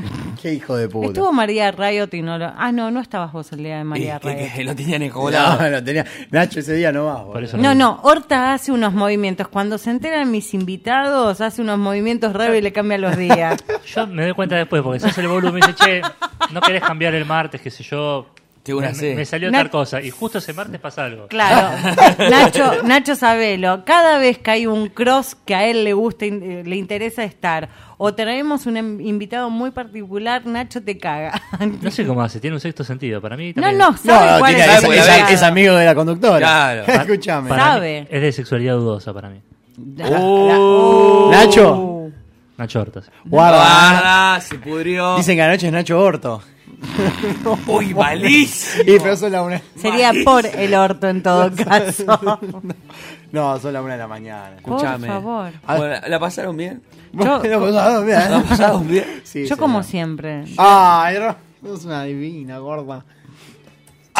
Speaker 7: Qué hijo de puta.
Speaker 9: Estuvo María Rayot y no lo... Ah, no, no estabas vos el día de María
Speaker 8: Que-
Speaker 9: Rayot.
Speaker 8: que lo tenían enjaulado.
Speaker 7: No, no tenía. Nacho, ese día no vas. Por eso
Speaker 9: No, no, Horta hace unos movimientos. Cuando se enteran mis invitados, hace unos movimientos raros y le cambia los días.
Speaker 5: Yo me doy cuenta después, porque si hace el volumen y dice, che, no querés cambiar el martes, qué sé yo.
Speaker 8: una
Speaker 5: me,
Speaker 8: C.
Speaker 5: me salió
Speaker 9: Na-
Speaker 5: tal cosa. Y justo ese martes pasa algo.
Speaker 9: Claro, Nacho, Nacho Sabelo, cada vez que hay un cross que a él le gusta, in- eh, le interesa estar, o traemos un em- invitado muy particular, Nacho te caga.
Speaker 5: No sé cómo hace, tiene un sexto sentido. Para mí
Speaker 9: No,
Speaker 5: también.
Speaker 9: no, sabe No, no, cuál tiene- es el
Speaker 7: es- es- es amigo de la conductora. Claro.
Speaker 5: Para-
Speaker 7: Escúchame.
Speaker 5: para mí
Speaker 9: Sabe.
Speaker 5: es de sexualidad dudosa para mí.
Speaker 9: uh.
Speaker 7: Nacho.
Speaker 5: Nacho Hortas.
Speaker 7: Guarda.
Speaker 8: Guarda, se pudrió.
Speaker 7: Dicen que anoche es Nacho Horto.
Speaker 8: Uy, malísimo.
Speaker 7: Y pero son la una.
Speaker 9: Sería por el orto en todo caso.
Speaker 7: No, son la una de la mañana.
Speaker 8: Escuchame.
Speaker 9: Por favor.
Speaker 8: Bueno, ¿La pasaron bien?
Speaker 7: Bueno,
Speaker 8: Yo-
Speaker 7: pasaron bien.
Speaker 8: ¿La pasaron bien?
Speaker 7: Sí,
Speaker 9: Yo como siempre.
Speaker 7: Ah, es una divina, gorda.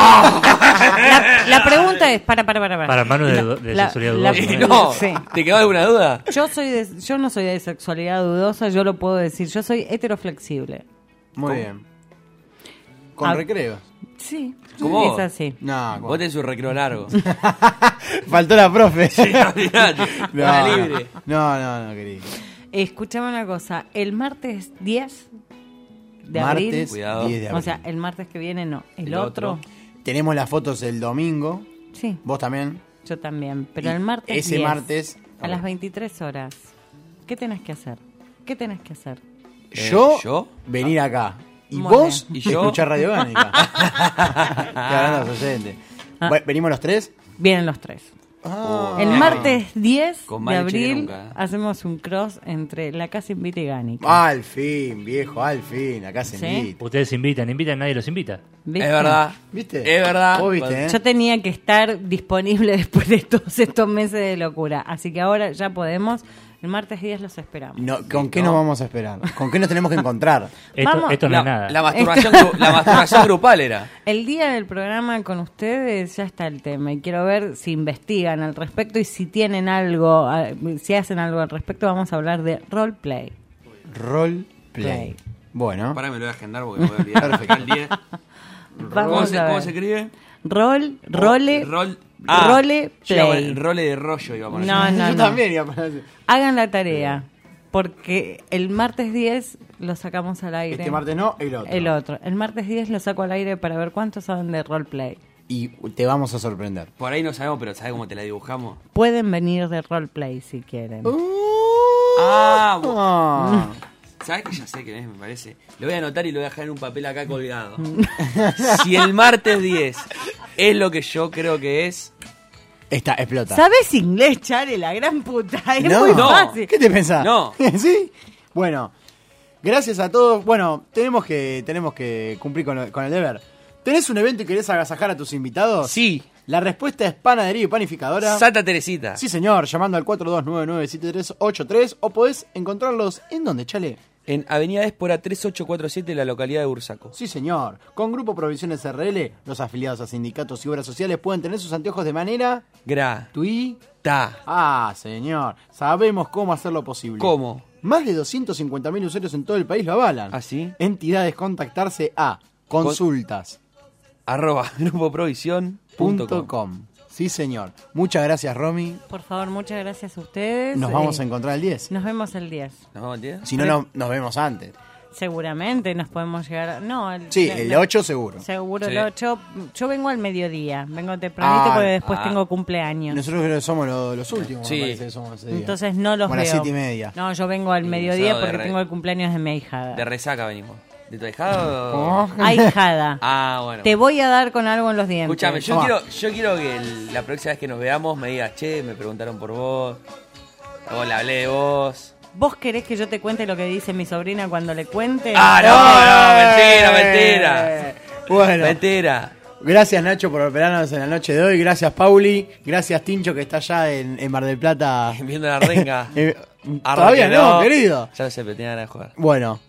Speaker 9: La, la pregunta es, para, para, para. Para,
Speaker 5: Para mano de, de
Speaker 9: La-
Speaker 5: sexualidad
Speaker 9: la-
Speaker 5: dudosa.
Speaker 9: la- No. Sí.
Speaker 8: Eh, ¿Te quedó alguna duda?
Speaker 9: Yo, soy de- yo no soy de sexualidad dudosa, yo lo puedo decir. Yo soy heteroflexible.
Speaker 7: Muy bien. Con
Speaker 9: Ah.
Speaker 7: recreos.
Speaker 9: Sí,
Speaker 8: ¿Cómo?
Speaker 9: es así.
Speaker 7: No,
Speaker 8: Vos tenés un recreo largo.
Speaker 7: Faltó la profe.
Speaker 8: Sí, olvidate. Hora
Speaker 7: no,
Speaker 8: libre.
Speaker 7: no, no, no, querido.
Speaker 9: Escuchame una cosa, el martes 10 de
Speaker 7: Martes
Speaker 9: abril,
Speaker 7: 10 de abril.
Speaker 9: o sea, el martes que viene no, el,
Speaker 7: El
Speaker 9: otro,
Speaker 7: otro. Tenemos las fotos el domingo.
Speaker 9: Sí.
Speaker 7: Vos también.
Speaker 9: yo también, pero
Speaker 7: Y
Speaker 9: el martes
Speaker 7: ese
Speaker 9: 10,
Speaker 7: martes-
Speaker 9: a las 23 horas. ¿Qué tenés que hacer? ¿Qué tenés que hacer?
Speaker 7: yo, venir acá. Y
Speaker 9: Muy
Speaker 7: vos,
Speaker 9: bien.
Speaker 8: Eh, Ah. ¿Y yo?
Speaker 7: escuchar Radio Gánica. Estoy hablando a los oyentes. Bueno, ¿Venimos los tres?
Speaker 9: Ah. Vienen los tres. el
Speaker 7: Ah.
Speaker 9: martes 10
Speaker 7: Con
Speaker 9: de
Speaker 7: más leche que
Speaker 9: abril
Speaker 7: nunca, ¿eh?
Speaker 9: hacemos un cross entre la casa invita y Gánica.
Speaker 5: Ah,
Speaker 7: Al fin, viejo, al fin. Acá se
Speaker 9: ¿Sí?
Speaker 7: invita.
Speaker 5: Ustedes invitan, invitan, nadie los invita.
Speaker 9: ¿Viste? Es verdad.
Speaker 7: ¿Viste?
Speaker 8: Es verdad.
Speaker 7: Vos viste, ¿eh?
Speaker 9: Yo tenía que estar disponible después de todos estos meses de locura. Así que ahora ya podemos. El martes 10 los esperamos.
Speaker 7: No, ¿Con qué nos vamos a esperar? ¿Con qué nos tenemos que encontrar?
Speaker 9: Esto- Vamos. esto no
Speaker 8: La-
Speaker 9: es nada.
Speaker 8: La masturbación, gru- la masturbación grupal era.
Speaker 9: El día del programa con ustedes ya está el tema y quiero ver si investigan al respecto y si tienen algo, a- si hacen algo al respecto, vamos a hablar de roleplay.
Speaker 7: Roll
Speaker 9: Play.
Speaker 7: play. Bueno.
Speaker 8: Pará, me lo voy a agendar porque me voy a olvidar. Acá el 10. ¿Cómo
Speaker 9: Vamos
Speaker 8: se,
Speaker 9: a ver.
Speaker 8: ¿Cómo se escribe?
Speaker 9: Rol, role,
Speaker 7: Oh,
Speaker 9: Ah,
Speaker 8: Rol, ah,
Speaker 9: role,
Speaker 8: yo iba a poner
Speaker 9: play.
Speaker 8: Role de rollo iba a poner.
Speaker 9: No, no, Yo no. también
Speaker 7: iba a poner.
Speaker 9: Hagan la tarea. porque el martes 10 lo sacamos al aire.
Speaker 7: Este martes no, el otro.
Speaker 9: El otro. El martes 10 lo saco al aire para ver cuántos saben de roleplay.
Speaker 7: Y te vamos a sorprender.
Speaker 8: Por ahí no sabemos, pero ¿sabes cómo te la dibujamos?
Speaker 9: Pueden venir de roleplay si quieren.
Speaker 7: Uh.
Speaker 8: Ah, ¿Sabes que ya sé quién es, me parece? Lo voy a anotar y lo voy a dejar en un papel acá colgado. si el martes 10 es lo que yo creo que es.
Speaker 7: Está, explota.
Speaker 9: ¿Sabes inglés, Chale? La gran puta. Es
Speaker 7: no.
Speaker 9: muy fácil.
Speaker 7: ¿Qué te pensás?
Speaker 8: No.
Speaker 7: ¿Sí? Bueno, gracias a todos. Bueno, tenemos que, tenemos que cumplir con, lo- con el deber. ¿Tenés un evento y querés agasajar a tus invitados?
Speaker 8: Sí.
Speaker 7: La respuesta es panadería y panificadora.
Speaker 8: Santa Teresita.
Speaker 7: Sí, señor. Llamando al 42997383 o podés encontrarlos en donde, Chale.
Speaker 8: En Avenida Espora 3847, la localidad de Bursaco.
Speaker 7: Sí, señor. Con Grupo Provisiones RL, los afiliados a sindicatos y obras sociales pueden tener sus anteojos de manera
Speaker 8: Gra.
Speaker 7: gratuita. Ah, señor. Sabemos cómo hacerlo posible.
Speaker 8: ¿Cómo? ¿Ah,
Speaker 7: Más de 250.000 usuarios en todo el país lo avalan.
Speaker 8: ¿Así?
Speaker 7: Entidades contactarse a consultas.
Speaker 8: Arroba
Speaker 7: grupoprovisión.com. Sí, señor. Muchas gracias, Romy.
Speaker 9: Por favor, muchas gracias a ustedes.
Speaker 7: Nos vamos
Speaker 9: Eh,
Speaker 7: a encontrar el 10.
Speaker 9: Nos vemos el 10.
Speaker 8: ¿Nos vamos, tío?
Speaker 7: Si no, no- nos vemos antes.
Speaker 9: Seguramente nos podemos llegar. a- No, el,
Speaker 7: Sí,
Speaker 9: la-
Speaker 7: el
Speaker 9: la-
Speaker 7: 8 seguro.
Speaker 9: Seguro
Speaker 7: Sí.
Speaker 9: el 8. Yo vengo al mediodía. Vengo tempranito
Speaker 7: Ah,
Speaker 9: porque después
Speaker 7: ah.
Speaker 9: tengo cumpleaños.
Speaker 7: Nosotros creo que somos lo- los últimos,
Speaker 8: Sí.
Speaker 7: me parece que somos ese día.
Speaker 9: Entonces no los
Speaker 7: Como a
Speaker 9: veo.
Speaker 7: las 7 y media.
Speaker 9: No, yo vengo al mediodía
Speaker 8: sábado de
Speaker 9: porque
Speaker 8: re-
Speaker 9: tengo el cumpleaños de mi hijada.
Speaker 8: De resaca venimos. ¿De tu dejado?
Speaker 9: ¿Cómo? Ahijada.
Speaker 8: Ah, bueno.
Speaker 9: Te voy a dar con algo en los dientes.
Speaker 8: Escuchame, yo quiero, yo quiero que el- la próxima vez que nos veamos me digas, che, me preguntaron por vos. O le hablé de vos.
Speaker 9: ¿Vos querés que yo te cuente lo que dice mi sobrina cuando le cuente?
Speaker 8: Ah, no,
Speaker 7: ¡Eh!
Speaker 8: no, mentira, mentira.
Speaker 7: Bueno.
Speaker 8: Mentira.
Speaker 7: Gracias Nacho por operarnos en la noche de hoy, gracias Pauli, gracias Tincho que está allá en, en Mar del Plata.
Speaker 8: Viendo la renga.
Speaker 7: Eh,
Speaker 8: Arre
Speaker 7: Todavía
Speaker 8: que
Speaker 7: no, querido.
Speaker 8: Ya lo sé, pero tenía ganas de jugar.
Speaker 7: Bueno,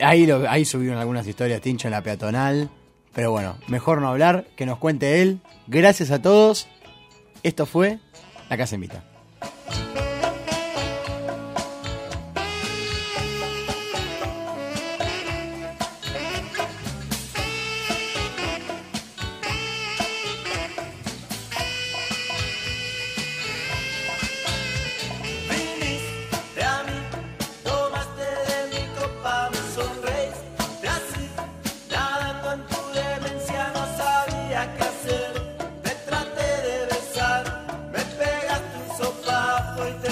Speaker 7: ahí, lo, ahí subieron algunas historias Tincho en la peatonal, pero bueno, mejor no hablar, que nos cuente él. Gracias a todos, esto fue La Casa Invita.
Speaker 11: Viniste a mí, tomaste de mi copa, me sonreíste así, nadando en tu demencia, no sabía qué hacer. Me traté de besar, me pegaste un sopapo.